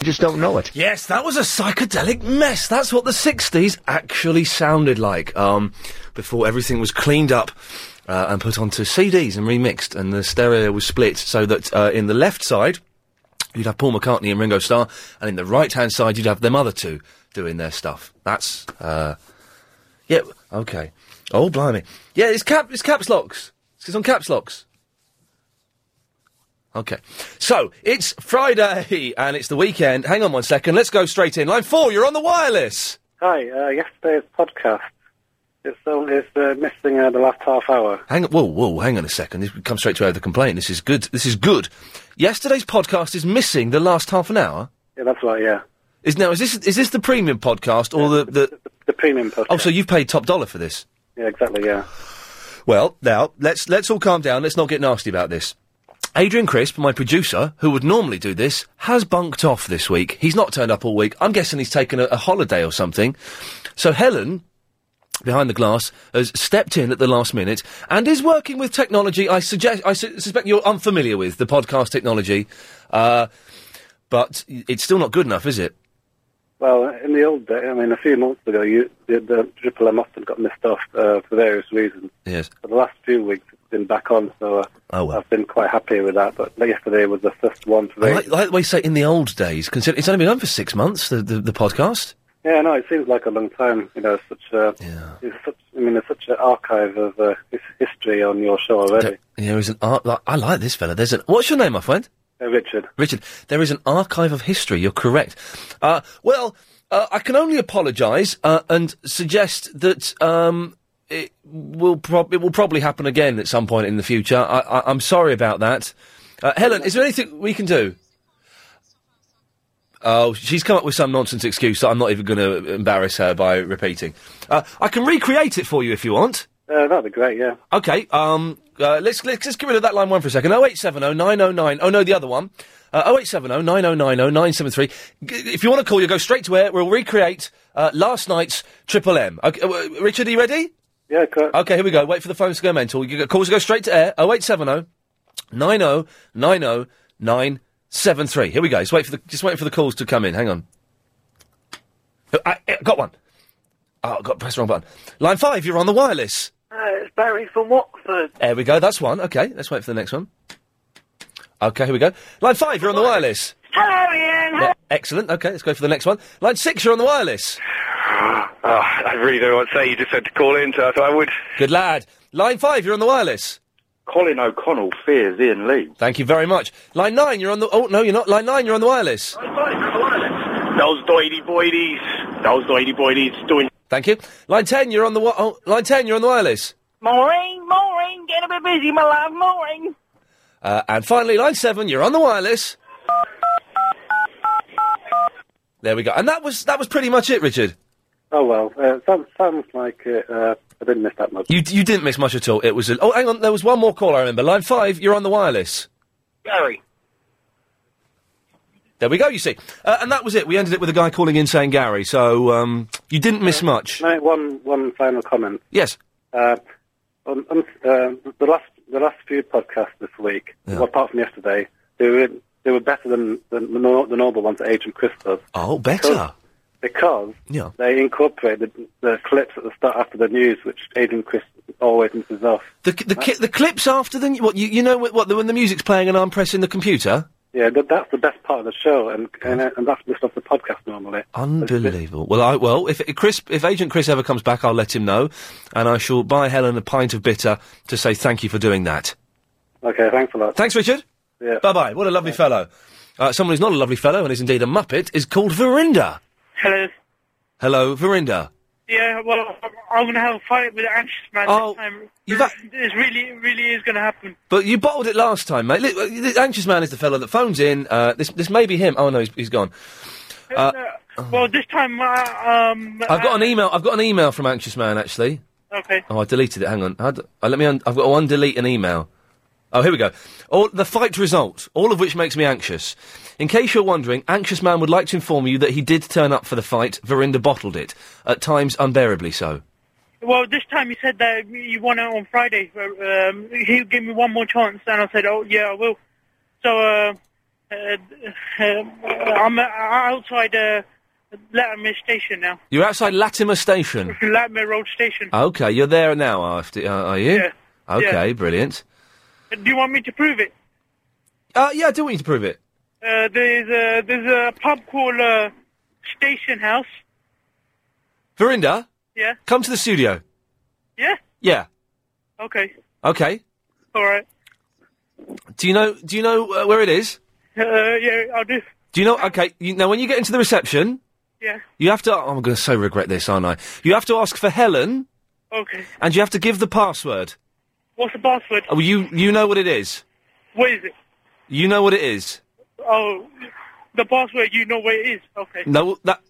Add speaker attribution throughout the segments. Speaker 1: You just don't know it.
Speaker 2: Yes, that was a psychedelic mess. That's what the 60s actually sounded like um, before everything was cleaned up uh, and put onto CDs and remixed, and the stereo was split so that uh, in the left side, you'd have Paul McCartney and Ringo Starr, and in the right hand side, you'd have them other two doing their stuff. That's. Uh, yeah, okay. Oh, blimey. Yeah, it's, cap- it's caps locks. It's on caps locks. Okay. So, it's Friday and it's the weekend. Hang on one second. Let's go straight in. Line four, you're on the wireless.
Speaker 3: Hi, uh, yesterday's podcast is, only, is uh, missing uh, the last half hour.
Speaker 2: Hang on, whoa, whoa, hang on a second. This comes straight to over the complaint. This is good. This is good. Yesterday's podcast is missing the last half an hour.
Speaker 3: Yeah, that's right, yeah.
Speaker 2: Is now is this is this the premium podcast or the, the
Speaker 3: The premium podcast.
Speaker 2: Oh, so you've paid top dollar for this?
Speaker 3: Yeah, exactly, yeah.
Speaker 2: Well, now let's let's all calm down. Let's not get nasty about this. Adrian Crisp, my producer, who would normally do this, has bunked off this week. He's not turned up all week. I'm guessing he's taken a, a holiday or something. So Helen, behind the glass, has stepped in at the last minute and is working with technology. I suggest, I su- suspect you're unfamiliar with the podcast technology, uh, but it's still not good enough, is it?
Speaker 3: Well, in the old day, I mean, a few months ago, you, the, the Triple M often got missed off uh, for various reasons.
Speaker 2: Yes.
Speaker 3: For the last few weeks, it's been back on, so uh,
Speaker 2: Oh, well.
Speaker 3: I've been quite happy with that. But yesterday was the first one for
Speaker 2: I
Speaker 3: me.
Speaker 2: like, I like the way you say in the old days. Consider it's only been on for six months. The the, the podcast.
Speaker 3: Yeah, no, it seems like a long time. You know, such a, it's such, I mean, there's such an archive of uh, his, history on your show already.
Speaker 2: There is an art. Like, I like this fella. There's an. What's your name, my friend?
Speaker 3: Uh, Richard.
Speaker 2: Richard, there is an archive of history. You're correct. Uh, well, uh, I can only apologise uh, and suggest that um, it will prob- it will probably happen again at some point in the future. I- I- I'm sorry about that. Uh, Helen, is there anything we can do? Oh, she's come up with some nonsense excuse that I'm not even going to embarrass her by repeating. Uh, I can recreate it for you if you want.
Speaker 3: Uh, that'd be great, yeah.
Speaker 2: Okay, um, uh, let's, let's just get rid of that line one for a second. 0870 909. Oh, no, the other one. Uh, 0870 9090 973. G- If you want to call, you go straight to air. We'll recreate uh, last night's Triple M. Okay, uh, w- Richard, are you ready?
Speaker 3: Yeah, correct.
Speaker 2: Okay, here we go. Wait for the phones to go mental. You go, calls go straight to air. 0870 oh, 9090 973. Here we go. Just wait for the, just wait for the calls to come in. Hang on. Uh, I, I got one. Oh, I got press the wrong button. Line five, you're on the wireless.
Speaker 4: Uh, it's Barry from Watford.
Speaker 2: There we go. That's one. Okay, let's wait for the next one. Okay, here we go. Line five, you're on the wireless.
Speaker 4: Hello, Ian.
Speaker 2: Yeah, excellent. Okay, let's go for the next one. Line six, you're on the wireless.
Speaker 5: Oh, I really don't know what to say. You just said to call in, so I thought I would.
Speaker 2: Good lad. Line five, you're on the wireless.
Speaker 5: Colin O'Connell fears Ian Lee.
Speaker 2: Thank you very much. Line nine, you're on the. Oh no, you're not. Line nine, you're on the wireless.
Speaker 6: Those doity boidies. Those doity boidies doing.
Speaker 2: Thank you. Line ten, you're on the. Wi- oh, line ten, you're on the wireless.
Speaker 4: Maureen, Maureen, get a bit busy, my love, Maureen.
Speaker 2: Uh, and finally, line seven, you're on the wireless. There we go. And that was that was pretty much it, Richard.
Speaker 3: Oh, well, uh, sounds, sounds like uh, uh, I didn't miss that much.
Speaker 2: You you didn't miss much at all. It was a, oh, hang on, there was one more call I remember. Line five, you're on the wireless.
Speaker 6: Gary.
Speaker 2: There we go. You see, uh, and that was it. We ended it with a guy calling in saying Gary. So um, you didn't miss much.
Speaker 3: No, one, one final comment.
Speaker 2: Yes.
Speaker 3: Uh, on, on, uh, the last the last few podcasts this week, well, apart from yesterday, they were they were better than than the, nor- the normal ones that Agent Chris does
Speaker 2: Oh, better.
Speaker 3: because
Speaker 2: Yeah.
Speaker 3: they incorporated the, the clips at the start after the news, which Agent Chris always misses off.
Speaker 2: The the, ki- the clips after the what you you know what, what the, when the music's playing and I'm pressing the computer.
Speaker 3: Yeah, but that's the best part of the show, and and, and that's missed off the podcast normally.
Speaker 2: Unbelievable. Well, I well if if Chris if Agent Chris ever comes back, I'll let him know, and I shall buy Helen a pint of bitter to say thank you for doing that.
Speaker 3: Okay, thanks a lot.
Speaker 2: Thanks, Richard.
Speaker 3: Yeah.
Speaker 2: Bye bye. What a lovely fellow. Uh, someone who's not a lovely fellow and is indeed a muppet is called Verinda.
Speaker 4: Hello.
Speaker 2: Hello, Verinda.
Speaker 4: Yeah, well, I'm, I'm going to have a fight with the anxious man
Speaker 2: Oh,
Speaker 4: this time. This really, it really is going to happen.
Speaker 2: But you bottled it last time, mate. Look, uh, The anxious man is the fellow that phones in. Uh, this this may be him. Oh no, he's, he's gone. Uh,
Speaker 4: Well, this time, uh, um... uh,
Speaker 2: I've got an email. I've got an email from anxious man actually.
Speaker 4: Okay.
Speaker 2: Oh, I deleted it. Hang on. How do- uh, let me. Un- I've got to undelete an email. Oh, here we go. All, the fight result, all of which makes me anxious. In case you're wondering, Anxious Man would like to inform you that he did turn up for the fight. Verinda bottled it, at times unbearably so.
Speaker 4: Well, this time you said that you won it on Friday. but, Um, he gave me one more chance, and I said, "Oh yeah, I will." So uh, Uh, uh, I'm uh, outside uh, Latimer Station now.
Speaker 2: You're outside Latimer Station.
Speaker 4: Latimer Road Station.
Speaker 2: Okay, you're there now, after, uh, are you?
Speaker 4: Yeah.
Speaker 2: Okay,
Speaker 4: Yeah.
Speaker 2: brilliant.
Speaker 4: Uh, Do you want me to prove it?
Speaker 2: Uh, yeah, I do want you to prove it.
Speaker 4: Uh, there's a there's a pub called uh, Station House.
Speaker 2: Verinda,
Speaker 4: Yeah.
Speaker 2: come to the studio.
Speaker 4: Yeah.
Speaker 2: Yeah.
Speaker 4: Okay.
Speaker 2: Okay.
Speaker 4: All right.
Speaker 2: Do you know? Do you know uh, where it is?
Speaker 4: Uh, yeah, I'll do.
Speaker 2: Do you know? Okay. You, now, when you get into the reception,
Speaker 4: Yeah.
Speaker 2: you have to. oh, I'm going to so regret this, aren't I? You have to ask for Helen,
Speaker 4: Okay.
Speaker 2: and you have to give the password.
Speaker 4: What's the password?
Speaker 2: Oh, you you know what it is.
Speaker 4: What is it?
Speaker 2: You know what it is.
Speaker 4: Oh, the password. You know where it is. Okay.
Speaker 2: No, that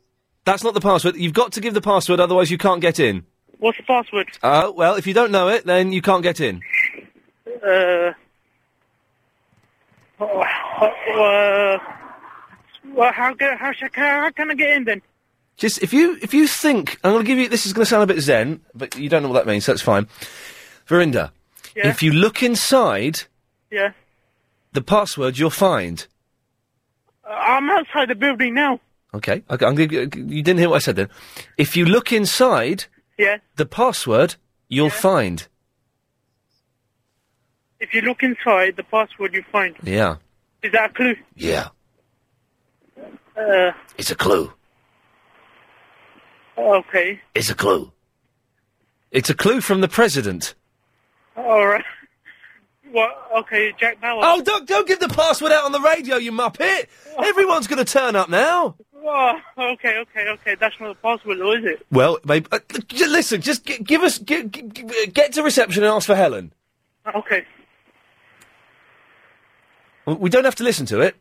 Speaker 2: that's not the password. You've got to give the password, otherwise you can't get in.
Speaker 4: What's the password?
Speaker 2: Uh, well, if you don't know it, then you can't get in.
Speaker 4: Uh. Uh, uh, well, how, can, how, sh- how can I get in then?
Speaker 2: Just if you if you think I'm going to give you this is going to sound a bit zen, but you don't know what that means. so That's fine. Verinda,
Speaker 4: Yeah.
Speaker 2: if you look inside
Speaker 4: Yeah.
Speaker 2: the password, you'll find.
Speaker 4: Uh, I'm outside the building now.
Speaker 2: Okay, okay. I'm gonna, you didn't hear what I said then. If you look inside
Speaker 4: Yeah.
Speaker 2: the password, you'll find.
Speaker 4: If you look inside, the password you find.
Speaker 2: Yeah,
Speaker 4: Is that a clue?
Speaker 2: yeah.
Speaker 4: Uh,
Speaker 2: It's a clue.
Speaker 4: okay.
Speaker 2: It's a clue. It's a clue from the president.
Speaker 4: All right. What? Okay, Jack Bauer.
Speaker 2: Oh, don't don't give the password out on the radio, you muppet! Eh, Everyone's going to turn up now.
Speaker 4: Oh, okay, okay, okay. That's not the password, though, is it?
Speaker 2: Well, maybe, uh, l- j- listen, just g- give us g- g- g- get to reception and ask for Helen.
Speaker 4: Okay.
Speaker 2: W- We don't have to listen to it.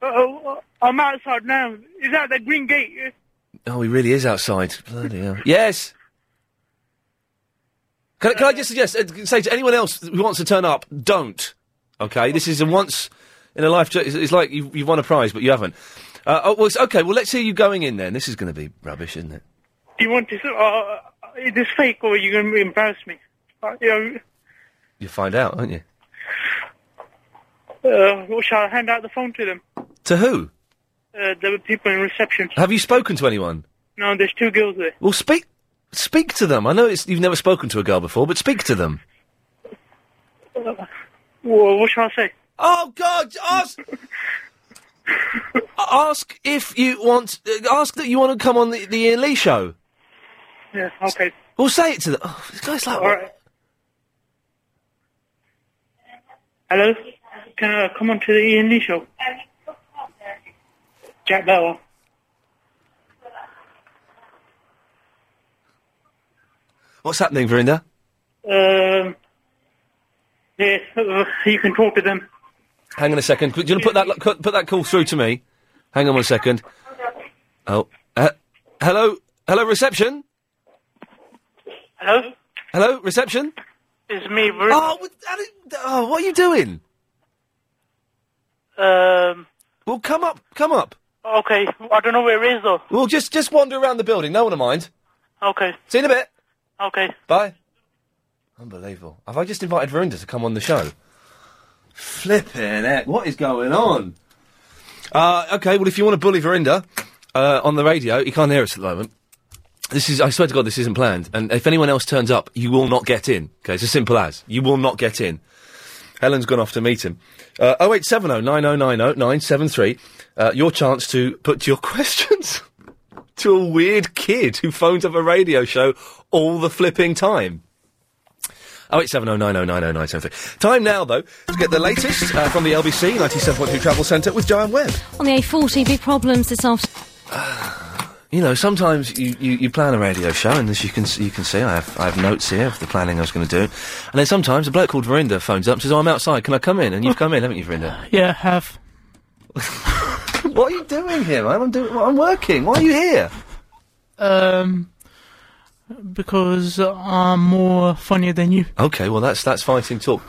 Speaker 4: Oh, I'm outside now. Is that the green gate?
Speaker 2: Oh, he really is outside. Bloody hell. Yes. Can, I- can I just suggest, uh, say to anyone else who wants to turn up, don't. Okay, this is a once in a life. jo- It's, it's like you, you've won a prize, but you haven't. Uh, oh, well, it's- okay, well, let's hear you going in then. This is going to be rubbish, isn't it?
Speaker 4: Do you want to? Uh, is this fake or are you going to embarrass me? Uh, you
Speaker 2: You'll find out, won't you?
Speaker 4: know, uh, well, shall I hand out the phone to them?
Speaker 2: To who?
Speaker 4: Uh, there were people in reception.
Speaker 2: Have you spoken to anyone?
Speaker 4: No, there's two girls there.
Speaker 2: Well, speak speak to them. I know it's, you've never spoken to a girl before, but speak to them.
Speaker 4: Uh, well, what shall I say?
Speaker 2: Oh God! Ask ask if you want. uh, Ask that you want to come on the the Ian Lee show.
Speaker 4: Yeah, okay.
Speaker 2: We'll say it to them. Oh, this guy's like.
Speaker 4: All right. Hello? Can I come on to the Ian Lee show? Jack Bauer.
Speaker 2: What's happening, Verinda?
Speaker 4: Um, yeah, uh, you can talk to them.
Speaker 2: Hang on a second. Do you want to put that lo- put that call through to me? Hang on one second. Oh, uh, hello, hello, reception.
Speaker 4: Hello?
Speaker 2: Hello, reception.
Speaker 4: It's me,
Speaker 2: Oh, what, how did- oh, what are you doing?
Speaker 4: Um,
Speaker 2: Well, come up, come up.
Speaker 4: okay. I don't know where it is, though.
Speaker 2: Well, just just wander around the building. No one will mind.
Speaker 4: Okay,
Speaker 2: See you in a bit.
Speaker 4: okay.
Speaker 2: Bye. Unbelievable. Have I just invited Verinda to come on the show? Flipping heck, what is going on? Uh, okay, well, if you want to bully Verinda uh, on the radio, you can't hear us at the moment. This is, I swear to God, this isn't planned. And if anyone else turns up, you will not get in. Okay, it's as simple as. You will not get in. Helen's gone off to meet him. Uh, 0870 9090 973. Uh, your chance to put your questions to a weird kid who phones up a radio show all the flipping time. Oh, 08709090973. Time now, though, to get the latest uh, from the LBC 97.2 Travel Centre with Giant Webb.
Speaker 7: On the A40, big problems this afternoon.
Speaker 2: You know, sometimes you, you, you plan a radio show, and as you can s- you can see, I have I have notes here of the planning I was going to do, and then sometimes a bloke called Verinda phones up and says, oh, "I'm outside, can I come in?" And you've come in, haven't you, Verinda?
Speaker 8: Yeah, have.
Speaker 2: what are you doing here, man? I'm doing, I'm working. Why are you here?
Speaker 8: Um, because I'm more funnier than you.
Speaker 2: Okay, well that's that's fighting talk.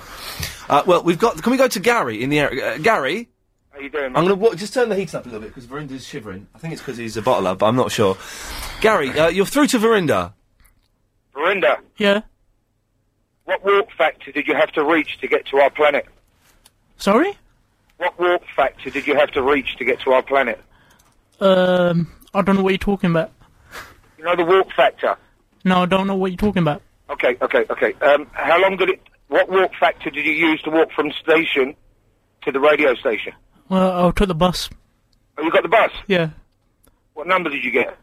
Speaker 2: Uh, well, we've got. Can we go to Gary in the area? Uh, Gary,
Speaker 5: How you doing?
Speaker 2: I'm going to just turn the heat up a little bit because Verinda's shivering. I think it's because he's a bottler, but I'm not sure. Gary, uh, you're through to Verinda.
Speaker 5: Verinda,
Speaker 8: Yeah.
Speaker 5: what warp factor did you have to reach to get to our planet?
Speaker 8: Sorry?
Speaker 9: What warp factor did you have to reach to get to our planet?
Speaker 8: Um, I don't know what you're talking about.
Speaker 9: You know the warp factor.
Speaker 8: No, I don't know what you're talking about.
Speaker 9: Okay, okay, okay. Um, how long did it? What warp factor did you use to walk from station to the radio station?
Speaker 8: Well, I took the bus.
Speaker 9: Oh, you got the bus.
Speaker 8: Yeah,
Speaker 9: What number did you get?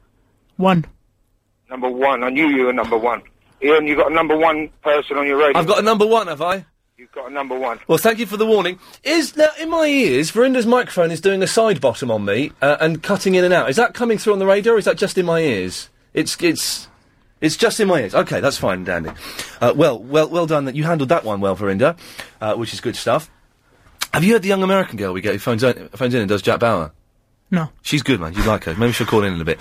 Speaker 8: one.
Speaker 9: Number one. I knew you were number one. Ian, you got a number one person on your radio.
Speaker 2: I've got a number one, have I?
Speaker 9: You've got a number one.
Speaker 2: Well, thank you for the warning. Is now in my ears? Verinda's microphone is doing a side bottom on me uh, and cutting in and out. Is that coming through on the radio? or Is that just in my ears? It's it's it's just in my ears. Okay, that's fine, Dandy. Uh, well, well, well done. That you handled that one well, Verinda, uh, which is good stuff. Have you heard the young American girl we get who phones in, phones in and does Jack Bauer?
Speaker 8: No.
Speaker 2: She's good, man. You like her. Maybe she'll call in in a bit.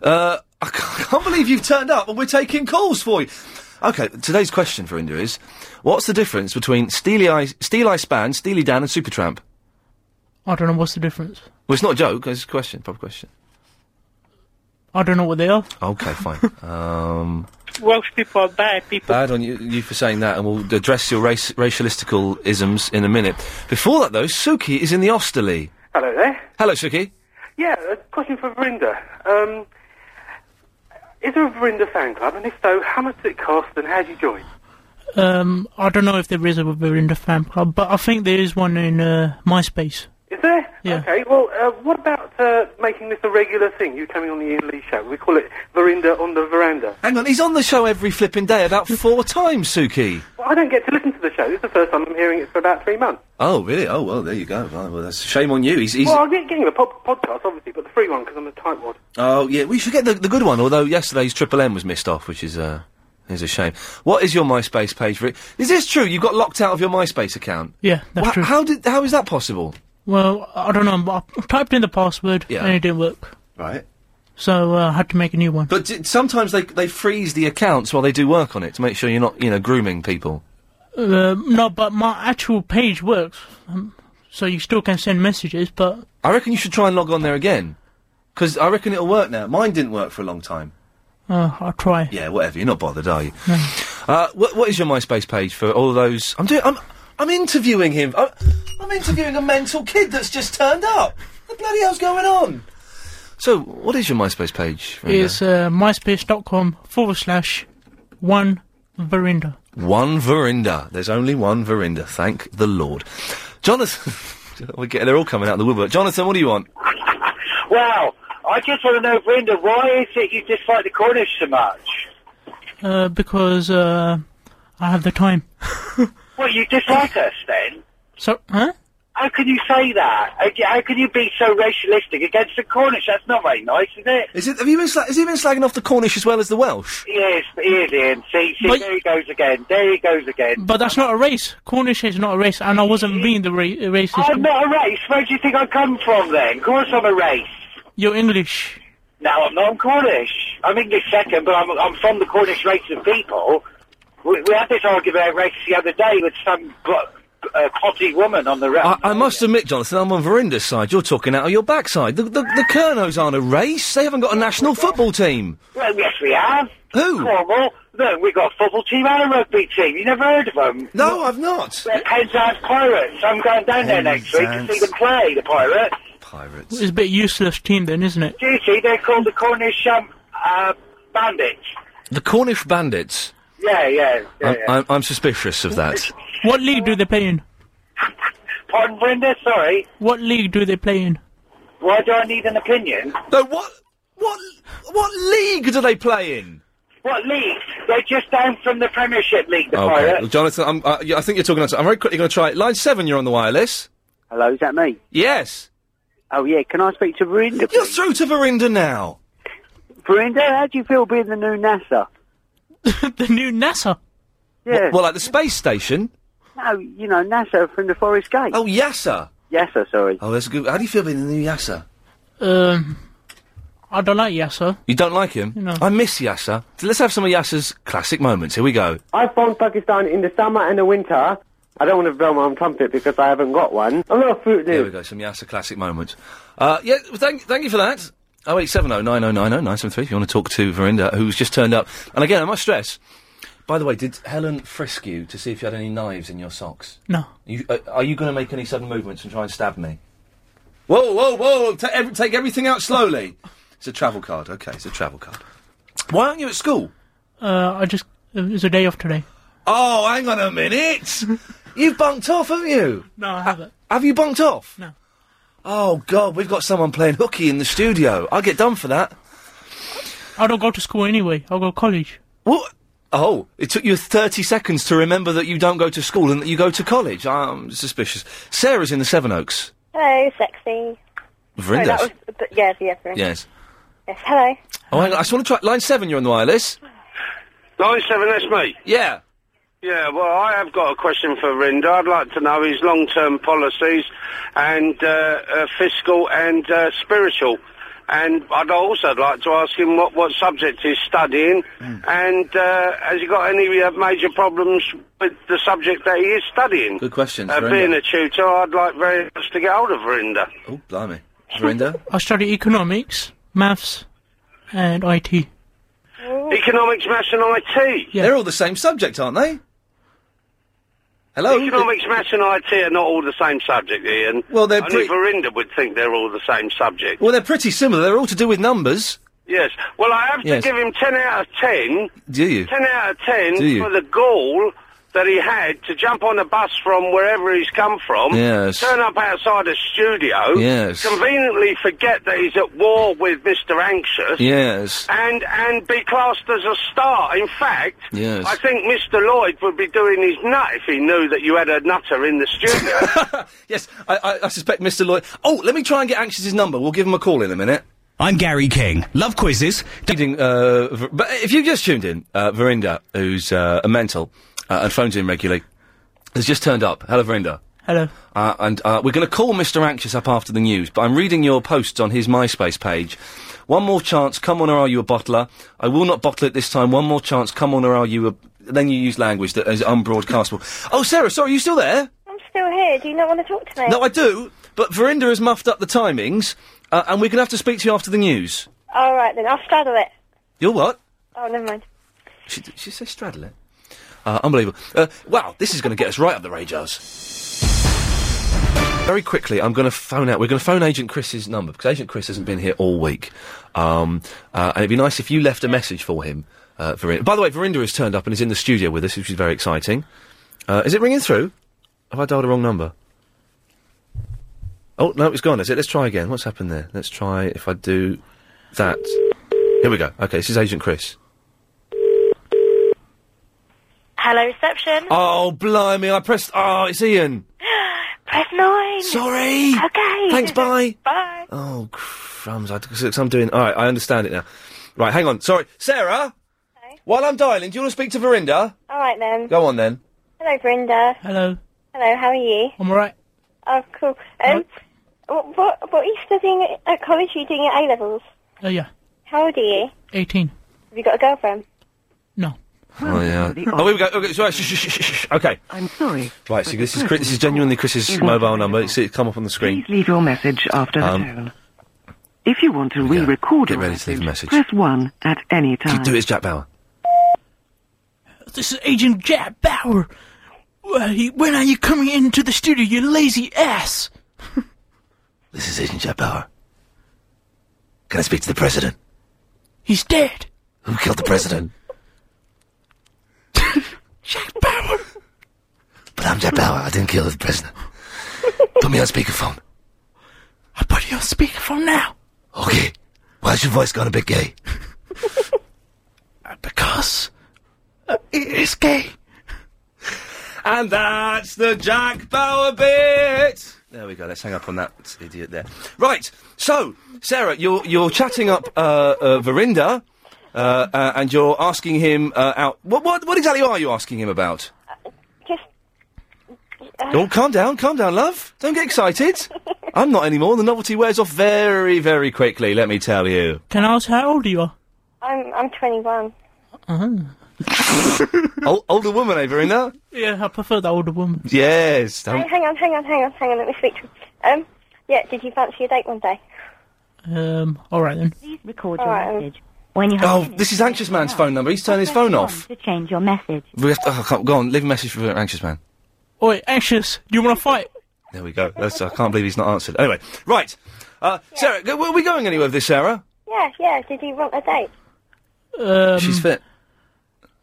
Speaker 2: Uh, I can't, I can't believe you've turned up and we're taking calls for you. Okay, today's question for India is, what's the difference between Steely Eyes, Steel Eye Span, Steely Dan and Supertramp?
Speaker 8: I don't know what's the difference.
Speaker 2: Well, it's not a joke, it's a question, proper question.
Speaker 8: I don't know what they are.
Speaker 2: Okay, fine. um,
Speaker 10: Welsh people are bad people.
Speaker 2: bad on you, you for saying that and we'll address your race, racialistical isms in a minute. Before that though, Suki is in the Osterley.
Speaker 5: Hello there.
Speaker 2: Hello, Suki.
Speaker 5: Yeah, a question for Verinda. Um, is there a Verinda fan club? And if so, how much does it cost and how do you join?
Speaker 8: Um, I don't know if there is a Verinda fan club, but I think there is one in uh, MySpace.
Speaker 5: Is there?
Speaker 8: Yeah.
Speaker 5: Okay, well, uh, what about uh, making this a regular thing? You coming on the Ian Lee show. We call it Verinda on the Veranda.
Speaker 2: Hang on, he's on the show every flipping day about four times, Suki.
Speaker 5: Well, I don't get to listen to the show. This is the first time I'm hearing it for about three months.
Speaker 2: Oh, really? Oh, well, there you go. Right, well, that's shame on you. He's, he's
Speaker 5: Well, I'm get- getting the pod- podcast, obviously, but the free one because I'm a tightwad.
Speaker 2: Oh yeah, we should get the, the good one. Although yesterday's Triple M was missed off, which is uh, is a shame. What is your MySpace page for? It? Is this true? You got locked out of your MySpace account.
Speaker 8: Yeah, that's
Speaker 2: Wha-
Speaker 8: true.
Speaker 2: How did? How is that possible?
Speaker 8: Well, I don't know. but I typed in the password
Speaker 2: Yeah.
Speaker 8: and it didn't work,
Speaker 2: Right.
Speaker 8: so uh, I had to make a new one.
Speaker 2: But d- sometimes they they freeze the accounts while they do work on it to make sure you're not you know grooming people.
Speaker 8: Uh, no, but my actual page works, um, so you still can send messages. But
Speaker 2: I reckon you should try and log on there again, because I reckon it'll work now. Mine didn't work for a long time.
Speaker 8: uh, I'll try.
Speaker 2: Yeah, whatever. You're not bothered, are you? uh, what, what is your MySpace page for all those? I'm doing. I'm I'm interviewing him. Uh, I'm, I'm interviewing a mental kid that's just turned up. What the bloody hell's going on? So, what is your MySpace page? Verinda?
Speaker 8: It's uh, myspace.com forward slash one Verinda.
Speaker 2: One Verinda. There's only one Verinda. Thank the Lord. Jonathan, we get, they're all coming out of the woodwork. Jonathan, what do you want?
Speaker 11: Wow. I just want to know, Brenda, why is it you dislike the Cornish so much?
Speaker 8: Uh, because uh, I have the time.
Speaker 11: Well, you dislike us then?
Speaker 8: So, huh?
Speaker 11: How can you say that? How ca- How can you be so racialistic against the Cornish? That's not very nice, is it?
Speaker 2: Is it? Have you been? Sla- has he been slagging off the Cornish as well as the Welsh?
Speaker 11: He is, he is, Ian. See, see, there he goes again. There he goes again.
Speaker 8: But that's not a race. Cornish is not a race, and I wasn't being the ra- racist.
Speaker 11: I'm not a race. Where do you think I come from then? Of course I'm a race.
Speaker 8: You're English.
Speaker 11: No, I'm not I'm Cornish. I'm English second, but I'm, I'm from the Cornish race of people. We, we had this argument about race the other day with some gl- uh, potty woman on the road.
Speaker 2: I, I must admit, Jonathan, I'm on Verinda's side. You're talking out of your backside. The, the, the Kernos aren't a race. They haven't got a national football team.
Speaker 11: Well, yes, we have.
Speaker 2: Who?
Speaker 11: Cornwall. No, we got a football team and a rugby team. You never heard of them?
Speaker 2: No, I've not.
Speaker 11: They're Penzance Pirates. I'm going down there next week to see them play, the Pirates.
Speaker 2: Pirates.
Speaker 8: It's a bit useless team then, isn't it?
Speaker 11: Do you see? They're called the Cornish um, uh, Bandits.
Speaker 2: The Cornish Bandits.
Speaker 11: Yeah, yeah. yeah,
Speaker 8: Uh,
Speaker 2: I'm,
Speaker 11: yeah.
Speaker 2: I'm, I'm suspicious of that.
Speaker 8: What league do they play in?
Speaker 11: Pardon, Brenda, sorry.
Speaker 8: What league do they play in?
Speaker 11: Why do I need an opinion?
Speaker 2: No, what? What? What league do they play in?
Speaker 11: What league? They're just down from the Premiership League, the
Speaker 2: Okay, well,
Speaker 11: Pirates.
Speaker 2: Jonathan, I'm, uh, yeah, I think you're talking. To, I'm very quickly going to try it. Line seven, you're on the wireless.
Speaker 12: Hello, is that me?
Speaker 2: Yes.
Speaker 12: Oh yeah, can I speak to Verinda?
Speaker 2: You're through to Verinda now.
Speaker 12: Verinda, how do you feel being the new NASA?
Speaker 8: the new NASA.
Speaker 12: Yeah.
Speaker 2: Well, at the space station.
Speaker 12: no, you know NASA from the Forest Gate.
Speaker 2: Oh, Yasser.
Speaker 12: Yasser, sorry.
Speaker 2: Oh, that's good. How do you feel being the new Yasser?
Speaker 8: Um, I don't like Yasser.
Speaker 2: You don't like him?
Speaker 8: No.
Speaker 2: I miss Yasser. So let's have some of Yasser's classic moments. Here we go.
Speaker 13: I've flown Pakistan in the summer and the winter. I don't want to blow my own trumpet because I haven't got one. I'm not a fruit
Speaker 2: Here we go. Some Yasser classic moments. Uh, yeah, well, thank, thank you for that. Oh eight seven oh nine oh nine oh nine seven three. If you want to talk to Verinda, who's just turned up, and again, I must stress, By the way, did Helen frisk you to see if you had any knives in your socks?
Speaker 8: No.
Speaker 2: You, uh, are you going to make any sudden movements and try and stab me? Whoa, whoa, whoa! Ta- every- take everything out slowly. It's a travel card. Okay, it's a travel card. Why aren't you at school?
Speaker 8: Uh, I just it was a day off today.
Speaker 2: Oh, hang on a minute! You've bunked off, haven't you?
Speaker 8: No, I haven't.
Speaker 2: Have you bunked off?
Speaker 8: No.
Speaker 2: Oh God, we've got someone playing hooky in the studio. I get done for that.
Speaker 8: I don't go to school anyway. I go to college.
Speaker 2: What? Oh, it took you 30 seconds to remember that you don't go to school and that you go to college. I'm suspicious. Sarah's in the Seven Oaks.
Speaker 14: Hello, sexy. Sorry, that
Speaker 2: Verinda's.
Speaker 14: was, but yeah, yeah, Verinda.
Speaker 2: Yes.
Speaker 14: Yes, hello.
Speaker 2: Oh, hang on. I just want to try. Line 7, you're on the wireless.
Speaker 15: Line seven, that's me.
Speaker 2: Yeah.
Speaker 15: Yeah, well, I have got a question for Rinda. I'd like to know his long-term policies and uh, uh, fiscal and uh, spiritual. And I'd also like to ask him what, what subject he's studying
Speaker 2: Hmm.
Speaker 15: and uh, has he got any uh, major problems with the subject that he is studying?
Speaker 2: Good questions.
Speaker 15: Uh,
Speaker 2: Verinda.
Speaker 15: being a tutor, I'd like very much to get hold of Rinda.
Speaker 2: Oh, blimey. Verinda?
Speaker 8: I study economics, maths, and IT.
Speaker 15: Economics, maths and IT.
Speaker 2: They're all the same subject, aren't they? Hello?
Speaker 15: Economics, maths and IT are not all the same subject, Ian.
Speaker 2: Well, they're
Speaker 15: Only
Speaker 2: pretty-
Speaker 15: Verinda would think they're all the same subject.
Speaker 2: Well, they're pretty similar. They're all to do with numbers.
Speaker 15: Yes. Well, I have
Speaker 2: Yes.
Speaker 15: to give him 10 out of 10.
Speaker 2: Do you?
Speaker 15: 10 out of 10
Speaker 2: Do you?
Speaker 15: for the goal that he had to jump on a bus from wherever he's come from,
Speaker 2: Yes.
Speaker 15: turn up outside a studio,
Speaker 2: Yes.
Speaker 15: conveniently forget that he's at war with Mr. Anxious,
Speaker 2: Yes.
Speaker 15: and, and be classed as a star. In fact,
Speaker 2: Yes.
Speaker 15: I think Mr. Lloyd would be doing his nut if he knew that you had a nutter in the studio.
Speaker 2: Yes, I, I, I suspect Mr. Lloyd. Oh, let me try and get Anxious's number. We'll give him a call in a minute. I'm Gary King. Love quizzes. Uh, Ver- but if you just tuned in, uh, Verinda, who's uh, a mental uh, and phones in regularly, has just turned up. Hello, Verinda.
Speaker 8: Hello.
Speaker 2: Uh, and uh, we're going to call Mr. Anxious up after the news, but I'm reading your posts on his MySpace page. One more chance, come on or are you a bottler? I will not bottle it this time. One more chance, come on or are you a. Then you use language that is unbroadcastable. oh, Sarah, sorry, are you still there?
Speaker 14: I'm still here. Do you not want to talk to me?
Speaker 2: No, I do, but Verinda has muffed up the timings, uh, and we're going to have to speak to you after the news.
Speaker 14: All right then. I'll straddle it.
Speaker 2: You're what?
Speaker 14: Oh, never mind.
Speaker 2: She, did she say straddle it? Uh, unbelievable. Uh, wow, this is going to get us right up the ragers. Very quickly, I'm going to phone out. We're going to phone Agent Chris's number because Agent Chris hasn't been here all week. Um, uh, and it'd be nice if you left a message for him. Uh, Verinda. By the way, Verinda has turned up and is in the studio with us, which is very exciting. Uh, is it ringing through? Have I dialed a wrong number? Oh, no, it's gone, is it? Let's try again. What's happened there? Let's try if I do that. Here we go. Okay, this is Agent Chris.
Speaker 16: Hello, reception.
Speaker 2: Oh, blimey, I pressed. Oh, it's Ian.
Speaker 16: Press nine.
Speaker 2: Sorry.
Speaker 16: Okay.
Speaker 2: Thanks, bye.
Speaker 16: Bye.
Speaker 2: Oh, crumbs. I, 'cause I'm doing. All right, I understand it now. Right, hang on. Sorry. Sarah? While I'm dialing, do you want to speak to Verinda?
Speaker 14: All right then.
Speaker 2: Go on then.
Speaker 14: Hello, Brenda.
Speaker 8: Hello.
Speaker 14: Hello. How are you?
Speaker 8: I'm alright.
Speaker 14: Oh, cool. Um, what, what what are you studying at, at college? Are you doing your A levels?
Speaker 8: Oh, yeah.
Speaker 14: How old are you?
Speaker 8: 18.
Speaker 14: Have you got a girlfriend?
Speaker 2: Oh, yeah. Oh, here we go. Okay, sorry. Shh, shh, shh, shh, shh. Okay.
Speaker 17: I'm sorry.
Speaker 2: Right, so this is Chris, this is genuinely Chris's mobile number. It's it's come up on the screen.
Speaker 17: Please leave your message after the
Speaker 2: Um,
Speaker 17: tone. If you want to re-record your
Speaker 2: Ready to leave a message.
Speaker 17: press one at any time.
Speaker 2: Do it, it's Jack Bauer.
Speaker 8: This is Agent Jack Bauer. Well, you- When are you coming into the studio, you lazy ass?
Speaker 2: This is Agent Jack Bauer. Can I speak to the president?
Speaker 8: He's dead.
Speaker 2: Who killed the president?
Speaker 8: Jack Bauer.
Speaker 2: But I'm Jack Bauer. I didn't kill the president. Put me on speakerphone.
Speaker 8: I put you on speakerphone now.
Speaker 2: Okay. Why's your voice gone a bit gay?
Speaker 8: Because uh, it is gay.
Speaker 2: And that's the Jack Bauer bit. There we go. Let's hang up on that idiot there. Right. So, Sarah, you're you're chatting up uh, uh, Verinda, uh, uh, and you're asking him uh, out. What, what what exactly are you asking him about?
Speaker 18: Uh,
Speaker 14: Just.
Speaker 2: oh, calm down, calm down, love. Don't get excited. I'm not anymore. The novelty wears off very, very quickly. Let me tell you.
Speaker 8: Can I ask how old you are?
Speaker 14: I'm I'm 21.
Speaker 2: Ol- older woman, eh, Verinda?
Speaker 8: Yeah, I prefer that older woman.
Speaker 2: Yes.
Speaker 14: Hang,
Speaker 2: Don't-
Speaker 14: hang on, hang on, hang on, hang on. Let me speak to him. Um, yeah. Did you fancy a date one day?
Speaker 8: Um, alright then.
Speaker 14: um, Record your message.
Speaker 18: When you have
Speaker 2: Oh, this is Anxious Man's phone number. He's turning his phone off.
Speaker 18: to change your message.
Speaker 2: We have to, oh, I can't- go on, leave a message for Anxious Man.
Speaker 8: Oi, anxious. Do you want to fight?
Speaker 2: There we go. That's, I can't believe he's not answered. Anyway, right. Uh, Sarah, g- are we going anywhere with this, Sarah?
Speaker 14: Yeah, yeah. Did you want a date?
Speaker 8: Um,
Speaker 2: She's fit.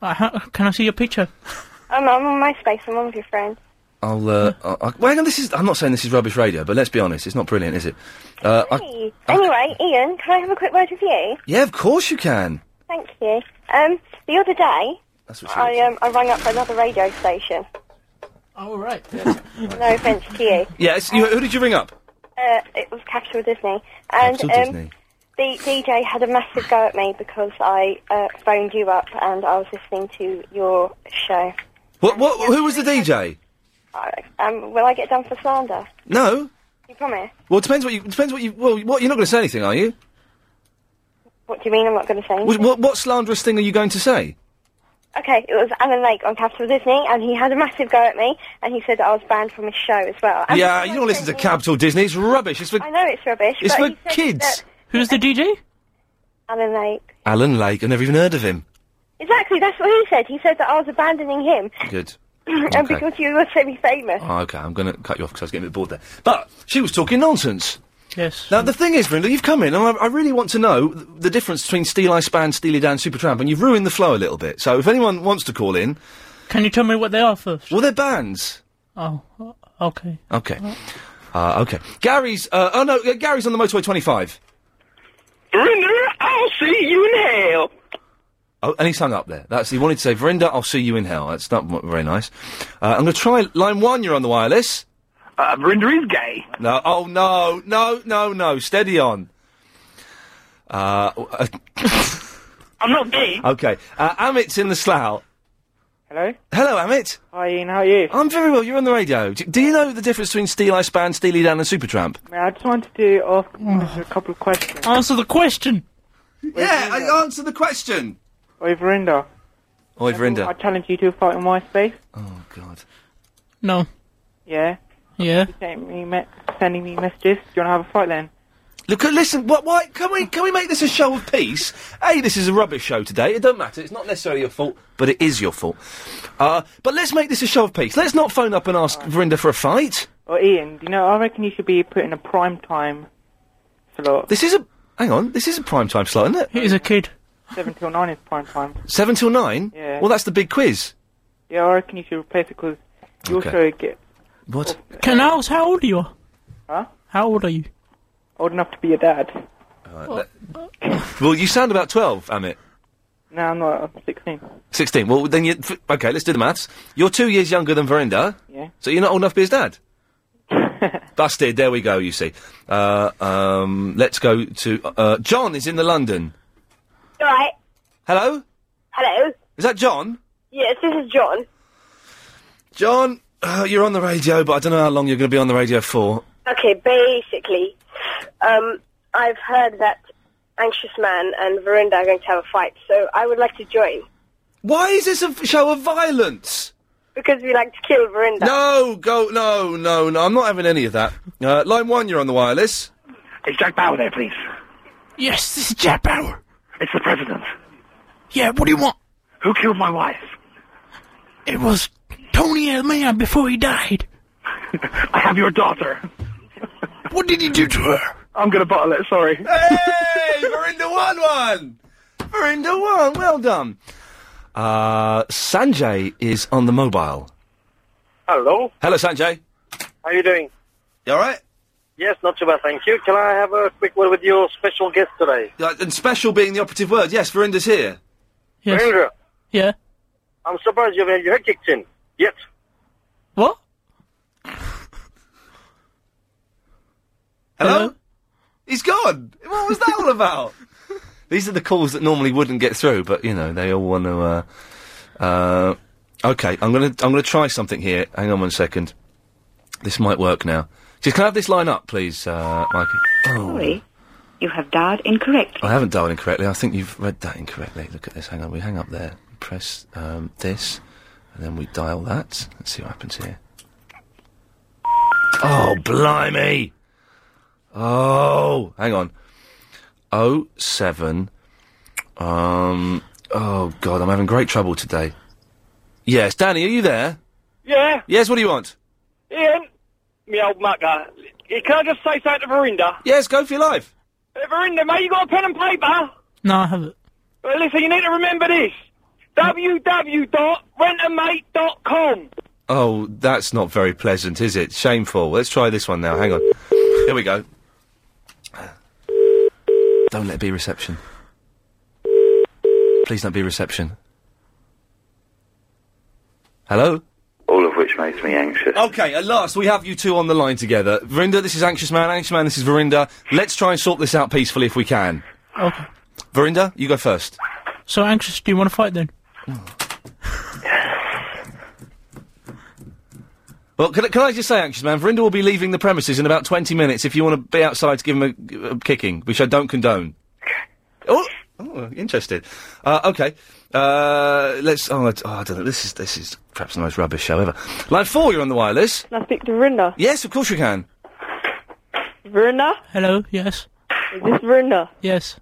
Speaker 8: Uh, how, can I see your picture?
Speaker 14: I'm, Oh, I'm on MySpace. I'm one of your friends.
Speaker 2: I'll, uh, I, I, well, hang on, this is, I'm not saying this is rubbish radio, but let's be honest, it's not brilliant, is it? Uh, I,
Speaker 14: Hey. Anyway, Ian, can I have a quick word with you?
Speaker 2: yeah, of course you can.
Speaker 14: Thank you. Um, the other day,
Speaker 2: That's what she
Speaker 14: I um, I rang up another radio station.
Speaker 8: Oh, right.
Speaker 14: no offence to you.
Speaker 2: Yeah, it's, you, who did you ring up?
Speaker 14: Uh, it was Capital Disney, and
Speaker 2: Capital
Speaker 14: um,
Speaker 2: Disney.
Speaker 14: the DJ had a massive go at me because I uh, phoned you up and I was listening to your show.
Speaker 2: What, what, who was the DJ?
Speaker 14: I- Um, will I get done for slander?
Speaker 2: No?
Speaker 14: You promise?
Speaker 2: Well, it depends what you, depends what you, well, what, you're not going to say anything, are you?
Speaker 14: What do you mean? I'm not going to say
Speaker 2: What,
Speaker 14: anything.
Speaker 2: what, what slanderous thing are you going to say?
Speaker 14: Okay, it was Alan Lake on Capital Disney, and he had a massive go at me, and he said that I was banned from his show as well. And
Speaker 2: yeah, you don't listen to Capital Disney, it's rubbish, it's for,
Speaker 14: I know it's rubbish.
Speaker 2: it's
Speaker 14: but
Speaker 2: for
Speaker 14: he said
Speaker 2: kids.
Speaker 14: that
Speaker 2: Who's the DJ?
Speaker 14: Alan Lake.
Speaker 2: Alan Lake, I've never even heard of him.
Speaker 14: Exactly, that's what he said. He said that I was abandoning him,
Speaker 2: Good.
Speaker 14: and
Speaker 2: Okay.
Speaker 14: because you were semi-famous.
Speaker 2: Oh, okay, I'm going to cut you off because I was getting a bit bored there. But she was talking nonsense.
Speaker 8: Yes.
Speaker 2: Now, the thing is, Brenda, you've come in, and I, I really want to know th- the difference between Steel Eye Span, Steely Dan, Supertramp, and you've ruined the flow a little bit. So, if anyone wants to call in.
Speaker 8: Can you tell me what they are first?
Speaker 2: Well, they're bands.
Speaker 8: Oh, uh, okay.
Speaker 2: Okay. Uh, okay. Gary's. Uh, oh, no, uh, Gary's on the motorway 25.
Speaker 6: Rinder, I'll see you in hell.
Speaker 2: Oh, and he's hung up there. That's He wanted to say, Verinda, I'll see you in hell. That's not w- very nice. Uh, I'm going to try line one, you're on the wireless. Uh, Verinda is gay. No, oh, no, no, no, no. Steady on. Uh, w- uh,
Speaker 19: I'm not gay.
Speaker 2: Okay. Uh, Amit's in the slough.
Speaker 19: Hello?
Speaker 2: Hello, Amit.
Speaker 19: Hi, Ian. How are you?
Speaker 2: I'm very well. You're on the radio. Do, do you know the difference between Steel Eye Span, Steely Dan, and Supertramp?
Speaker 19: I just wanted to ask you a couple of questions.
Speaker 8: Oh. Answer the question.
Speaker 2: Yeah, I answer the question.
Speaker 19: Oi, Verinda.
Speaker 2: Oi,
Speaker 19: I
Speaker 2: Verinda.
Speaker 19: challenge you to a fight in MySpace.
Speaker 2: Oh, God.
Speaker 8: No.
Speaker 19: Yeah.
Speaker 8: Yeah.
Speaker 19: You sent me me- sending me messages. Do you want to have a fight then?
Speaker 2: Look, listen. What? Why? Can we? Can we make this a show of peace? hey, this is a rubbish show today. It don't matter. It's not necessarily your fault, but it is your fault. Uh, but let's make this a show of peace. Let's not phone up and ask Verinda for a fight.
Speaker 19: Or Oh, Ian, do you know, I reckon you should be put in a prime time slot.
Speaker 2: This is a. Hang on. This is a prime time slot, isn't it?
Speaker 8: He's a kid.
Speaker 19: 7 till 9 is prime time.
Speaker 2: Seven till nine.
Speaker 19: Yeah.
Speaker 2: Well, that's the big quiz.
Speaker 19: Yeah, I reckon you should replace it because you
Speaker 2: Okay.
Speaker 19: also get
Speaker 2: What?
Speaker 8: Canals, how old are you?
Speaker 19: Huh?
Speaker 8: How old are you?
Speaker 19: old enough to be a dad.
Speaker 2: Alright, let- Uh, well, you sound about twelve, Amit.
Speaker 19: No, I'm not. I'm 16.
Speaker 2: 16. Well, then you. F- okay, let's do the maths. You're two years younger than Verinda.
Speaker 19: Yeah.
Speaker 2: So you're not old enough to be his dad. Busted. There we go, you see. Uh, um, let's go to. Uh, John is in the London.
Speaker 20: Right.
Speaker 2: Hello?
Speaker 20: Hello.
Speaker 2: Is that John?
Speaker 20: Yes, this is John.
Speaker 2: John, uh, you're on the radio, but I don't know how long you're going to be on the radio for.
Speaker 20: Okay, basically, um, I've heard that Anxious Man and Verinda are going to have a fight, so I would like to join
Speaker 2: Why is this a f- show of violence?
Speaker 20: because we like to kill Verinda.
Speaker 2: No, go. No, no, no. I'm not having any of that. Uh, line one, you're on the wireless.
Speaker 6: Is Jack Bauer there, please?
Speaker 8: Yes, this is Jack Bauer.
Speaker 6: It's the president.
Speaker 8: Yeah, what do you want?
Speaker 6: Who killed my wife?
Speaker 8: It was Tony Almeida before he died.
Speaker 6: I have your daughter.
Speaker 8: What did you do to her?
Speaker 6: I'm gonna bottle it, sorry.
Speaker 2: Hey, Verinda won one. Verinda won. Well done. Uh, Sanjay is on the mobile.
Speaker 9: Hello,
Speaker 2: Hello, Sanjay.
Speaker 9: how you doing?
Speaker 2: You all right?
Speaker 9: Yes, not too bad, thank you. Can I have a quick word with your special guest today?
Speaker 2: Uh, and special being the operative word. Yes, Verinda's here.
Speaker 8: Yes.
Speaker 9: Virendra,
Speaker 8: Yeah.
Speaker 9: I'm surprised you haven't had your head kicked in yet.
Speaker 8: What?
Speaker 2: Hello? He's gone. What was that all about? These are the calls that normally wouldn't get through, but you know they all want to. Uh, uh, okay, I'm gonna I'm gonna try something here. Hang on one second. This might work now. Just can I have this line up, please, uh, Mikey? Oh,
Speaker 21: Sorry, you have dialed incorrectly.
Speaker 2: I haven't dialed incorrectly. I think you've read that incorrectly. Look at this. Hang on. We hang up there. Press um, this, and then we dial that. Let's see what happens here. Oh, blimey! Oh, hang on. Oh seven. Um. Oh God, I'm having great trouble today. Yes, Danny, are you there?
Speaker 11: Yeah,
Speaker 2: Yes. What do you want?
Speaker 11: Ian, me old mucker. Can I just say something to Verinda?
Speaker 2: Yes, go for your life.
Speaker 11: Verinda, mate, you got a pen and paper?
Speaker 8: No, I haven't.
Speaker 11: Well, listen, you need to remember this. www.rentamate.com.
Speaker 2: Oh, that's not very pleasant, is it? Shameful. Let's try this one now. Hang on. Here we go. Don't let it be reception. Please don't be reception. Hello?
Speaker 22: All of which makes me anxious.
Speaker 2: Okay, at last we have you two on the line together. Verinda, this is Anxious Man. Anxious Man, this is Verinda. Let's try and sort this out peacefully if we can.
Speaker 8: Okay.
Speaker 2: Verinda, you go first.
Speaker 8: So anxious. Do you want to fight then?
Speaker 2: Well, can, I- can I just say, Anxious Man, Verinda will be leaving the premises in about 20 minutes if you want to be outside to give him a, a kicking, which I don't condone. Oh, oh interested. Uh, okay. Uh, let's. Oh I, oh, I don't know. This is this is perhaps the most rubbish show ever. Line four, you're on the wireless.
Speaker 18: Can I speak to Verinda?
Speaker 2: Yes, of course you can.
Speaker 18: Verinda?
Speaker 8: Hello. Yes.
Speaker 18: Is this Verinda?
Speaker 8: Yes.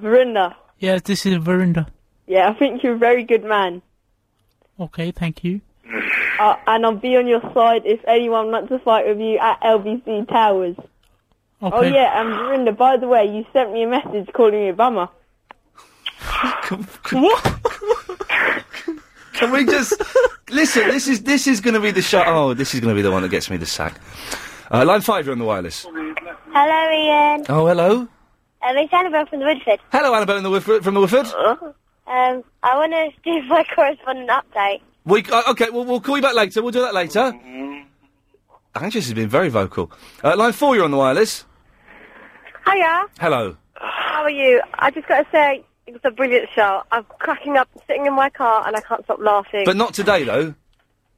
Speaker 18: Verinda.
Speaker 8: Yes. This is Verinda.
Speaker 18: Yeah, I think you're a very good man.
Speaker 8: Okay. Thank you.
Speaker 18: Uh, and I'll be on your side if anyone wants to fight with you at LBC Towers. Oh
Speaker 8: Okay.
Speaker 18: yeah, and Verinda, by the way, you sent me a message calling me a bummer.
Speaker 2: what? Can we just listen? This is this is going to be the show. Oh, this is going to be the one that gets me the sack. Uh, line five, you're on the wireless.
Speaker 23: Hello, Ian.
Speaker 2: Oh, hello.
Speaker 23: Um, it's Annabelle from the Woodford.
Speaker 2: Hello, Annabelle in the Woodford, from the Woodford.
Speaker 23: Um, I want to do my correspondent update.
Speaker 2: We uh, okay. We'll, we'll call you back later. We'll do that later. Anxious has been very vocal. Uh, line four, you're on the wireless.
Speaker 14: Hiya,
Speaker 2: Hello.
Speaker 14: how are you? I just got to say, it was a brilliant show. I'm cracking up, sitting in my car, and I can't stop laughing.
Speaker 2: But not today though.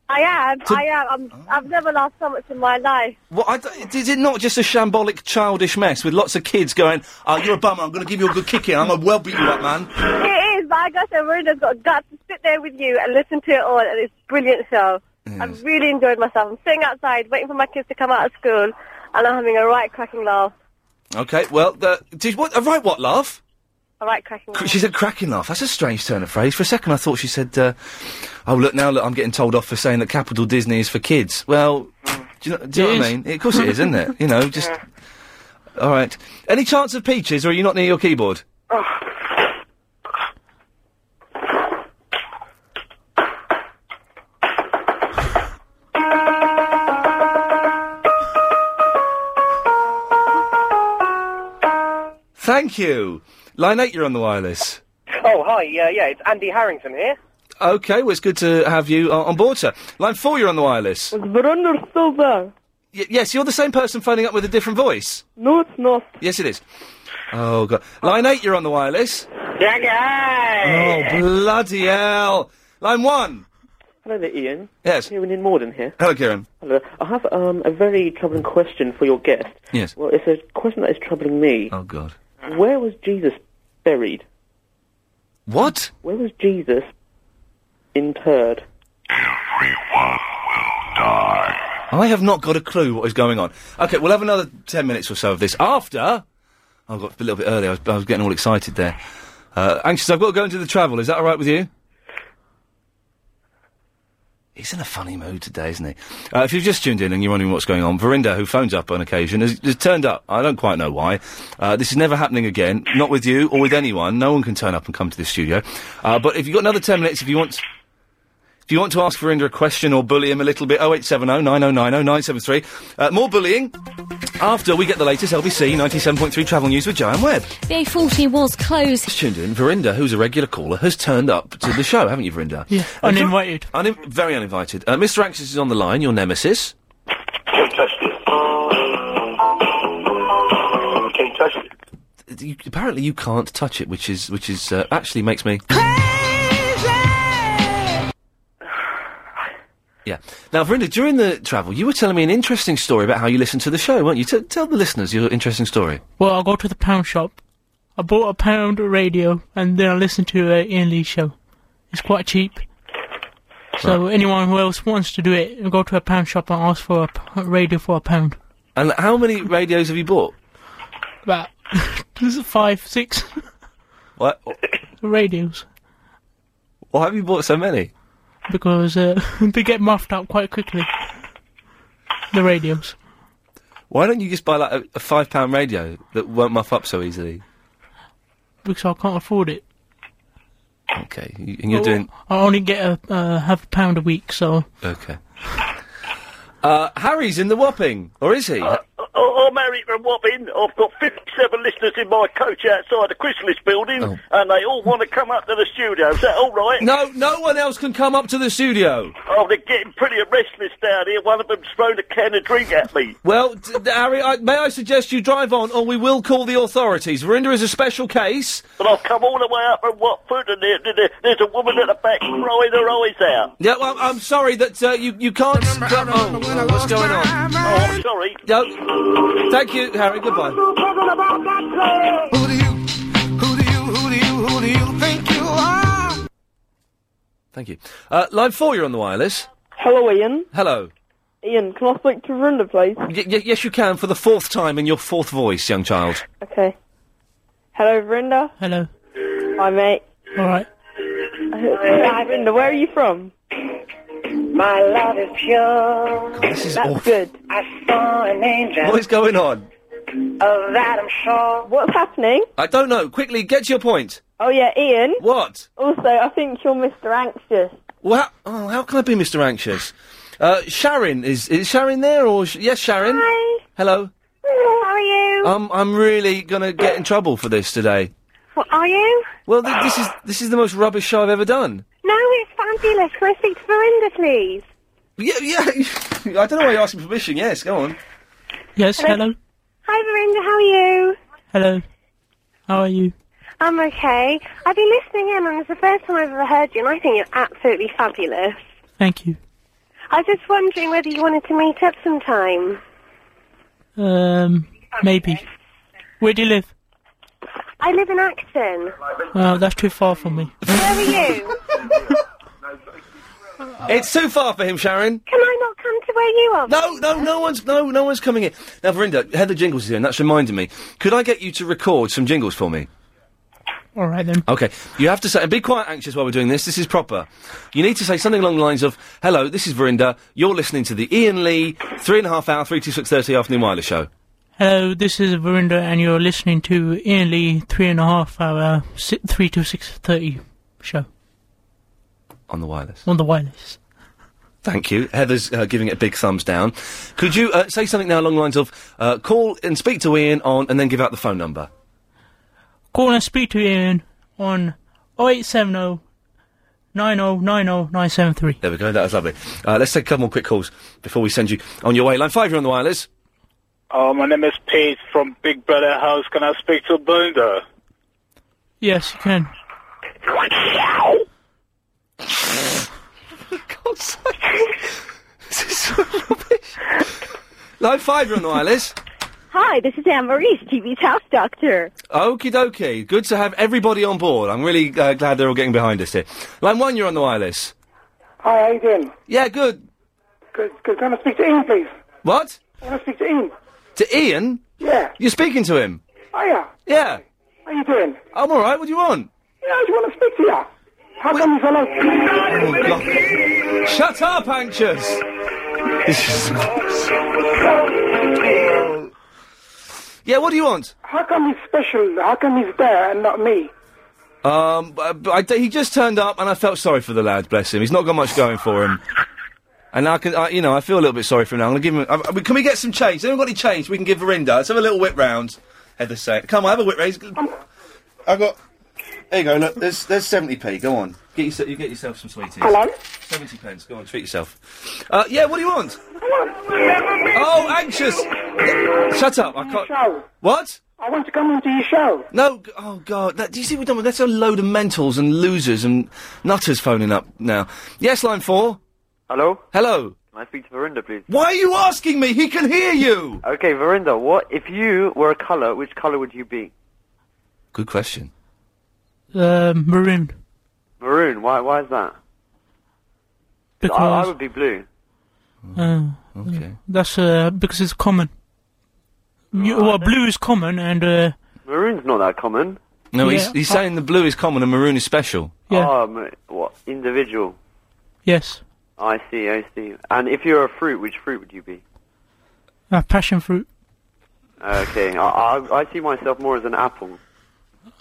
Speaker 14: I am,
Speaker 2: To-
Speaker 14: I am. I'm, I've never laughed so much in my life.
Speaker 2: What I d- is it not just a shambolic, childish mess with lots of kids going? Oh, you're a bummer. I'm going to give you a good kick in. I'm going to well beat you up, man.
Speaker 14: It is, but I got to Verinda's got guts to sit there with you and listen to it all, and it's a brilliant show. I've really enjoyed myself. I'm sitting outside, waiting for my kids to come out of school, and I'm having a right cracking laugh.
Speaker 2: Okay. Well, the, did what? A right what laugh?
Speaker 14: A right cracking laugh.
Speaker 2: She said cracking laugh. That's a strange turn of phrase. For a second, I thought she said, uh, "Oh look, now look, I'm getting told off for saying that Capital Disney is for kids." Well, do you know, do you
Speaker 24: It
Speaker 2: know
Speaker 24: is.
Speaker 2: what I mean? Of course it is, isn't it? You know, just all right. Any chance of peaches, or are you not near your keyboard?
Speaker 9: Ah.
Speaker 2: Thank you. Line eight, you're on the wireless.
Speaker 25: Oh, hi. Yeah, yeah. It's Andy Harrington here.
Speaker 2: Okay, well, it's good to have you uh, on board, sir. Line four, you're on the wireless.
Speaker 18: Verinda still there?
Speaker 2: Y- yes, you're the same person phoning up with a different voice.
Speaker 18: No, it's not.
Speaker 2: Yes, it is. Oh, God. Line eight, you're on the wireless. Oh, bloody hell. Line one.
Speaker 5: Hello there, Ian.
Speaker 2: Yes.
Speaker 5: Kieran in Morden here.
Speaker 2: Hello, Kieran.
Speaker 5: Hello. I have um, a very troubling question for your guest.
Speaker 2: Yes.
Speaker 5: Well, it's a question that is troubling me.
Speaker 2: Oh, God.
Speaker 5: Where was Jesus buried?
Speaker 2: What?
Speaker 5: Where was Jesus interred?
Speaker 2: I have not got a clue what is going on. Okay, we'll have another ten minutes or so of this after. I got a little bit early. I was, I was getting all excited there. Uh, anxious. I've got to go into the travel. Is that all right with you? He's in a funny mood today, isn't he? Uh, if you've just tuned in and you're wondering what's going on, Verinda, who phones up on occasion, has, has turned up. I don't quite know why. Uh, this is never happening again. Not with you or with anyone. No one can turn up and come to the studio. Uh, but if you've got another ten minutes, if you want. If you want to ask Verinder a question or bully him a little bit, oh, 0870 9090 973. Uh, more bullying after we get the latest LBC 97.3 travel news with Joanne Webb.
Speaker 7: The A40 was closed.
Speaker 2: Tuned in, Verinder, who's a regular caller, has turned up to the show, haven't you, Verinder? Yeah,
Speaker 8: uninvited.
Speaker 2: Unin- very uninvited. Uh, Mr. Anxious is on the line, your nemesis.
Speaker 25: Can't touch it.
Speaker 2: You, apparently you can't touch it, which is, which is, uh, actually makes me... Yeah. Now, Verinda, during the travel, you were telling me an interesting story about how you listen to the show, weren't you? T- tell the listeners your interesting story.
Speaker 8: Well, I go to the pound shop. I bought a pound of radio, and then I listen to a Ian Lee show. It's quite cheap. So anyone who else wants to do it, go to a pound shop and ask for a p- radio for a pound.
Speaker 2: And how many radios have you bought?
Speaker 8: About this is five, six
Speaker 2: What?
Speaker 8: radios
Speaker 2: Why have you bought so many?
Speaker 8: because uh, they get muffed up quite quickly. The radios.
Speaker 2: Why don't you just buy like a, a five pound radio that won't muff up so easily?
Speaker 8: because I can't afford it.
Speaker 2: Okay, you, and you're doing
Speaker 8: I only get a uh, half a pound a week, so
Speaker 2: okay. Uh, Harry's in the whopping, or is he?
Speaker 5: Oh, I'm Harry from Wapping. I've got 57 listeners in my coach outside the Chrysalis building, and they all want to come up to the studio. Is that all right?
Speaker 2: Oh. no, no one else can come up to the studio.
Speaker 5: Oh, they're getting pretty restless down here. One of them's thrown a can of drink at me.
Speaker 2: Well, d- d- Harry, I, may I suggest you drive on, or we will call the authorities. Verinda is a special case.
Speaker 5: But I've come all the way up from Watford, and there, there, there's a woman at the back crying her eyes out.
Speaker 2: Yeah, well, I'm sorry that uh, you you can't. oh, what's going
Speaker 5: Oh,
Speaker 2: on?
Speaker 5: I'm sorry.
Speaker 2: No. Thank you, Harry. Goodbye.
Speaker 5: Who
Speaker 26: do you, who do you, who do you, who do you think you are?
Speaker 2: Thank you. Uh, line four, you're on the wireless.
Speaker 18: Hello, Ian.
Speaker 2: Hello.
Speaker 18: Ian, can I speak to Verinda, please?
Speaker 2: Y- y- yes, you can for the fourth time in your fourth voice, young child.
Speaker 18: Okay. Hello, Verinda.
Speaker 8: Hello.
Speaker 18: Hi, mate.
Speaker 8: All right.
Speaker 18: Verinda, where are you from?
Speaker 27: My love is pure.
Speaker 2: This is
Speaker 18: That's
Speaker 2: awful.
Speaker 18: good.
Speaker 27: I saw an angel.
Speaker 2: What is going on?
Speaker 27: Of that I'm sure.
Speaker 18: What's happening?
Speaker 2: I don't know. Quickly, get to your point.
Speaker 18: Oh, yeah, Ian.
Speaker 2: What?
Speaker 18: Also, I think you're Mr. Anxious.
Speaker 2: Well, how, oh, how can I be Mr. Anxious? Uh, Sharon is is Sharon there or sh- yes, Sharon? Hi. Hello.
Speaker 14: How are you?
Speaker 2: I'm I'm really gonna get in trouble for this today.
Speaker 14: What are you?
Speaker 2: Well, th- this is this is the most rubbish show I've ever done.
Speaker 14: No, it's fabulous. Can I speak to Verinda, please?
Speaker 2: Yeah, yeah. I don't know why you're asking permission. Yes, go on.
Speaker 8: Yes, hello.
Speaker 14: Hi, Verinda. How are you?
Speaker 8: Hello. How are you?
Speaker 14: I'm okay. I've been listening in, and it's the first time I've ever heard you, and I think you're absolutely fabulous.
Speaker 8: Thank you.
Speaker 14: I was just wondering whether you wanted to meet up sometime.
Speaker 8: Um, maybe. Where do you live?
Speaker 14: I live in Acton.
Speaker 8: Well, that's too far from me.
Speaker 14: Where are you?
Speaker 2: It's too far for him, Sharon.
Speaker 14: Can I not come to where you are?
Speaker 2: No, no, no one's no no one's coming in. Now, Verinda, Heather Jingles is here, and that's reminded me. Could I get you to record some jingles for me?
Speaker 8: All right then.
Speaker 2: Okay, you have to say, and be quite anxious while we're doing this. This is proper. You need to say something along the lines of, "Hello, this is Verinda. You're listening to the Ian Lee three and a half hour, three to six thirty afternoon wireless show."
Speaker 8: Hello, this is Verinda, and you're listening to Ian Lee three and a half hour si- three to six thirty show
Speaker 2: On the wireless.
Speaker 8: on the wireless.
Speaker 2: Thank you. Heather's uh, giving it a big thumbs down. Could you uh, say something now along the lines of, uh, "Call and speak to Ian on," and then give out the phone number.
Speaker 8: Call and speak to Ian on 0870 oh, 9090973.
Speaker 2: There we go. That was lovely. Uh, let's take a couple more quick calls before we send you on your way. Line five, you're on the wireless.
Speaker 9: Oh, my name is Pete from Big Brother House. Can I speak to Brenda?
Speaker 8: Yes, you can.
Speaker 2: God's sake. this is so rubbish. Line five, you're on the wireless.
Speaker 28: Hi, this is Anne Maurice, TV's house doctor.
Speaker 2: Okie dokie. Good to have everybody on board. I'm really uh, glad they're all getting behind us here. Line one, you're on the wireless.
Speaker 11: Hi, how you doing?
Speaker 2: Yeah, good.
Speaker 11: Good, good. Can I speak to Ian, please?
Speaker 2: What?
Speaker 11: I want to speak to Ian.
Speaker 2: To Ian?
Speaker 11: Yeah.
Speaker 2: You're speaking to him?
Speaker 11: Hiya.
Speaker 2: Yeah.
Speaker 11: How you doing?
Speaker 2: I'm all right. What do you want?
Speaker 11: Yeah, I just want to speak to you. How come you fellow?
Speaker 2: Oh, God. Shut up, anxious. This is- yeah, what do you want?
Speaker 11: How come he's special? How come he's there and not me?
Speaker 2: Um, b- b- I d he just turned up, and I felt sorry for the lad. Bless him. He's not got much going for him. And I can, I, you know, I feel a little bit sorry for him now. I'm gonna give him. I, I- can we get some change? Anyone got any change? We can give Verinda. Let's have a little whip round. Heather said, "Come on, have a whip round." I got. There you go. Look, there's there's seventy p. Go on. Get yourself, you get yourself some sweeties.
Speaker 11: Hello?
Speaker 2: Seventy pence. Go on, treat yourself. Uh, yeah. What do you want? Oh, anxious. Shut up. I can't. What?
Speaker 11: I want to come into your show.
Speaker 2: No, g- oh god, that, do you see what we've done? That's a load of mentals and losers and nutters phoning up now. Yes, line four.
Speaker 29: Hello?
Speaker 2: Hello.
Speaker 29: Can I speak to Verinda, please?
Speaker 2: Why are you asking me? He can hear you.
Speaker 29: Okay, Verinda, what if you were a colour? Which colour would you be?
Speaker 2: Good question.
Speaker 8: Um, maroon.
Speaker 29: Maroon. Why? Why is that? I, I
Speaker 5: Oh,
Speaker 8: Because.
Speaker 29: would be blue.
Speaker 8: Uh,
Speaker 2: okay.
Speaker 8: That's uh, because it's common. You, well, blue is common, and uh,
Speaker 29: Maroon's not that common.
Speaker 2: No, he's,
Speaker 8: Yeah,
Speaker 2: he's
Speaker 8: I-
Speaker 2: saying the blue is common and maroon is special.
Speaker 8: Yeah.
Speaker 30: Oh, m- what? Individual.
Speaker 8: Yes.
Speaker 30: I see, I see. And if you're a fruit, which fruit would you be?
Speaker 8: Uh, passion fruit.
Speaker 30: Okay, I, I, I see myself more as an apple.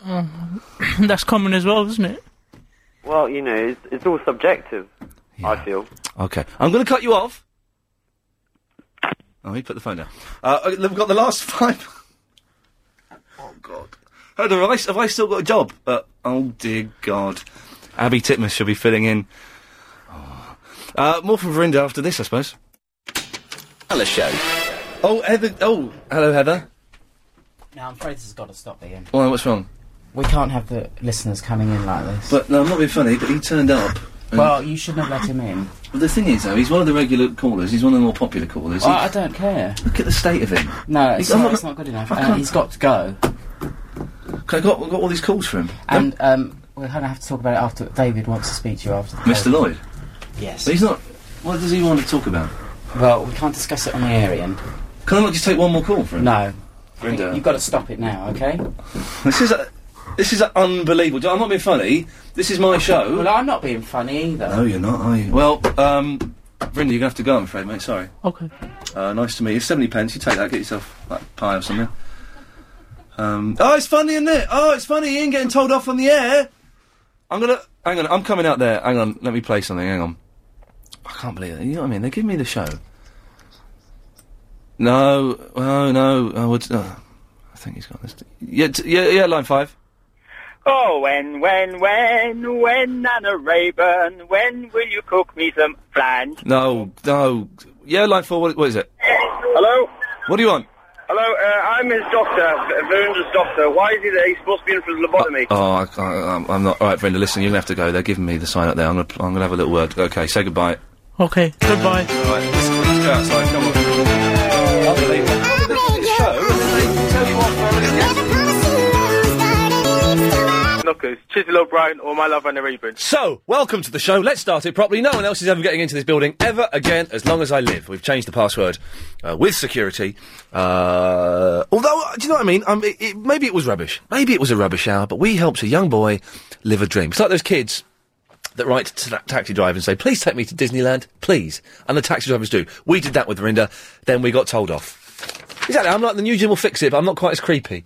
Speaker 8: Um, that's common as well, isn't it?
Speaker 30: Well, you know, it's, it's all subjective, I feel.
Speaker 2: Okay, I'm going to cut you off. Oh, he put the phone down. Uh, okay, we've got the last five. oh God, Heather, have I, have I still got a job? Uh, oh dear God, Abby Titmus shall be filling in. Oh. Uh, more from Verinda after this, I suppose. Hello, show. Oh, Heather. Oh, hello, Heather.
Speaker 31: Now, I'm afraid this has got to stop, Ian.
Speaker 2: Why? What's wrong?
Speaker 31: We can't have the listeners coming in like this.
Speaker 2: But no, I'm not being funny. But he turned up. and-
Speaker 31: Well, you shouldn't have let him in.
Speaker 2: Well, the thing is, though, he's one of the regular callers. He's one of the more popular callers.
Speaker 31: Well,
Speaker 2: He-
Speaker 31: I don't care.
Speaker 2: Look at the state of him.
Speaker 31: No, it's,
Speaker 2: He's- I'm
Speaker 31: not,
Speaker 2: not-
Speaker 31: it's not good enough.
Speaker 2: I
Speaker 31: Uh,
Speaker 2: can't-
Speaker 31: he's got to go.
Speaker 2: I got, I got all these calls from him.
Speaker 31: And um, we're going to have to talk about it after. David wants to speak to you after. The
Speaker 2: Mr.
Speaker 31: program.
Speaker 2: Lloyd.
Speaker 31: Yes.
Speaker 2: But he's not. What does he want to talk about?
Speaker 31: Well, we can't discuss it on the air, Ian.
Speaker 2: Can I not just take one more call from him?
Speaker 31: No. I think
Speaker 2: Brenda.
Speaker 31: You've got to stop it now, okay?
Speaker 2: This is a, this is a unbelievable. I'm not being funny. This is my show.
Speaker 31: Well, I'm not being funny either.
Speaker 2: No, you're not, are you? Well, um, Brenda, you're gonna have to go. I'm afraid, mate. Sorry.
Speaker 31: Okay.
Speaker 2: Uh, nice to meet you. Seventy pence. You take that. Get yourself like pie or something. Um, oh, it's funny, isn't it? Oh, it's funny. Ian getting told off on the air. I'm gonna. Hang on. I'm coming out there. Hang on. Let me play something. Hang on. I can't believe it. You know what I mean? They give me the show. No. Oh no. I would. Uh, I think he's got this. Yeah. T- yeah. Yeah. Line five.
Speaker 11: Oh, when, when, when, when, Nana Rayburn, when will you cook me some flan?
Speaker 2: No. No. Yeah. Line four. What, what is it?
Speaker 9: Hello?
Speaker 2: What do you want?
Speaker 9: Hello, uh, I'm his doctor, Verinda's doctor. Why is he there? He's supposed to be in for his lobotomy.
Speaker 2: Oh, I, can't- I'm, I'm not. All right, Brenda. Listen, you're gonna have to go. They're giving me the sign up there. I'm gonna. I'm gonna have a little word. Okay. Say goodbye.
Speaker 8: Okay. Goodbye.
Speaker 2: Right, let's, let's go outside. Come on. Unbelievable.
Speaker 14: Knockers, Chisel O'Brien, or my love and the Rayburn.
Speaker 2: So, welcome to the show. Let's start it properly. No one else is ever getting into this building ever again as long as I live. We've changed the password uh, with security. Uh, although, uh, do you know what I mean? Um, it, it, maybe it was rubbish. Maybe it was a rubbish hour, but we helped a young boy live a dream. It's like those kids that write to ta- taxi drivers and say, please take me to Disneyland, please. And the taxi drivers do. We did that with Verinda, then we got told off. Exactly. I'm like, the new Jim will fix it, but I'm not quite as creepy.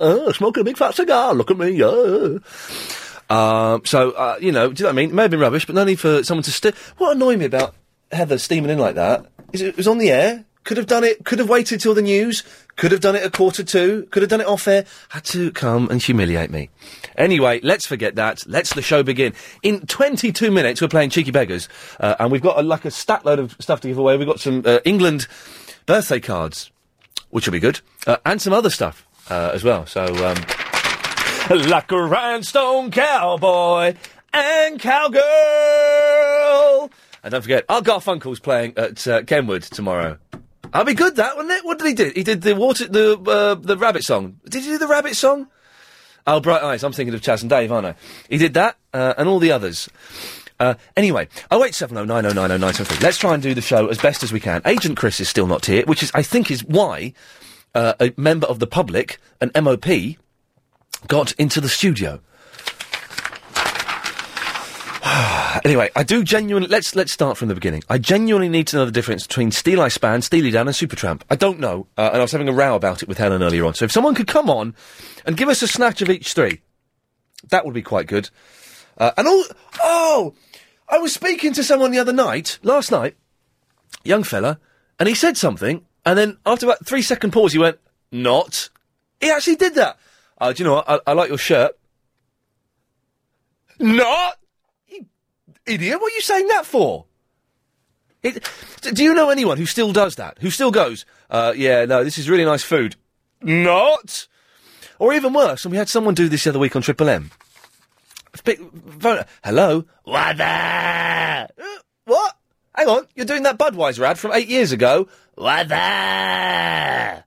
Speaker 2: Oh, smoking a big fat cigar. Look at me. Oh. yeah. Um, so, uh, you know, do you know what I mean? It may have been rubbish, but no need for someone to steer. What annoyed me about Heather steaming in like that is it was on the air. Could have done it. Could have waited till the news. Could have done it at quarter to. Could have done it off air. Had to come and humiliate me. Anyway, let's forget that. Let's the show begin. In 22 minutes, we're playing Cheeky Beggars, uh, and we've got a, like a stack load of stuff to give away. We've got some uh, England birthday cards, which will be good, uh, and some other stuff uh, as well. So. Um, like a rhinestone cowboy and cowgirl. And don't forget, our Garfunkel's playing at uh, Kenwood tomorrow. That'd be good, that wouldn't it? What did he do? He did the water, the uh, the rabbit song. Did he do the rabbit song? Oh, bright eyes. I'm thinking of Chaz and Dave, aren't I? He did that uh, and all the others. Uh, anyway, oh wait, seven oh nine oh nine oh nine seven three. Let's try and do the show as best as we can. Agent Chris is still not here, which is I think is why uh, a member of the public, an MOP, got into the studio. anyway, I do genuinely. Let's let's start from the beginning. I genuinely need to know the difference between Steel I Span, Steely Dan, and Supertramp. I don't know, uh, and I was having a row about it with Helen earlier on. So if someone could come on and give us a snatch of each three, that would be quite good. Uh, and all. Oh, I was speaking to someone the other night, last night, young fella, and he said something, and then after about three second pause, he went, "Not." He actually did that. Uh, do you know what? I, I like your shirt. Not idiot. What are you saying that for? It, d- do you know anyone who still does that? Who still goes, uh, yeah, no, this is really nice food. Not. Or even worse, and we had someone do this the other week on Triple M. Pick- phone- Hello? What the? Uh, What? Hang on, you're doing that Budweiser ad from eight years ago. What the?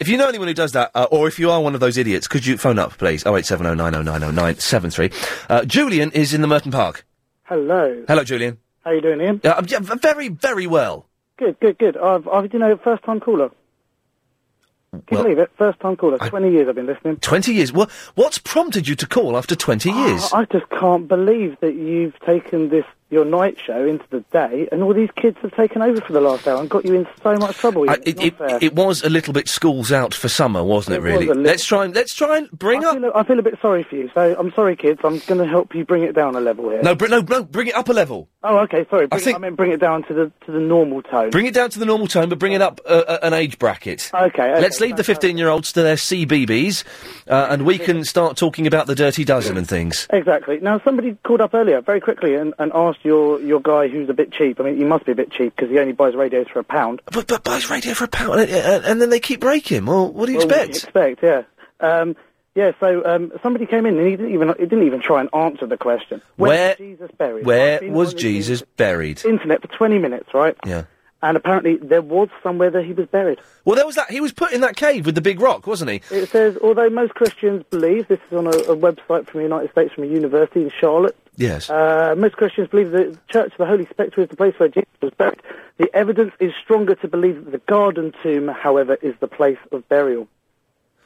Speaker 2: If you know anyone who does that, uh, or if you are one of those idiots, could you phone up, please? 08709090973. Uh, Julian is in the Merton Park.
Speaker 15: Hello.
Speaker 2: Hello, Julian. Uh, um,
Speaker 15: How you doing, Ian?
Speaker 2: Yeah, I'm yeah, v- very, very well.
Speaker 15: Good, good, good. I've, I've, you know, first time caller.
Speaker 32: Can you believe it? First time caller. 20 years I've been listening.
Speaker 2: 20 years. What, what's prompted you to call after 20 years?
Speaker 32: Ah, I I just can't believe that you've taken this, your night show into the day and all these kids have taken over for the last hour and got you in so much trouble.
Speaker 2: I- it, it, it was a little bit schools out for summer, wasn't it,
Speaker 32: was
Speaker 2: really?
Speaker 32: a little-
Speaker 2: Let's try and, let's try and bring
Speaker 32: I feel, a, I feel a bit sorry for you, so I'm sorry, kids. I'm going to help you bring it down a level here.
Speaker 2: No, br- no, no, bring it up a level.
Speaker 32: Oh, okay. Sorry. Bring, I, meant bring it down to the to the normal tone.
Speaker 2: Bring it down to the normal tone, but bring it up uh, uh, an age bracket.
Speaker 32: Okay, okay,
Speaker 2: Let's leave the 15 year olds to their CBBS, uh, and we can start talking about the dirty dozen and things.
Speaker 32: Exactly. Now, somebody called up earlier, very quickly, and, and asked your, your guy who's a bit cheap. I mean, he must be a bit cheap because he only buys radios for a pound.
Speaker 2: But, but buys radio for a pound, Oh, and, and, and then they keep breaking. Well, what do you
Speaker 32: Well,
Speaker 2: expect?
Speaker 32: Expect, yeah. Um, yeah. So um, somebody came in and he didn't even he didn't even try and answer the question.
Speaker 2: Where-
Speaker 32: was Jesus buried? I've
Speaker 2: Where
Speaker 32: been
Speaker 2: was
Speaker 32: on the
Speaker 2: Jesus buried?
Speaker 32: Internet for twenty minutes, right?
Speaker 2: Yeah.
Speaker 32: And apparently there was somewhere that he was buried.
Speaker 2: Well, there was that. He was put in that cave with the big rock, wasn't he?
Speaker 32: It says, although most Christians believe, this is on a, a website from the United States from a university in Charlotte.
Speaker 2: Yes.
Speaker 32: Uh, most Christians believe that the Church of the Holy Sepulchre is the place where Jesus was buried. The evidence is stronger to believe that the garden tomb, however, is the place of burial.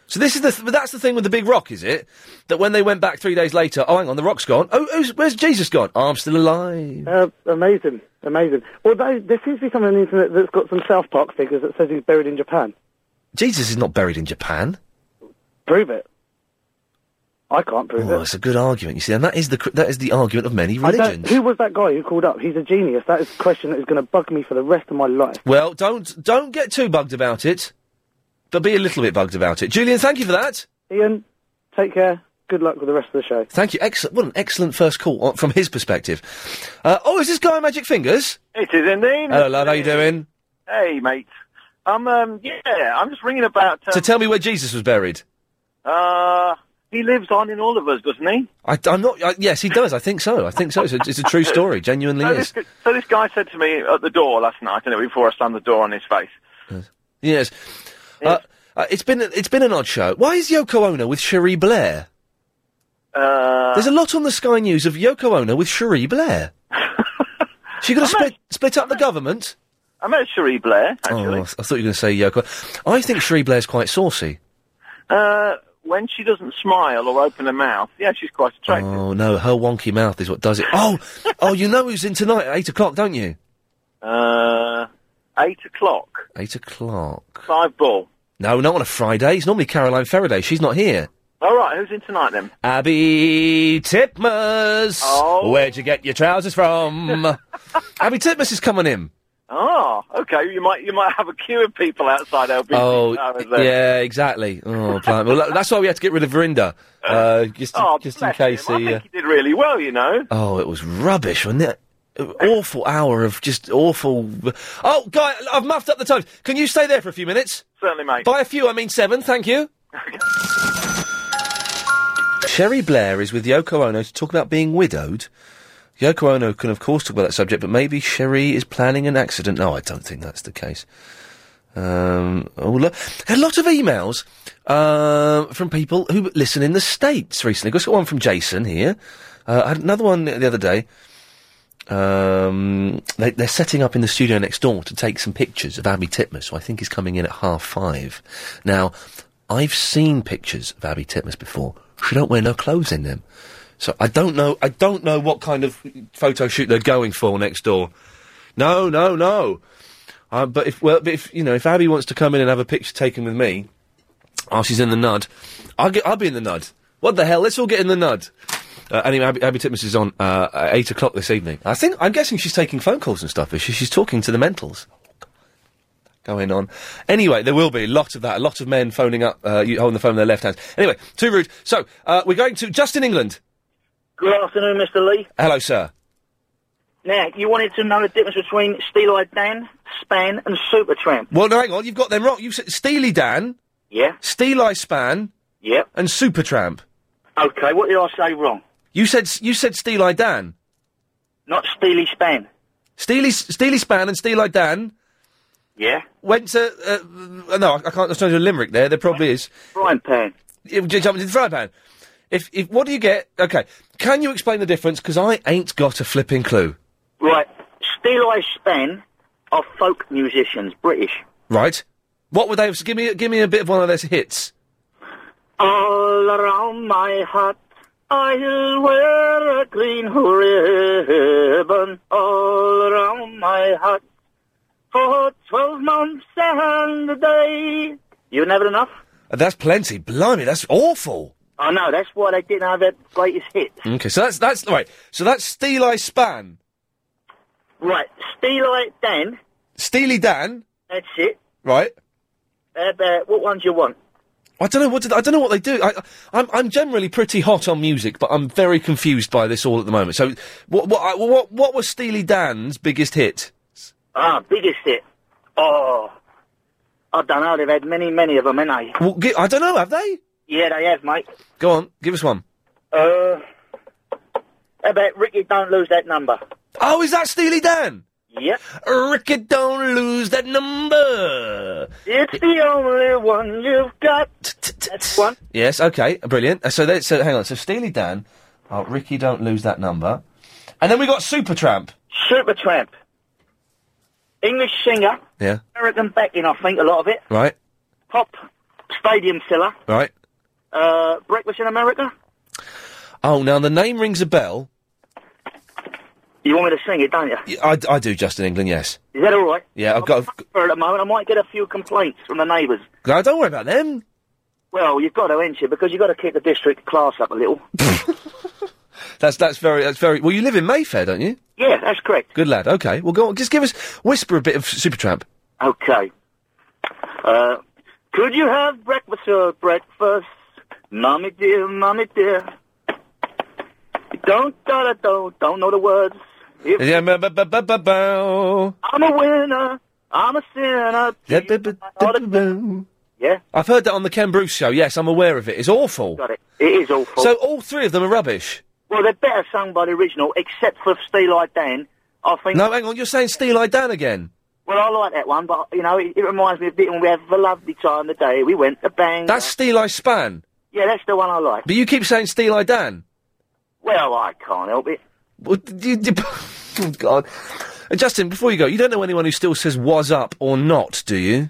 Speaker 2: So this is the th- but that's the thing with the big rock, is it? That when they went back three days later, oh hang on, the rock's gone. Oh, who's, where's Jesus gone? Oh, I'm still alive.
Speaker 32: Uh, amazing, amazing. Although there seems to be something on the internet that's got some South Park figures that says he's buried in Japan.
Speaker 2: Jesus is not buried in Japan.
Speaker 32: Prove it. I can't prove
Speaker 2: Oh, it's a good argument, you see, and that is the cr- that is the argument of many
Speaker 32: it. I don't,
Speaker 2: religions.
Speaker 32: who was that guy who called up? He's a genius. That is a question that is going to bug me for the rest of my life.
Speaker 2: Well, don't don't get too bugged about it, but be a little bit bugged about it. Julian, thank you for that.
Speaker 32: Ian, take care. Good luck with the rest of the show.
Speaker 2: Thank you. Excellent. What an excellent first call uh, from his perspective. Uh, oh, is this guy Magic Fingers?
Speaker 33: It is indeed.
Speaker 2: Hello, lad. How you doing?
Speaker 33: Hey, mate. I'm um yeah. I'm just ringing about. Um,
Speaker 2: To tell me where Jesus was buried.
Speaker 33: uh, he lives on in all of us, doesn't he?
Speaker 2: I, am not. I, yes, he does. I think so. I think so. It's a, it's a true story. Genuinely
Speaker 33: so,
Speaker 2: is.
Speaker 33: This, so this guy said to me at the door last night, and before I slammed the door on his face.
Speaker 2: Yes. Uh, uh, it's been it's been an odd show. Why is Yoko Ono with Cherie Blair?
Speaker 33: Uh,
Speaker 2: There's a lot on the Sky News of Yoko Ono with Cherie Blair. she going to split split up the government?
Speaker 33: I met Cherie Blair.
Speaker 2: Oh, I, th- I thought you were going to say Yoko. I think Cherie Blair's quite saucy.
Speaker 33: Uh, when she doesn't smile or open her mouth, yeah, she's quite attractive.
Speaker 2: Oh no, her wonky mouth is what does it. Oh, oh, you know who's in tonight at eight o'clock, don't you?
Speaker 33: Uh, eight o'clock,
Speaker 2: Eight o'clock.
Speaker 33: five ball.
Speaker 2: No, not on a Friday. It's normally Caroline Faraday. She's not here.
Speaker 33: All right, who's in tonight then?
Speaker 2: Abby Titmus.
Speaker 33: Oh.
Speaker 2: Where'd you get your trousers from? Abby Titmus is coming in.
Speaker 33: Oh, okay. You might you might have a queue of people outside LBC.
Speaker 2: Oh,
Speaker 33: towers there.
Speaker 2: yeah, exactly. Oh, blimey. well, tha- that's why we had to get rid of Verinda, uh, just
Speaker 33: Oh,
Speaker 2: just in
Speaker 33: bless
Speaker 2: case
Speaker 33: him. I
Speaker 2: he. Uh,
Speaker 33: think he did really well, you know.
Speaker 2: oh, it was rubbish, wasn't it? An Awful hour of just awful. Oh, guy, I've muffed up the times. Can you stay there for a few minutes?
Speaker 33: Certainly, mate.
Speaker 2: By a few, I mean seven. Thank you. Sherry Blair is with Yoko Ono to talk about being widowed. Yoko Ono can, of course, talk about that subject, but maybe Sherry is planning an accident. No, I don't think that's the case. Um, oh, look. A lot of emails um from people who listen in the States recently. I've got one from Jason here. Uh, I had another one the other day. Um, they, they're setting up in the studio next door to take some pictures of Abby Titmus, who I think is coming in at half five. Now, I've seen pictures of Abby Titmus before. She don't wear no clothes in them, so I don't know. I don't know what kind of photo shoot they're going for next door. No, no, no. Uh, but if well, but if you know, if Abby wants to come in and have a picture taken with me, oh, she's in the nud. I'll get. I'll be in the nud. What the hell? Let's all get in the nud. Uh, anyway, Abby, Abby Titmus is on uh, at eight o'clock this evening. I think I'm guessing she's taking phone calls and stuff. Is she? She's talking to the mentals going on. Anyway, there will be a lot of that. A lot of men phoning up, uh, you holding the phone in their left hands. Anyway, too rude. So uh, we're going to Justin England.
Speaker 15: Good afternoon, Mr. Lee.
Speaker 2: Hello, sir.
Speaker 15: Now, you wanted to know the difference between Steel Eyed Dan, Span, and Supertramp.
Speaker 2: Well, no, hang on. You've got them wrong. You said Steely Dan.
Speaker 15: Yeah.
Speaker 2: Steel Eye Span.
Speaker 15: Yep.
Speaker 2: And Supertramp.
Speaker 15: Okay, what did I say wrong?
Speaker 2: You said s- you said Steel Eye Dan.
Speaker 15: Not Steely Span.
Speaker 2: Steely Steely Span and Steel Eye Dan
Speaker 15: Yeah.
Speaker 2: went to. Uh, uh, no, I, I can't. I was trying to do a limerick there. There probably is.
Speaker 15: Frying pan.
Speaker 2: You jump into the frying pan. If, if what do you get? Okay, can you explain the difference? Because I ain't got a flipping clue.
Speaker 15: Right. Steel Eyed Span are folk musicians, British.
Speaker 2: Right. What would they have? Give me, give me a bit of one of those hits.
Speaker 16: All around my hat I'll wear a green ribbon. All around my hat for twelve months and a day. You never enough?
Speaker 2: Uh, That's plenty. Blimey, that's awful.
Speaker 16: I know, that's why they didn't have their greatest hit.
Speaker 2: Okay, so that's that's right. So that's Steel Eye Span,
Speaker 16: Right, Steel Eye Dan,
Speaker 2: Steely Dan,
Speaker 16: that's it.
Speaker 2: right?
Speaker 16: Uh, uh, what ones you want?
Speaker 2: I don't know what did, I don't know what they do. I, I'm I'm generally pretty hot on music, but I'm very confused by this all at the moment. So, what what I- what what was Steely Dan's biggest hit?
Speaker 16: Ah, biggest hit. Oh, I don't know, they've had many, many of them, ain't they?
Speaker 2: Well, gi- I don't know. Have they?
Speaker 16: Yeah, they have, mate.
Speaker 2: Go on, give us one.
Speaker 16: Uh, how about Ricky, don't lose that number.
Speaker 2: Oh, is that Steely Dan?
Speaker 16: Yep.
Speaker 2: Ricky, don't lose that number.
Speaker 16: It's the only one you've got. That's one.
Speaker 2: Yes, okay, brilliant. Uh, So, that, so hang on. So Steely Dan, oh, Ricky, don't lose that number, and then we got Supertramp.
Speaker 16: Supertramp. English singer,
Speaker 2: Yeah,
Speaker 16: American backing, I think, a lot of it.
Speaker 2: right,
Speaker 16: Pop, stadium filler,
Speaker 2: right.
Speaker 16: uh, Breakfast in America.
Speaker 2: Oh, now the name rings a bell.
Speaker 16: You want me to sing it, don't you?
Speaker 2: I, I do, Justin England. Yes.
Speaker 16: Is that all right?
Speaker 2: Yeah, I've got. I've,
Speaker 16: For at the moment, I might get a few complaints from the neighbours.
Speaker 2: no, don't worry about them.
Speaker 16: Well, you've got to, ain't you? Because you've got to keep the district class up a little.
Speaker 2: That's that's very that's very. Well, you live in Mayfair, don't you?
Speaker 16: yeah, that's correct.
Speaker 2: Good lad. Okay. Well, go on. Just give us whisper a bit of Supertramp.
Speaker 16: Okay. Uh, could you have breakfast or breakfast? Mommy dear, mommy dear. You Don't, don't, don't, don't know the words.
Speaker 2: Yeah, ba- ba- ba- ba- ba- bow.
Speaker 16: I'm a winner. I'm a sinner.
Speaker 2: Yeah, ba- ba- ba- ba- bow.
Speaker 16: Yeah.
Speaker 2: I've heard that on the Ken Bruce show. Yes, I'm aware of it. It's awful.
Speaker 16: Got it. It is awful.
Speaker 2: So all three of them are rubbish.
Speaker 16: well, they're better sung by the original, except for Steel Eye Dan. I think.
Speaker 2: No, hang on. You're saying Steel Eye Dan again?
Speaker 16: Well, I like that one, but you know, it, it reminds me a bit when we had a lovely time the day we went a bang.
Speaker 2: That's Steel Eye Span.
Speaker 16: yeah, that's the one I like.
Speaker 2: But you keep saying Steel Eye Dan.
Speaker 16: Well, I can't help it.
Speaker 2: Well, d- you, d- oh God. Uh, Justin, before you go, you don't know anyone who still says "was up" or not, do you?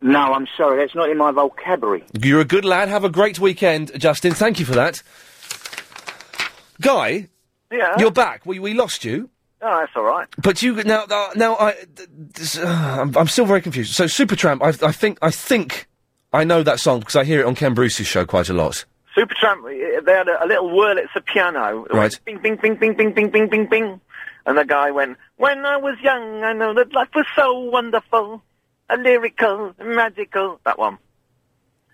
Speaker 16: No, I'm sorry, that's not in my vocabulary.
Speaker 2: You're a good lad. Have a great weekend, Justin. Thank you for that. Guy,
Speaker 5: Yeah.
Speaker 2: you're back. We, we lost you,
Speaker 5: Oh, that's all right.
Speaker 2: but you now uh, now I th- this, uh, I'm, I'm still very confused. So Supertramp, I, I think I think I know that song because I hear it on Ken Bruce's show quite a lot.
Speaker 5: Supertramp, eh, they had a, a little Wurlitzer piano. It
Speaker 2: Right.
Speaker 5: went Bing, bing, bing, bing, bing, bing, bing, bing, bing. And the guy went, When I was young, I know that life was so wonderful. A lyrical, magical. That one.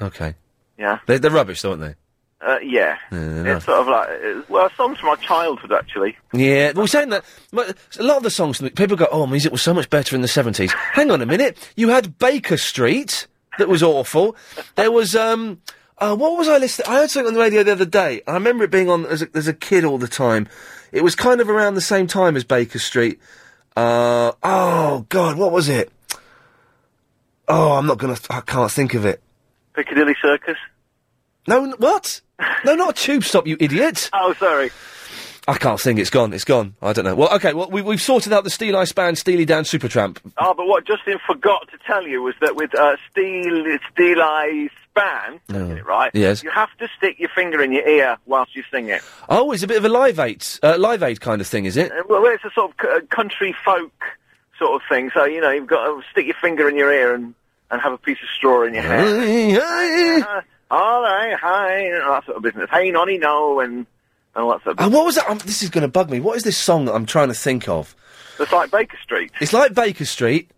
Speaker 2: Okay,
Speaker 5: Yeah.
Speaker 2: they, they're rubbish, though, aren't they?
Speaker 5: Uh, yeah.
Speaker 2: Yeah, they're
Speaker 5: It's sort of like, it's- well, songs from my childhood, actually.
Speaker 2: Yeah, well, saying that, but a lot of the songs that people go, "Oh, music was so much better in the 70s. Hang on a minute, you had Baker Street that was awful. There was um, uh, what was I listening? I heard something on the radio the other day. I remember it being on as a, as a kid all the time. It was kind of around the same time as Baker Street. Uh, oh God, what was it? Oh, I'm not gonna. I can't think of it.
Speaker 5: Piccadilly Circus.
Speaker 2: No, n- what? No, not a tube stop, you idiot.
Speaker 5: Oh, sorry.
Speaker 2: I can't think. It's gone. It's gone. I don't know. Well, okay. Well, we, we've sorted out the Steel Eye Span, Steely Dan, Supertramp.
Speaker 5: Oh, but what Justin forgot to tell you was that with uh, Steel Steel Eye Span,
Speaker 2: No.
Speaker 5: right?
Speaker 2: Yes.
Speaker 5: You have to stick your finger in your ear whilst you sing it.
Speaker 2: Oh, it's a bit of a Live Aid, uh, Live Aid kind of thing, is it?
Speaker 5: Uh, Well, it's a sort of c- uh, country folk sort of thing. So you know, you've got to stick your finger in your ear and and have a piece of straw in your
Speaker 2: hair.
Speaker 5: Uh, all right, hi, and all that sort of business. Hey, nonny, no, and and all that sort of.
Speaker 2: And what was that? Um, this is going to bug me. What is this song that I'm trying to think of?
Speaker 5: It's like Baker Street.
Speaker 2: It's like Baker Street.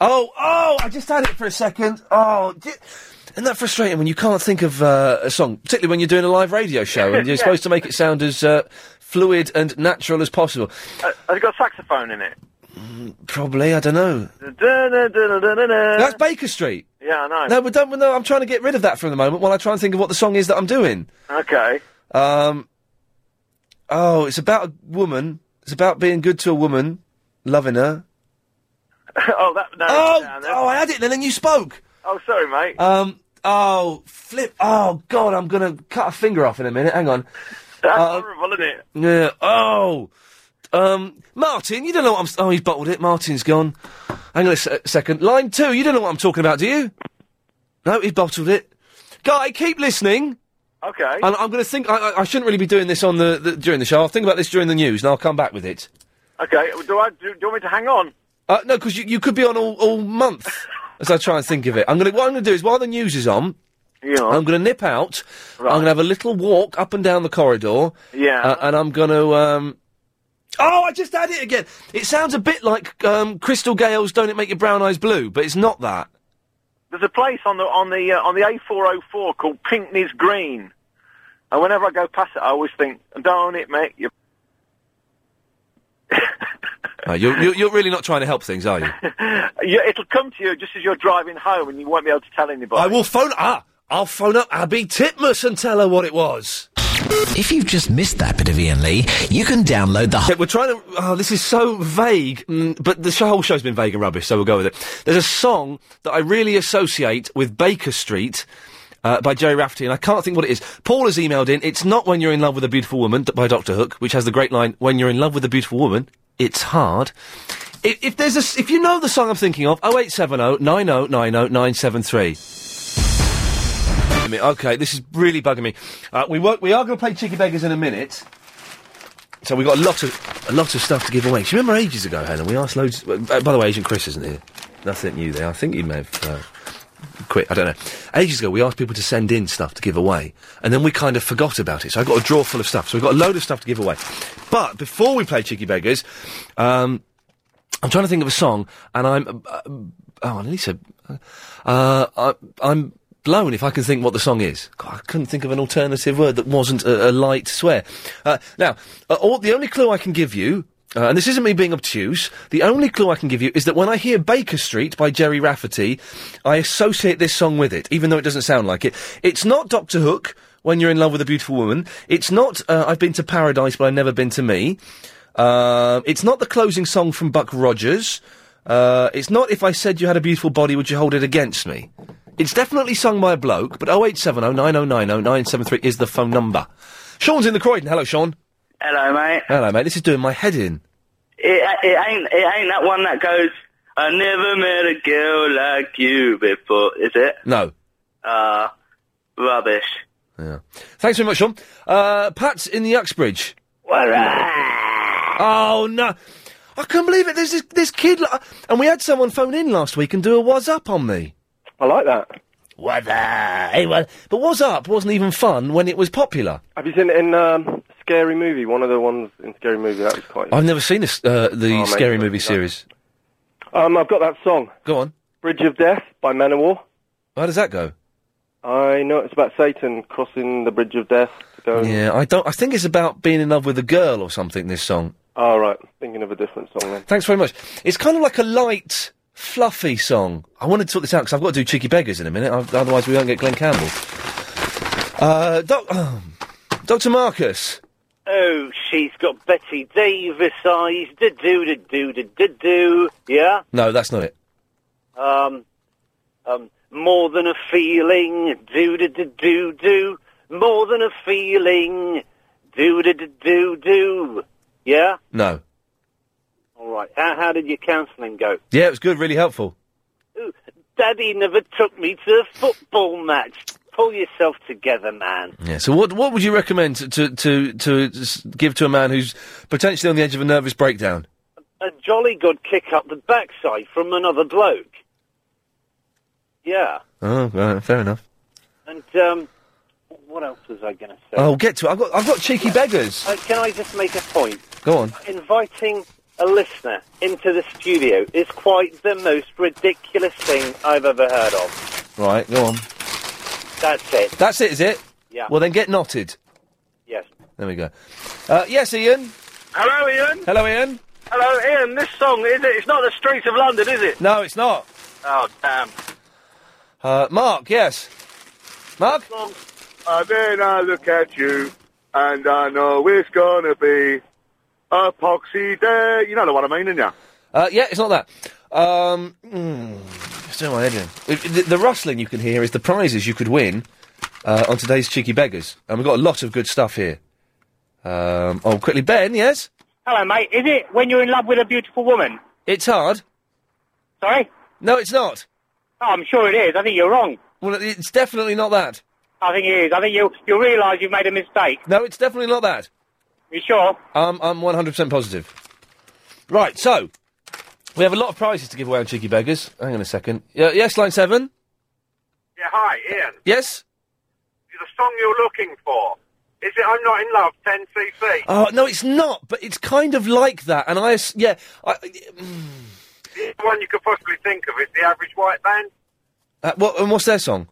Speaker 2: Oh, oh! I just had it for a second. Oh, di- isn't that frustrating when you can't think of uh, a song, particularly when you're doing a live radio show and you're
Speaker 5: Yeah.
Speaker 2: supposed to make it sound as uh, fluid and natural as possible?
Speaker 5: Uh, has it got a saxophone in it?
Speaker 2: Probably. I don't know. That's
Speaker 5: That's
Speaker 2: Baker Street.
Speaker 5: Yeah, I know.
Speaker 2: No, but don't. No, I'm trying to get rid of that for the moment while I try and think of what the song is that I'm doing.
Speaker 5: Okay.
Speaker 2: Um, oh, it's about a woman. It's about being good to a woman, loving her.
Speaker 5: oh, that no.
Speaker 2: Oh, oh, I had it then, and you spoke.
Speaker 5: Oh, sorry, mate.
Speaker 2: Um, oh, flip. Oh, God, I'm going to cut a finger off in a minute. Hang on.
Speaker 5: That's
Speaker 2: Uh,
Speaker 5: horrible, isn't it?
Speaker 2: yeah, oh. Um, Martin, you don't know what I'm. s- Oh, he's bottled it. Martin's gone. Hang on a se- second. Line two, you don't know what I'm talking about, do you? No, he bottled it. Guy, keep listening.
Speaker 34: Okay.
Speaker 2: And I'm going to think. I, I, I shouldn't really be doing this on the, the during the show. I'll think about this during the news, and I'll come back with it.
Speaker 34: Okay, do I do, do you want me to hang on?
Speaker 2: Uh, no, because you, you could be on all, all month as I try and think of it. I'm going to. What I'm going to do is while the news is on. I'm going to nip out. I'm going to have a little walk up and down the corridor.
Speaker 34: Yeah.
Speaker 2: Uh, and I'm going to. Um, oh, I just had it again. It sounds a bit like um, Crystal Gale's "Don't It Make Your Brown Eyes Blue," but it's not that.
Speaker 34: There's a place on the on the uh, on the A404 called Pinkney's Green, and whenever I go past it, I always think, "Don't it make you?"
Speaker 2: Uh, you're, you're, you're really not trying to help things, are you?
Speaker 34: Yeah, it'll come to you just as you're driving home, and you won't be able to tell anybody.
Speaker 2: I will phone. Ah, I'll phone up Abby Titmus and tell her what it was.
Speaker 35: If you've just missed that bit of Ian Lee, you can download the
Speaker 2: Okay, we're trying to. Oh, this is so vague, mm, but the sh- whole show's been vague and rubbish, so we'll go with it. There's a song that I really associate with Baker Street. Uh, by Jerry Rafferty, and I can't think what it is. Paul has emailed in, it's not When You're in Love with a Beautiful Woman d- by Dr. Hook, which has the great line, When you're in love with a beautiful woman, it's hard. If, if there's a, s- if you know the song I'm thinking of, 0870 9090 973. Wait a minute, Okay, this is really bugging me. Uh, we, wo- we are going to play Cheeky Beggars in a minute. So we've got a lot of a lot of stuff to give away. Do you remember ages ago, Helen? We asked loads. uh, by the way, Agent Chris isn't here. Nothing new there. I think he may have uh, quit. I don't know. Ages ago, we asked people to send in stuff to give away, and then we kind of forgot about it. So I got a drawer full of stuff. So we've got a load of stuff to give away. But before we play Cheeky Beggars, um, I'm trying to think of a song, and I'm uh, oh, Lisa, uh, I, I'm blown if I can think what the song is. God, I couldn't think of an alternative word that wasn't a, a light swear. Uh, now, uh, all, the only clue I can give you. Uh, and this isn't me being obtuse. The only clue I can give you is that when I hear Baker Street by Jerry Rafferty, I associate this song with it, even though it doesn't sound like it. It's not Doctor Hook when you're in love with a beautiful woman. It's not uh, I've been to paradise, but I've never been to me. Uh, it's not the closing song from Buck Rogers. Uh, it's not if I said you had a beautiful body, would you hold it against me? It's definitely sung by a bloke, but 0870 9090 973 is the phone number. Sean's in the Croydon. Hello, Sean.
Speaker 16: Hello, mate.
Speaker 2: Hello, mate. This is doing my head in.
Speaker 16: It, it ain't it ain't that one that goes. I never met a girl like you before, is it?
Speaker 2: No.
Speaker 16: Uh rubbish.
Speaker 2: Yeah. Thanks very much, Sean. Uh, Pat's in the Uxbridge. Oh no! I can't believe it. There's this, this kid, li- and we had someone phone in last week and do a "What's up" on me.
Speaker 34: I like that.
Speaker 2: What's up? Hey, what- but "What's up" wasn't even fun when it was popular.
Speaker 34: Have you seen it in um, Scary Movie? One of the ones in Scary Movie that was quite.
Speaker 2: I've never seen this, uh, the
Speaker 34: Oh, mate,
Speaker 2: scary
Speaker 34: it's
Speaker 2: movie series.
Speaker 34: Um, I've got that song.
Speaker 2: Go on.
Speaker 34: Bridge of Death by Manowar.
Speaker 2: How does that go?
Speaker 34: I know it's about Satan crossing the bridge of death to go.
Speaker 2: Yeah, I don't. I think it's about being in love with a girl or something. This song.
Speaker 34: All right, thinking of a different song then.
Speaker 2: Thanks very much. It's kind of like a light, fluffy song. I wanted to sort this out because I've got to do Cheeky Beggars in a minute, oth- otherwise we won't get Glenn Campbell. Uh, doc- Dr. Marcus.
Speaker 5: Oh, she's got Betty Davis eyes. Da do da do da da do. Yeah.
Speaker 2: No, that's not it.
Speaker 5: Um, um, more than a feeling. Do da da do do. More than a feeling. Do da da do do. Yeah.
Speaker 2: No.
Speaker 5: All right. How how did your counselling go?
Speaker 2: Yeah, it was good, really helpful.
Speaker 5: Ooh, Daddy never took me to a football match. Pull yourself together, man.
Speaker 2: Yeah. So, what what would you recommend to to to, to s- give to a man who's potentially on the edge of a nervous breakdown?
Speaker 5: a jolly good kick up the backside from another bloke. Yeah,
Speaker 2: Oh, right, fair enough.
Speaker 5: and um, what else was I going to say?
Speaker 2: Oh, get to it. I've got I've got Cheeky Beggars.
Speaker 5: Uh, can I just make a point?
Speaker 2: Go on.
Speaker 5: Inviting a listener into the studio is quite the most ridiculous thing I've ever heard of.
Speaker 2: Right, go on.
Speaker 5: That's it.
Speaker 2: That's it, is it?
Speaker 5: Yeah.
Speaker 2: Well, then get knotted.
Speaker 5: Yes.
Speaker 2: There we go. Uh, yes, Ian.
Speaker 34: Hello, Ian.
Speaker 2: Hello, Ian.
Speaker 34: Hello, Ian. This song is it? It's not the streets of London, is it?
Speaker 2: No, it's not.
Speaker 34: Oh damn.
Speaker 2: Uh, Mark, yes. Mark?
Speaker 36: And then I look at you, and I know it's gonna be a poxy day. You know the one I mean, didn't you?
Speaker 2: Uh, yeah, it's not that. Um, mm, it's doing my head in. If- The, the rustling you can hear is the prizes you could win uh, on today's Cheeky Beggars. And we've got a lot of good stuff here. Um, oh, quickly, Ben, yes?
Speaker 37: Hello, mate. Is it when you're in love with a beautiful woman?
Speaker 2: It's hard.
Speaker 37: Sorry?
Speaker 2: No, it's not.
Speaker 37: Oh, I'm sure it is. I think you're wrong.
Speaker 2: Well, it- it's definitely not that.
Speaker 21: I think it is. I think you you'll realise you've made a mistake.
Speaker 2: No, it's definitely not that.
Speaker 21: You sure?
Speaker 2: Um, I'm 100% positive. Right, so we have a lot of prizes to give away on Cheeky Beggars. Hang on a second. Yeah, yes, line seven.
Speaker 4: Yeah, hi, Ian.
Speaker 2: Yes.
Speaker 4: The song you're looking for is it? I'm not in love. 10cc.
Speaker 2: Oh no, it's not. But it's kind of like that. And I, as- yeah, I, mm,
Speaker 4: The one you could possibly think of is the average white man.
Speaker 2: uh, what, and what's their song?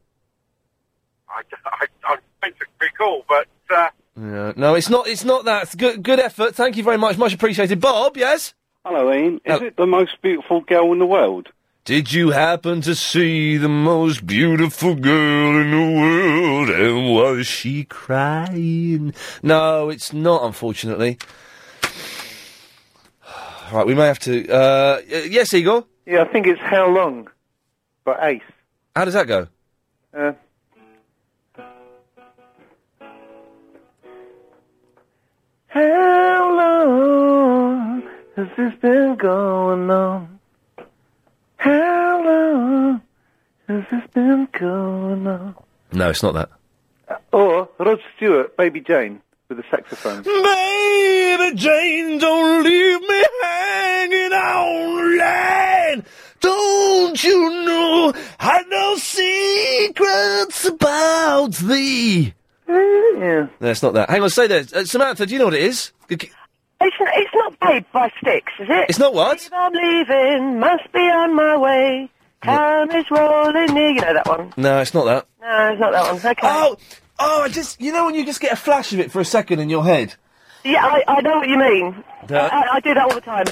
Speaker 4: I, I, I'm trying to recall, but uh,
Speaker 2: Yeah, no, it's not. It's not that. Good, good effort. Thank you very much. Much appreciated. Bob, yes.
Speaker 38: Hello, Ian. Is it the most beautiful girl in the world?
Speaker 2: Did you happen to see the most beautiful girl in the world? And was she crying? No, it's not, unfortunately. right, we may have to. Uh, y- yes, Igor?
Speaker 5: Yeah, I think it's How Long by Ace.
Speaker 2: How does that go?
Speaker 5: Uh,
Speaker 16: How long has this been going on? How long has this been going on?
Speaker 2: No, it's not that.
Speaker 5: or Oh, Rod Stewart, Baby Jane, with the saxophone.
Speaker 16: Baby Jane, don't leave me hanging on line. Don't you know I know secrets about thee?
Speaker 2: Yeah. No, it's not that. Hang on, stay there. Uh, Samantha, do you know what it is? G-
Speaker 7: It's, n- it's not Babe by Sticks, is it?
Speaker 2: It's not what?
Speaker 7: Babe, I'm leaving, must be on my way. Time is rolling near. You know that one?
Speaker 2: No, it's not that.
Speaker 7: No, it's not that one. Okay.
Speaker 2: Oh, oh, I just, you know when you just get a flash of it for a second in your head? Uh,
Speaker 7: Yeah, I, I know what you mean.
Speaker 2: Da-
Speaker 7: I, I do that all the time.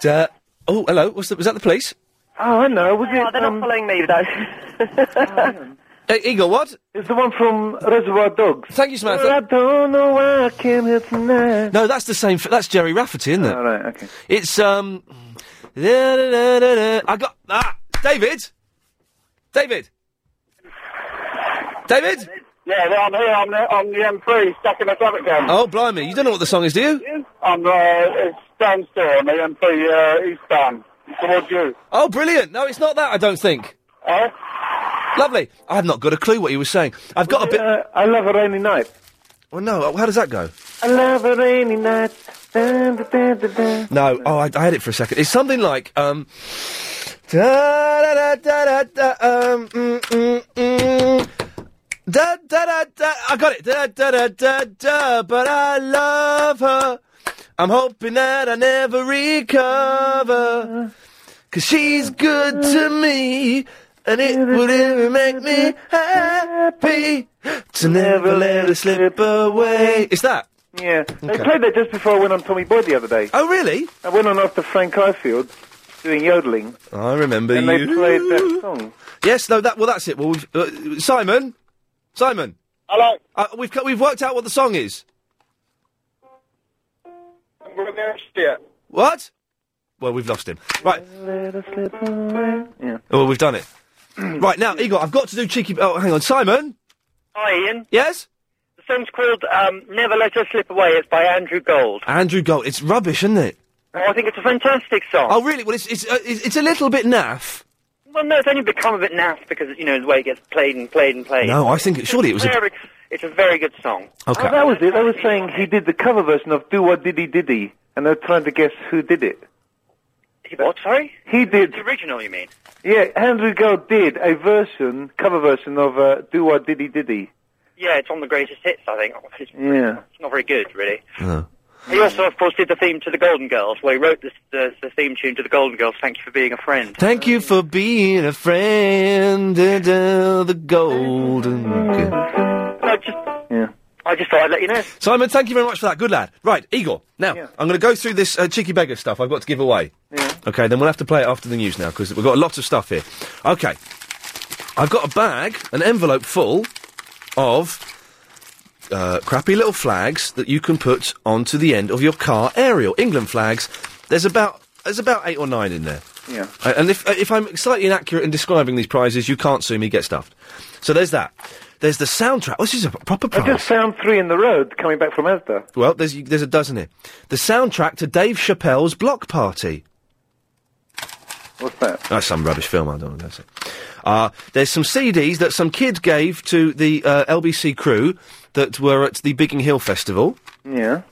Speaker 2: da- oh, hello. What's the, was that the police?
Speaker 5: Oh, I know. Was
Speaker 7: No,
Speaker 5: it?
Speaker 7: they're not following me though.
Speaker 2: Hey, Igor, what?
Speaker 5: It's the one from Reservoir Dogs.
Speaker 2: Thank you, Samantha.
Speaker 5: I don't know why I came here tonight.
Speaker 2: No, that's the same. F- that's Jerry Rafferty, isn't it? All
Speaker 5: Oh, right, okay.
Speaker 2: It's um. da- da- da- da- da. I got ah, David. David. David.
Speaker 39: Yeah, well, I'm here on the, on the M3, stuck in the traffic jam.
Speaker 2: Oh, blimey! You don't know what the song is, do you?
Speaker 39: I'm, uh, it's standstill on the M3 uh, eastbound, towards you.
Speaker 2: Oh, brilliant! No, it's not that. I don't think.
Speaker 5: Oh.
Speaker 39: Eh?
Speaker 2: Lovely. I've not got a clue what you were saying. I've got a bit.
Speaker 5: Uh, I love a rainy night.
Speaker 2: Well, no. How does that go?
Speaker 5: I love a rainy night. Dun, dun, dun, dun, dun.
Speaker 2: No. Oh, I, I had it for a second. It's something like um. Da da da da da um mm mm mm. Da da da da. I got it. Da da da da da. But I love her. I'm hoping that I never recover. Cause she's good to me. And it would even make me happy to never let her slip away. Is that?
Speaker 5: Yeah. They
Speaker 2: Okay.
Speaker 5: played that just before I went on Tommy Boy the other day.
Speaker 2: Oh, really?
Speaker 5: I went on after Frank Ifield doing yodeling,
Speaker 2: I remember
Speaker 5: and
Speaker 2: you.
Speaker 5: they played that song.
Speaker 2: Yes, no, that well, that's it. Well, we've, uh, Simon, Simon.
Speaker 39: Hello.
Speaker 2: Uh, we've co- we've worked out what the song is.
Speaker 39: I'm going to shit.
Speaker 2: What? Well, we've lost him. Right.
Speaker 5: Yeah.
Speaker 2: Oh, we've done it. right now, Igor, I've got to do cheeky. Oh, hang on, Simon.
Speaker 39: Hi, Ian.
Speaker 2: Yes.
Speaker 39: The song's called um, Never Let Her Slip Away. It's by Andrew Gold.
Speaker 2: Andrew Gold. It's rubbish, isn't it?
Speaker 39: I think it's a fantastic song.
Speaker 2: Oh, really? Well, it's it's uh, it's it's a little bit naff.
Speaker 39: Well, no, it's only become a bit naff because, you know, the way it gets played and played and played.
Speaker 2: No, I think it, surely it was. A,
Speaker 39: Very, it's a very good song.
Speaker 2: okay.
Speaker 5: Oh, that was it. They were saying he did the cover version of Do What Diddy Diddy, and they were trying to guess who did it.
Speaker 39: He, what, sorry?
Speaker 5: He did.
Speaker 39: The original, you mean?
Speaker 5: Yeah, Andrew Gold did a version, cover version of uh, Do What Diddy Diddy.
Speaker 39: Yeah, it's on the greatest hits, I think. It's,
Speaker 5: Yeah.
Speaker 39: it's not very good, really.
Speaker 2: No.
Speaker 39: He also, of course, did the theme to The Golden Girls, where he wrote this, the, the theme tune to The Golden Girls, Thank You for Being a Friend.
Speaker 2: Thank you for being a friend. Da, da, the golden.
Speaker 39: I just thought I'd let you know.
Speaker 2: Simon, thank you very much for that. Good lad. Right, Igor. Now I'm going to go through this uh, cheeky beggar stuff I've got to give away. Okay, then we'll have to play it after the news now because we've got a lot of stuff here. Okay, I've got a bag, an envelope full of uh, crappy little flags that you can put onto the end of your car aerial. England flags. There's about there's about eight or nine in there.
Speaker 5: Yeah.
Speaker 2: Uh, and if uh, if I'm slightly inaccurate in describing these prizes, you can't sue me. Get stuffed. So there's that. There's the soundtrack. This is a proper prize.
Speaker 5: I just found three in the road coming back from Asda.
Speaker 2: Well, there's there's a dozen here. The soundtrack to Dave Chappelle's Block Party.
Speaker 5: What's that?
Speaker 2: That's some rubbish film. I don't know. That's it. Uh, there's some CDs that some kid gave to the uh, LBC crew that were at the Bigging Hill Festival.
Speaker 5: Yeah.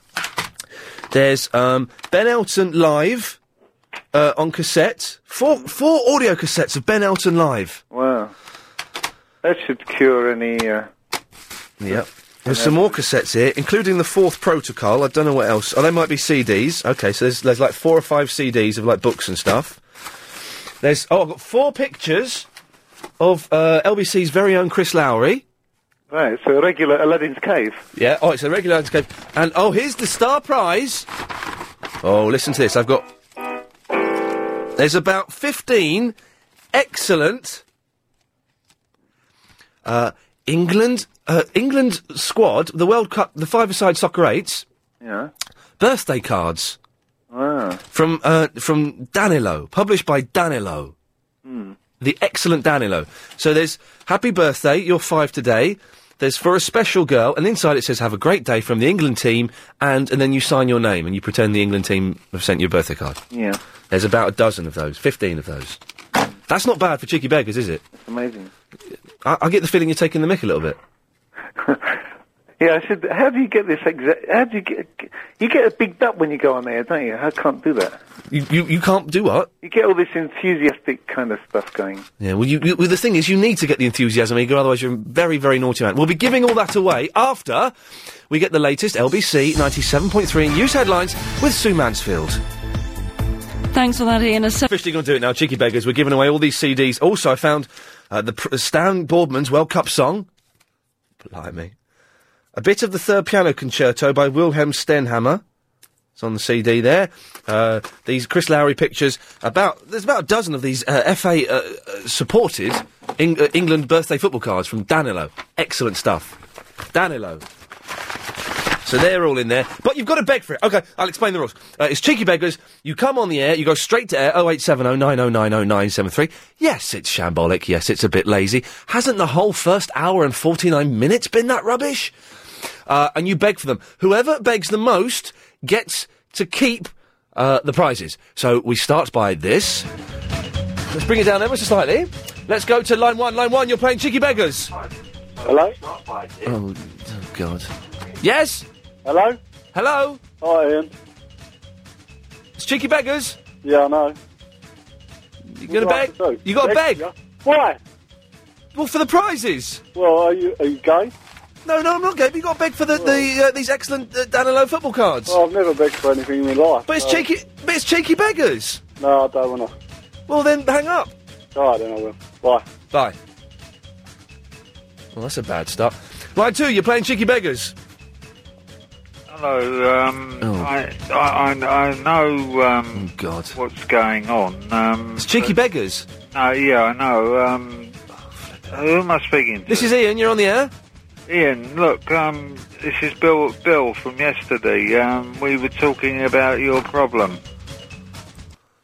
Speaker 2: There's um, Ben Elton live uh, on cassette. Four four audio cassettes of Ben Elton live.
Speaker 5: Wow. That should cure any. Uh...
Speaker 2: Yep. There's some more cassettes here, including the fourth protocol. I don't know what else. Oh, they might be CDs. Okay, so there's, there's like four or five CDs of like books and stuff. There's oh, I've got four pictures of uh, LBC's very own Chris Lowry.
Speaker 5: Right, so a regular Aladdin's Cave.
Speaker 2: Yeah. Oh, it's a regular landscape. And oh, here's the star prize. Oh, listen to this. I've got. There's about fifteen excellent uh, England uh, England squad, the World Cup, the five-a-side soccer eights
Speaker 5: Yeah.
Speaker 2: birthday cards
Speaker 5: Wow.
Speaker 2: from uh, from Danilo, published by Danilo.
Speaker 5: Hmm.
Speaker 2: The excellent Danilo. So there's happy birthday, you're five today. There's for a special girl, and inside it says have a great day from the England team, and and then you sign your name and you pretend the England team have sent you a birthday card.
Speaker 5: Yeah.
Speaker 2: There's about a dozen of those, fifteen of those. That's not bad for cheeky beggars, is it?
Speaker 5: Amazing.
Speaker 2: I, I get the feeling you're taking the mick a little bit.
Speaker 5: Yeah, I should. How do you get this exact? How do you get? You get bigged up when you go on there, don't you? I can't do that.
Speaker 2: You you, you can't do what?
Speaker 5: You get all this enthusiastic kind of stuff going.
Speaker 2: Yeah, well, you, you, well, the thing is, you need to get the enthusiasm eager, otherwise you're a very, very naughty man. We'll be giving all that away after we get the latest LBC 97.3 news headlines with Sue Mansfield.
Speaker 6: Thanks for that, Ian. A se-
Speaker 2: Officially going to do it now, cheeky beggars. We're giving away all these CDs. Also, I found uh, the pr- Stan Boardman's World Cup song. Blimey. A bit of the third piano concerto by Wilhelm Stenhammer. It's on the CD there. Uh, these Chris Lowry pictures. About there's about a dozen of these uh, FA uh, uh, supported Eng- uh, England birthday football cards from Danilo. Excellent stuff, Danilo. So they're all in there, but you've got to beg for it. Okay, I'll explain the rules. Uh, it's cheeky beggars. You come on the air, you go straight to air 0870 9090973. Yes, it's shambolic. Yes, it's a bit lazy. Hasn't the whole first hour and 49 minutes been that rubbish? uh, and you beg for them. Whoever begs the most gets to keep uh, the prizes. So we start by this. Let's bring it down ever so slightly. Let's go to line one. Line one, you're playing Cheeky Beggars.
Speaker 40: Hello?
Speaker 2: Oh, oh God. Yes?
Speaker 40: Hello?
Speaker 2: Hello?
Speaker 40: Hi, Ian.
Speaker 2: It's Cheeky Beggars.
Speaker 40: Yeah, I know.
Speaker 2: You gonna beg? You gotta beg.
Speaker 40: Why?
Speaker 2: Well, for the prizes.
Speaker 40: Well, are you, are you gay?
Speaker 2: No, no, I'm not gay, but you got to beg for the, the uh, these excellent uh, Danilo football cards.
Speaker 41: Oh,
Speaker 40: Well, I've never begged for anything in my life.
Speaker 2: But it's
Speaker 40: so-
Speaker 2: cheeky. But it's cheeky beggars.
Speaker 40: No, I don't want to.
Speaker 2: Well, then hang up.
Speaker 41: Oh,
Speaker 40: All right, then I will. Bye.
Speaker 2: Bye. Well, that's a bad start. Line two, you're playing cheeky beggars.
Speaker 29: Hello. Um, I, I, I, I know um,
Speaker 2: Oh. God.
Speaker 29: what's going on. Um,
Speaker 2: It's cheeky beggars.
Speaker 29: No, yeah, I know. Um, who am I speaking to?
Speaker 2: This is Ian. You're on the air.
Speaker 29: Ian, look, um, this is Bill. Bill from yesterday. Um, we were talking about your problem,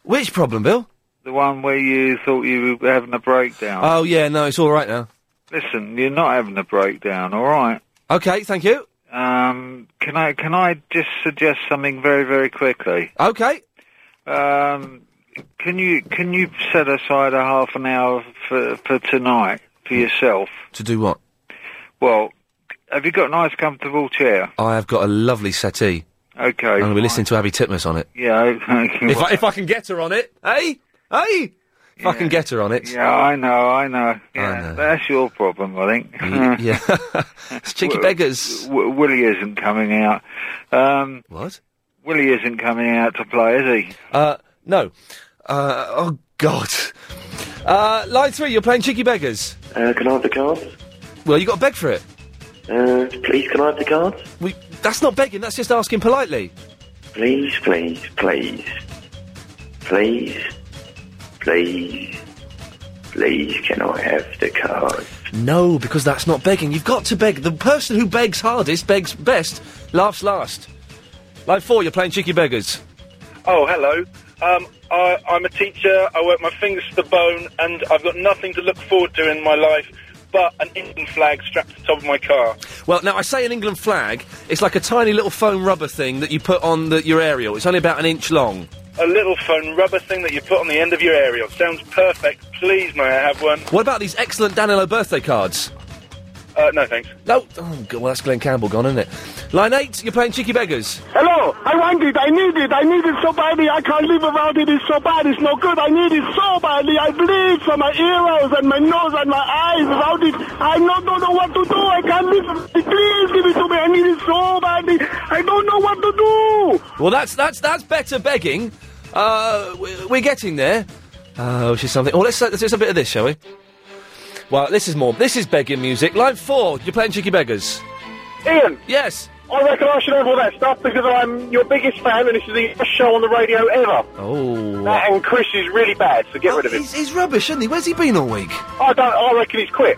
Speaker 2: Which problem, Bill?
Speaker 29: the one where you thought you were having a breakdown.
Speaker 2: Oh yeah, no, it's all right now.
Speaker 29: Listen, you're not having a breakdown, all right?
Speaker 2: Okay, thank you.
Speaker 29: Um, can I can I just suggest something very very quickly?
Speaker 2: Okay.
Speaker 29: Um, can you can you set aside a half an hour for for tonight for yourself?
Speaker 2: To do what?
Speaker 29: Well, have you got a nice comfortable chair?
Speaker 2: I have got a lovely settee.
Speaker 29: Okay.
Speaker 2: I'm going to be listening to Abby Titmus on it.
Speaker 29: Yeah. Okay.
Speaker 2: If I, if I can get her on it, hey, hey, if I can get her on it.
Speaker 29: yeah, I know, I know. Yeah, that's your problem, I think.
Speaker 2: yeah, it's cheeky beggars.
Speaker 29: W- Willie isn't coming out. Um,
Speaker 2: what?
Speaker 29: Willie isn't coming out to play, is he?
Speaker 2: Uh, no. Uh, oh God. Uh, line three, you're playing cheeky beggars.
Speaker 34: Uh, can I have the card?
Speaker 2: Well, you got to beg for it.
Speaker 34: Uh, please, can I have the card?
Speaker 2: We, that's not begging. That's just asking politely.
Speaker 34: Please, please, please. Please, please, please, can I have the card?
Speaker 2: No, because that's not begging. You've got to beg. The person who begs hardest begs best, laughs last. Line four, you're playing cheeky beggars.
Speaker 42: Oh, hello. Um, I, I'm a teacher. I work my fingers to the bone, and I've got nothing to look forward to in my life but an Indian flag strapped to the top of my car.
Speaker 2: Well, now I say an England flag. It's like a tiny little foam rubber thing that you put on the, your aerial. It's only about an inch long.
Speaker 42: a little phone rubber thing that you put on the end of your aerial. Sounds perfect. Please, may I have one?
Speaker 2: What about these excellent Danilo birthday cards?
Speaker 42: Uh, no, thanks.
Speaker 2: No. Oh, God, well, that's Glenn Campbell gone, isn't it? Line eight, you're playing Cheeky Beggars.
Speaker 8: Hello, I want it, I need it, I need it so badly, I can't live without it, it's so bad, it's no good, I need it so badly, I bleed from my earholes and my nose and my eyes without it, I not, don't know what to do, I can't live without it, please give it to me, I need it so badly, I don't know what to do.
Speaker 2: Well, that's that's that's better begging. Uh, we- we're getting there. Oh, she's something. Well, let's, let's do a bit of this, shall we? Well, this is more. This is begging music. Line four, you're playing Cheeky Beggars.
Speaker 31: Ian.
Speaker 2: Yes.
Speaker 31: I reckon I should have all that stuff because I'm your biggest fan and this is the best show on the radio ever.
Speaker 2: Oh.
Speaker 31: That and Chris is really bad, so get rid of him.
Speaker 2: He's, he's rubbish, isn't he? Where's he been all week?
Speaker 31: I don't. I reckon he's quit.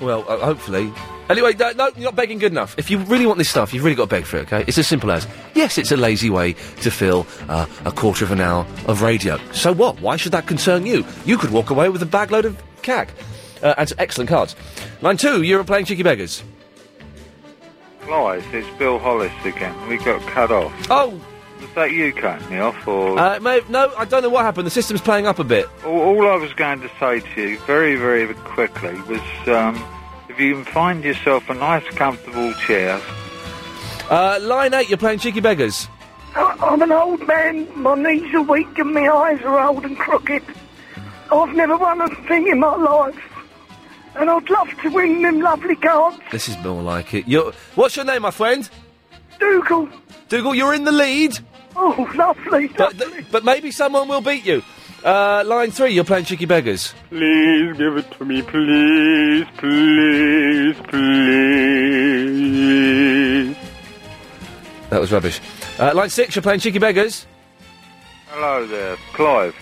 Speaker 2: Well, uh, hopefully. Anyway, no, no, you're not begging good enough. If you really want this stuff, you've really got to beg for it, okay? It's as simple as yes, it's a lazy way to fill uh, a quarter of an hour of radio. So what? Why should that concern you? You could walk away with a bagload of cack. Uh, and some excellent cards. Line two, you're playing Cheeky Beggars.
Speaker 29: Lies, it's Bill Hollis again. We got cut off.
Speaker 2: Oh!
Speaker 29: Was that you cutting me off, or...?
Speaker 2: Uh, may- no, I don't know what happened. The system's playing up a bit.
Speaker 29: all, all I was going to say to you, very, very quickly, was um, if you can find yourself a nice, comfortable chair...
Speaker 2: Uh, line 8, you're playing Cheeky Beggars.
Speaker 11: I- I'm an old man. My knees are weak and my eyes are old and crooked. I've never won a thing in my life. And I'd love to win them lovely cards.
Speaker 2: This is more like it. You're, what's your name, my friend?
Speaker 11: Dougal.
Speaker 2: Dougal, you're in the lead.
Speaker 11: Oh, lovely.
Speaker 2: But, but maybe someone will beat you. Uh, line three, you're playing Cheeky Beggars.
Speaker 14: Please give it to me, please, please, please.
Speaker 2: That was rubbish. Uh, line six, you're playing Cheeky Beggars.
Speaker 29: Hello there, Clive.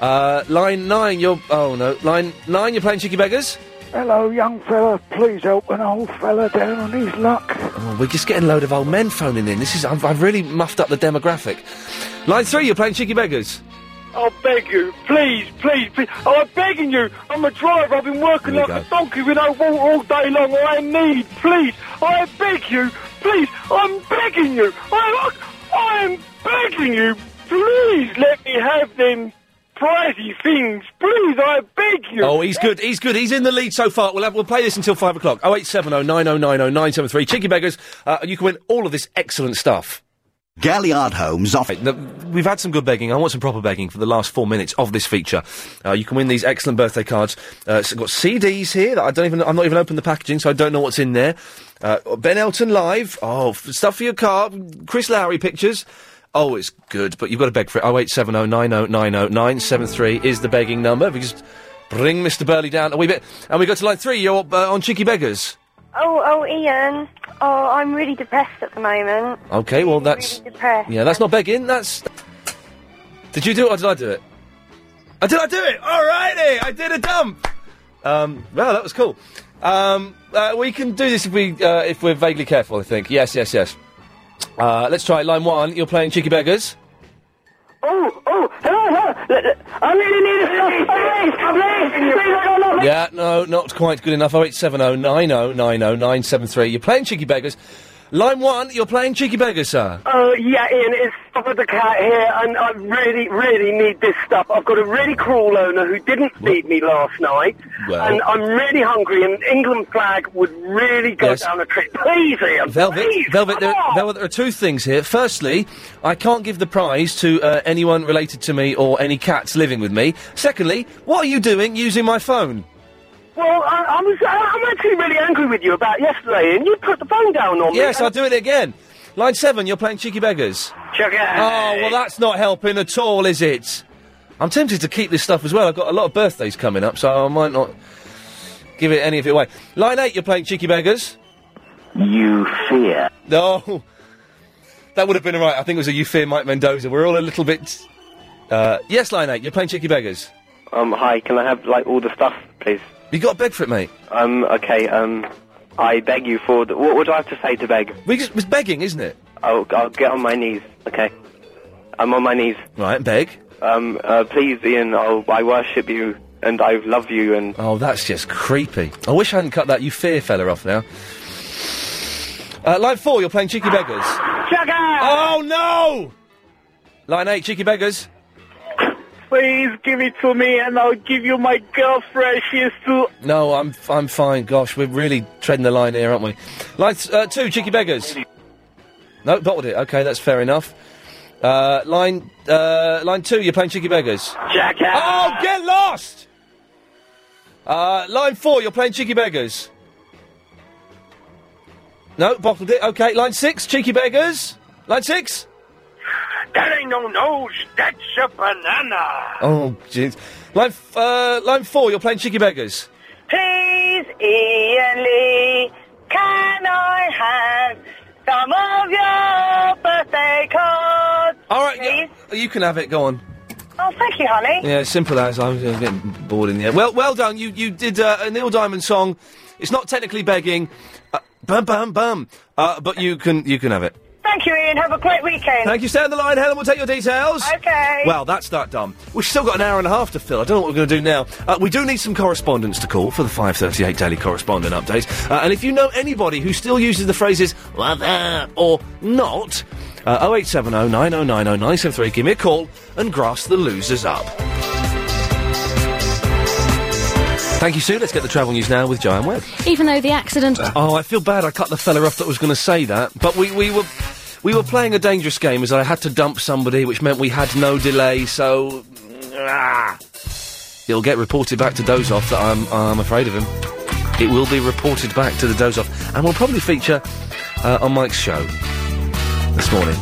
Speaker 2: Uh, line nine, you're. Oh no. Line nine, you're playing Cheeky Beggars.
Speaker 9: Hello, young fella. Please help an old fella down on his luck.
Speaker 2: Oh, we're just getting a load of old men phoning in. This is. I've, I've really muffed up the demographic. Line three, you're playing Cheeky Beggars.
Speaker 11: I beg you, please, please, please. Oh, I'm begging you. I'm a driver. I've been working
Speaker 2: There
Speaker 11: like a
Speaker 2: you
Speaker 11: donkey with no water all day long. I need, please. I beg you, please. I'm begging you. I'm, I'm begging you. Please let me have them pricey things. Please, I beg you.
Speaker 2: Oh, he's good. He's good. He's in the lead so far. We'll have, we'll play this until five o'clock. Oh eight seven oh nine oh nine oh nine seven three. Cheeky Beggars. Uh, you can win all of this excellent stuff. Galliard Homes off. We've had some good begging. I want some proper begging for the last four minutes of this feature. Uh, you can win these excellent birthday cards. Uh, it's got CDs here that I don't even. I'm not even open the packaging, so I don't know what's in there. Uh, ben Elton live. Oh, f- stuff for your car. Chris Lowry pictures. Oh, it's good, but you've got to beg for it. Oh eight seven oh nine oh nine oh nine seven three is the begging number. If you just bring Mr. Burley down a wee bit, and we go to line three. You're uh, on cheeky beggars.
Speaker 30: Oh, oh, Ian. Oh, I'm really depressed at the moment.
Speaker 2: Okay, well that's
Speaker 30: Really depressed.
Speaker 2: yeah, that's not begging. That's did you do it or did I do it? I did I do it? Alrighty, I did a dump. Um, well, that was cool. Um, uh, we can do this if we uh, if we're vaguely careful. I think yes, yes, yes. Uh, let's try line one. You're playing cheeky beggars.
Speaker 16: Oh, oh, hello, hello. L- l- I really need a stuff. Please, please, please, I don't know.
Speaker 2: Yeah, no, not quite good enough. Oh eight seven oh nine oh nine oh nine seven three. You're playing cheeky beggars. Line one. You're playing cheeky beggars, sir.
Speaker 11: Oh, yeah, Ian, it's stop with the cat here, and I really, really need this stuff. I've got a really cruel owner who didn't feed me last night,
Speaker 2: Well.
Speaker 11: and I'm really hungry, and England flag would really go
Speaker 2: Yes.
Speaker 11: down a trip. Please, Ian.
Speaker 2: Velvet, Velvet there, Velvet, there are two things here. Firstly, I can't give the prize to uh, anyone related to me or any cats living with me. Secondly, what are you doing using my phone?
Speaker 11: Well, I, I was, I, I'm actually really angry with you about yesterday, and you put the phone down on me.
Speaker 2: Yes, I'll do it again. Line seven, you're playing Cheeky Beggars.
Speaker 11: Check it out.
Speaker 2: Oh, well, that's not helping at all, is it? I'm tempted to keep this stuff as well. I've got a lot of birthdays coming up, so I might not give it any of it away. Line eight, you're playing Cheeky Beggars.
Speaker 16: You fear.
Speaker 2: No. That would have been alright. I think it was a you fear Mike Mendoza. We're all a little bit. Uh, yes, Line 8, you're playing Cheeky Beggars.
Speaker 43: Um, hi, can I have, like, all the stuff, please?
Speaker 2: You got to beg for it, mate.
Speaker 43: Um, okay, um, I beg you for the... What, what do I have to say to beg?
Speaker 2: We just, it's begging, isn't it?
Speaker 43: I'll, I'll get on my knees, okay? I'm on my knees.
Speaker 2: Right, beg.
Speaker 43: Um, uh, please, Ian, I'll, I worship you, and I love you, and...
Speaker 2: Oh, that's just creepy. I wish I hadn't cut that you fear fella off now. Uh, line 4, you're playing Cheeky Beggars.
Speaker 16: Check out.
Speaker 2: Oh, no! Line eight, cheeky beggars.
Speaker 5: Please give it to me and I'll give you my girlfriend. She is too.
Speaker 2: No, I'm I'm fine. Gosh, we're really treading the line here, aren't we? Line uh, two, cheeky beggars. No, bottled it. Okay, that's fair enough. Uh, line uh, line two, you're playing cheeky beggars.
Speaker 11: Jackass!
Speaker 2: Oh, get lost! Uh, line four, you're playing cheeky beggars. No, bottled it. Okay, line six, cheeky beggars. Line six.
Speaker 11: That ain't no nose, that's a banana.
Speaker 2: Oh, jeez. Line f- uh, line four, you're playing cheeky beggars.
Speaker 11: Please, Ian Lee, can I have some of your birthday cards?
Speaker 2: All right, yeah, you can have it. Go on.
Speaker 14: Oh, thank you, honey.
Speaker 2: Yeah, simple as I was uh, getting bored in the end. Well, well done. You you did uh, a Neil Diamond song. It's not technically begging, uh, bum bum bum, uh, but you can you can have it.
Speaker 14: Thank you, Ian. Have a great weekend.
Speaker 2: Thank you. Stay on the line, Helen. We'll take your details.
Speaker 14: Okay.
Speaker 2: Well, that's that done. We've still got an hour and a half to fill. I don't know what we're going to do now. Uh, we do need some correspondence to call for the 538 Daily Correspondent Update. Uh, and if you know anybody who still uses the phrases, "What up?" or not, uh, 0870 9090 973, give me a call and grass the losers up. Thank you, Sue. Let's get the travel news now with Giant Webb.
Speaker 7: Even though the accident.
Speaker 2: Oh, I feel bad. I cut the fella off that was going to say that, but we, we were we were playing a dangerous game as I had to dump somebody, which meant we had no delay. So ah, it'll get reported back to Dozoff that I'm I'm afraid of him. It will be reported back to the Dozoff, and will probably feature uh, on Mike's show this morning.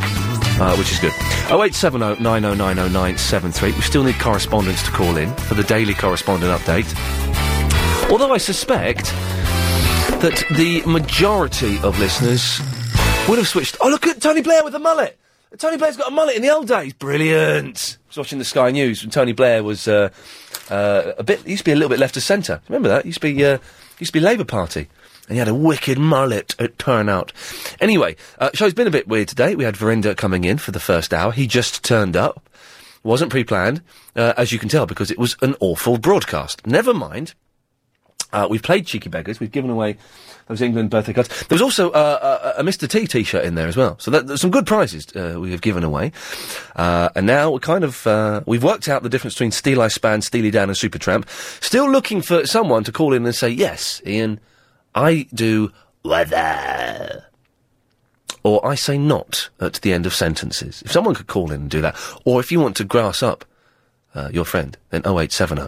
Speaker 2: Uh, which is good. 0870 9090973. We still need correspondence to call in for the daily correspondent update. Although I suspect that the majority of listeners would have switched. Oh, look at Tony Blair with a mullet. Tony Blair's got a mullet in the old days. Brilliant. I was watching the Sky News when Tony Blair was uh, uh, a bit. Used to be a little bit left of centre. Remember that? Used to be uh, used to be Labour Party. And he had a wicked mullet at turnout. Anyway, uh, show's been a bit weird today. We had Verinder coming in for the first hour. He just turned up. Wasn't pre-planned, uh, as you can tell, because it was an awful broadcast. Never mind. Uh, we've played Cheeky Beggars. We've given away those England birthday cards. There was also uh, a, a Mr. T T-shirt in there as well. So that, there's some good prizes uh, we have given away. Uh, and now we're kind of uh, we've worked out the difference between Steel I Span, Steely Dan, and Supertramp. Still looking for someone to call in and say yes, Ian. I do weather. Or I say not at the end of sentences. If someone could call in and do that, or if you want to grass up uh, your friend, then 0870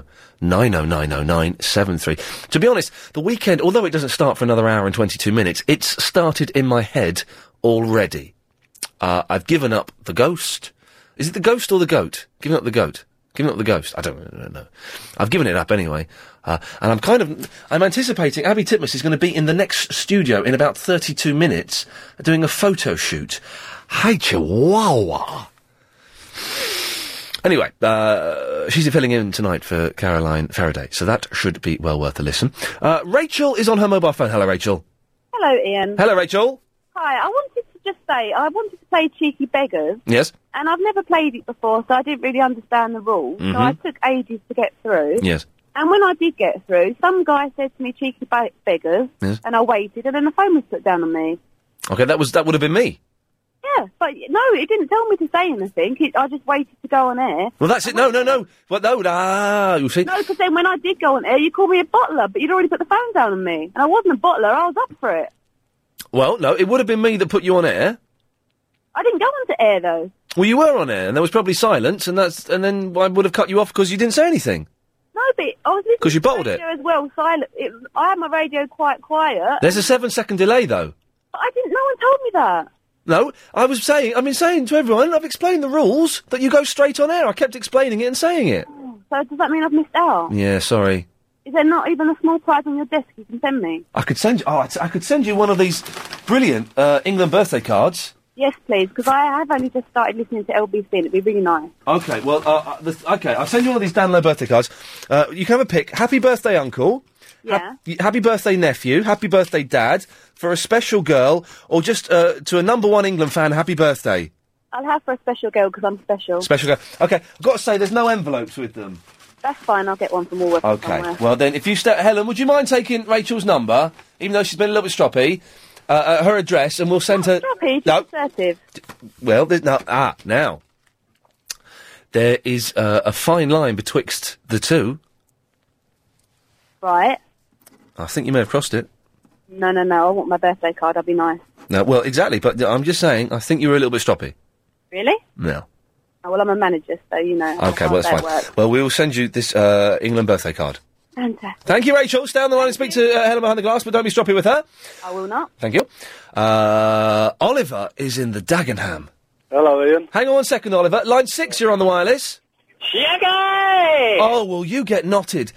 Speaker 2: 9090973. To be honest, the weekend, although it doesn't start for another hour and 22 minutes, it's started in my head already. Uh, I've given up the ghost. Is it the ghost or the goat? Giving up the goat. Giving up the ghost. I don't, I don't know. I've given it up anyway. Uh, and I'm kind of, I'm anticipating Abby Titmus is going to be in the next studio in about 32 minutes doing a photo shoot. Hey, Chihuahua. Anyway, uh, she's filling in tonight for Caroline Faraday, so that should be well worth a listen. Uh, Rachel is on her mobile phone. Hello, Rachel.
Speaker 21: Hello, Ian.
Speaker 2: Hello, Rachel.
Speaker 21: Hi, I wanted to just say, I wanted to play Cheeky Beggars,
Speaker 2: Yes.
Speaker 21: and I've never played it before, so I didn't really understand the rules, so I
Speaker 2: Mhm.
Speaker 21: took ages to get through.
Speaker 2: Yes.
Speaker 21: And when I did get through, some guy said to me, Cheeky be- Beggars,
Speaker 2: Yes.
Speaker 21: and I waited, and then the phone was put down on me.
Speaker 2: Okay, that was that would have been me.
Speaker 21: Yeah, but no, it didn't tell me to say anything. It, I just waited to go on air.
Speaker 2: Well, that's it. No, no, no. Well, no, ah, you see.
Speaker 21: No, because then when I did go on air, you called me a bottler, but you'd already put the phone down on me. And I wasn't a bottler, I was up for it.
Speaker 2: Well, no, it would have been me that put you on air.
Speaker 21: I didn't go on to air, though.
Speaker 2: Well, you were on air, and there was probably silence, and that's, and then I would have cut you off because you didn't say anything.
Speaker 21: No, but I was listening
Speaker 2: 'Cause you
Speaker 21: to the
Speaker 2: bottled it.
Speaker 21: radio as well, silent. It, I had my radio quite quiet.
Speaker 2: There's a seven-second delay, though.
Speaker 21: But I didn't. No one told me that.
Speaker 2: No, I was saying, I've been saying to everyone, I've explained the rules that you go straight on air. I kept explaining it and saying it.
Speaker 21: So does that mean I've missed out?
Speaker 2: Yeah, sorry.
Speaker 21: Is there not even a small prize on your desk you can send me?
Speaker 2: I could send you. Oh, I, t- I could send you one of these brilliant uh, England birthday cards.
Speaker 21: Yes, please, because I have only just started listening to LBC, and it'd be really nice.
Speaker 2: Okay, well, uh, uh, the, okay, I'll send you one of these Dan Low birthday cards. Uh, you can have a pick. Happy birthday, uncle.
Speaker 21: Yeah.
Speaker 2: Y- Happy birthday, nephew. Happy birthday, dad. For a special girl, or just uh, to a number one England fan, happy birthday.
Speaker 21: I'll have for a special girl because I'm special.
Speaker 2: Special girl. Okay, I've got to say, there's no envelopes with them.
Speaker 21: That's fine. I'll get one from Woolworths.
Speaker 2: Okay.
Speaker 21: somewhere.
Speaker 2: Well, then, if you step, Helen, would you mind taking Rachel's number, even though she's been a little bit stroppy, uh, uh,
Speaker 21: Oh,
Speaker 2: her address, and we'll send her.
Speaker 21: Happy,
Speaker 2: No.
Speaker 21: assertive.
Speaker 2: Well, there's no. Ah, now. There is uh, a fine line betwixt the two.
Speaker 21: Right.
Speaker 2: I think you may have crossed it.
Speaker 21: No, no, no. I want my birthday card. I'll be nice.
Speaker 2: No, well, exactly. But I'm just saying, I think you were a little bit stroppy.
Speaker 21: Really?
Speaker 2: No.
Speaker 21: Oh, well, I'm a manager, so you know. how
Speaker 2: Okay, well, that's
Speaker 21: that
Speaker 2: fine.
Speaker 21: works.
Speaker 2: Well, we will send you this uh, England birthday card.
Speaker 21: Fantastic.
Speaker 2: Thank you, Rachel. Stay on the line and speak to uh, Helen behind the glass, but don't be stroppy with her.
Speaker 21: I will not.
Speaker 2: Thank you. Uh, Oliver is in the Dagenham.
Speaker 41: Hello, Ian.
Speaker 2: Hang on one second, Oliver. Line six, you're on the wireless. Oh, will you get knotted?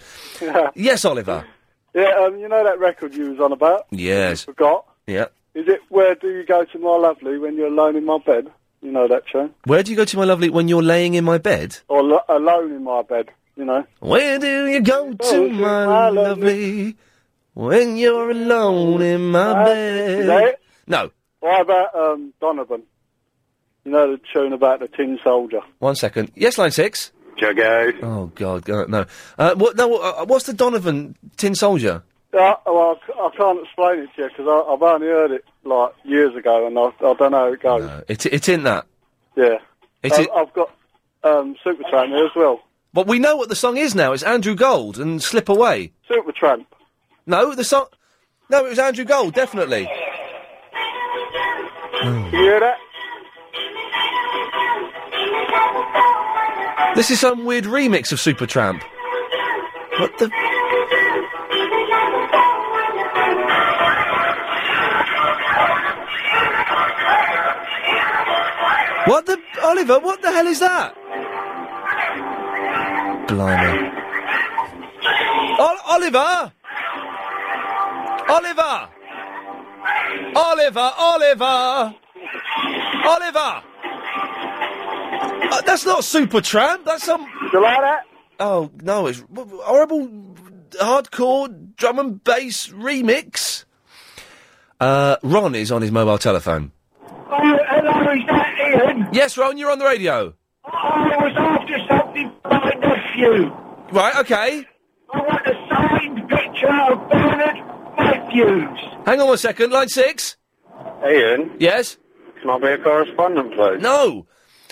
Speaker 2: yes, Oliver.
Speaker 41: Yeah, um, you know that record you was on about?
Speaker 2: Yes.
Speaker 41: Forgot.
Speaker 2: Yeah.
Speaker 41: Is it Where Do You Go to My Lovely When You're Alone in My Bed? You know that tune.
Speaker 2: Where do you go to, my lovely, when you're laying in my bed?
Speaker 41: Or lo- Alone in My Bed, you know.
Speaker 2: Where do you go to, my, lovely, when you're alone in my
Speaker 41: Uh, is that
Speaker 2: bed?
Speaker 41: it?
Speaker 2: No.
Speaker 41: What about um, Donovan? You know the tune about the tin soldier?
Speaker 2: One second. Yes, line six.
Speaker 41: Jago.
Speaker 2: Oh God, God no. Uh, what? No. Uh, what's the Donovan Tin Soldier?
Speaker 41: Yeah, well, I c- I can't explain it to you because I've only heard it like years ago, and I, I don't know how it goes.
Speaker 2: It it in that.
Speaker 41: Yeah,
Speaker 2: It
Speaker 41: Um,
Speaker 2: is-
Speaker 41: I've got um, Supertramp here as well.
Speaker 2: But we know what the song is now. It's Andrew Gold and Slip Away.
Speaker 41: Supertramp.
Speaker 2: No, the song. No, it was Andrew Gold, definitely.
Speaker 41: You hear that?
Speaker 2: This is some weird remix of Supertramp. What the? What the Oliver? What the hell is that? Blimey. Ol- Oliver! Oliver! Oliver! Oliver! Oliver! Uh, that's not Super Tramp. That's some.
Speaker 41: You like that?
Speaker 2: Oh no! It's w- w- horrible, hardcore drum and bass remix. Uh, Ron is on his mobile telephone.
Speaker 11: Oh, hello, is that Ian?
Speaker 2: Yes, Ron, you're on the radio.
Speaker 11: I was after something for my nephew.
Speaker 2: Right. Okay.
Speaker 11: I want a signed picture of Bernard Matthews.
Speaker 2: Hang on one second. Line six.
Speaker 44: Hey, Ian.
Speaker 2: Yes?
Speaker 44: Can I be a correspondent, please?
Speaker 2: No.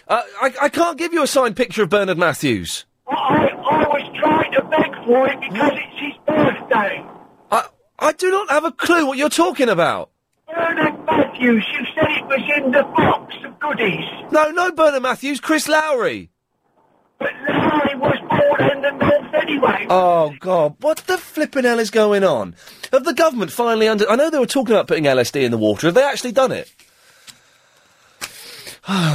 Speaker 2: Uh, I, I can't give you a signed picture of Bernard Matthews.
Speaker 11: I, I was trying to beg for it because it's his birthday.
Speaker 2: I I do not have a clue what you're talking about.
Speaker 11: Bernard Matthews, you said it was in the box of goodies.
Speaker 2: No, no, Bernard Matthews. Chris Lowry.
Speaker 11: Larry was born in the north anyway.
Speaker 2: Oh God! What the flipping hell is going on? Have the government finally under? I know they were talking about putting LSD in the water. Have they actually done it?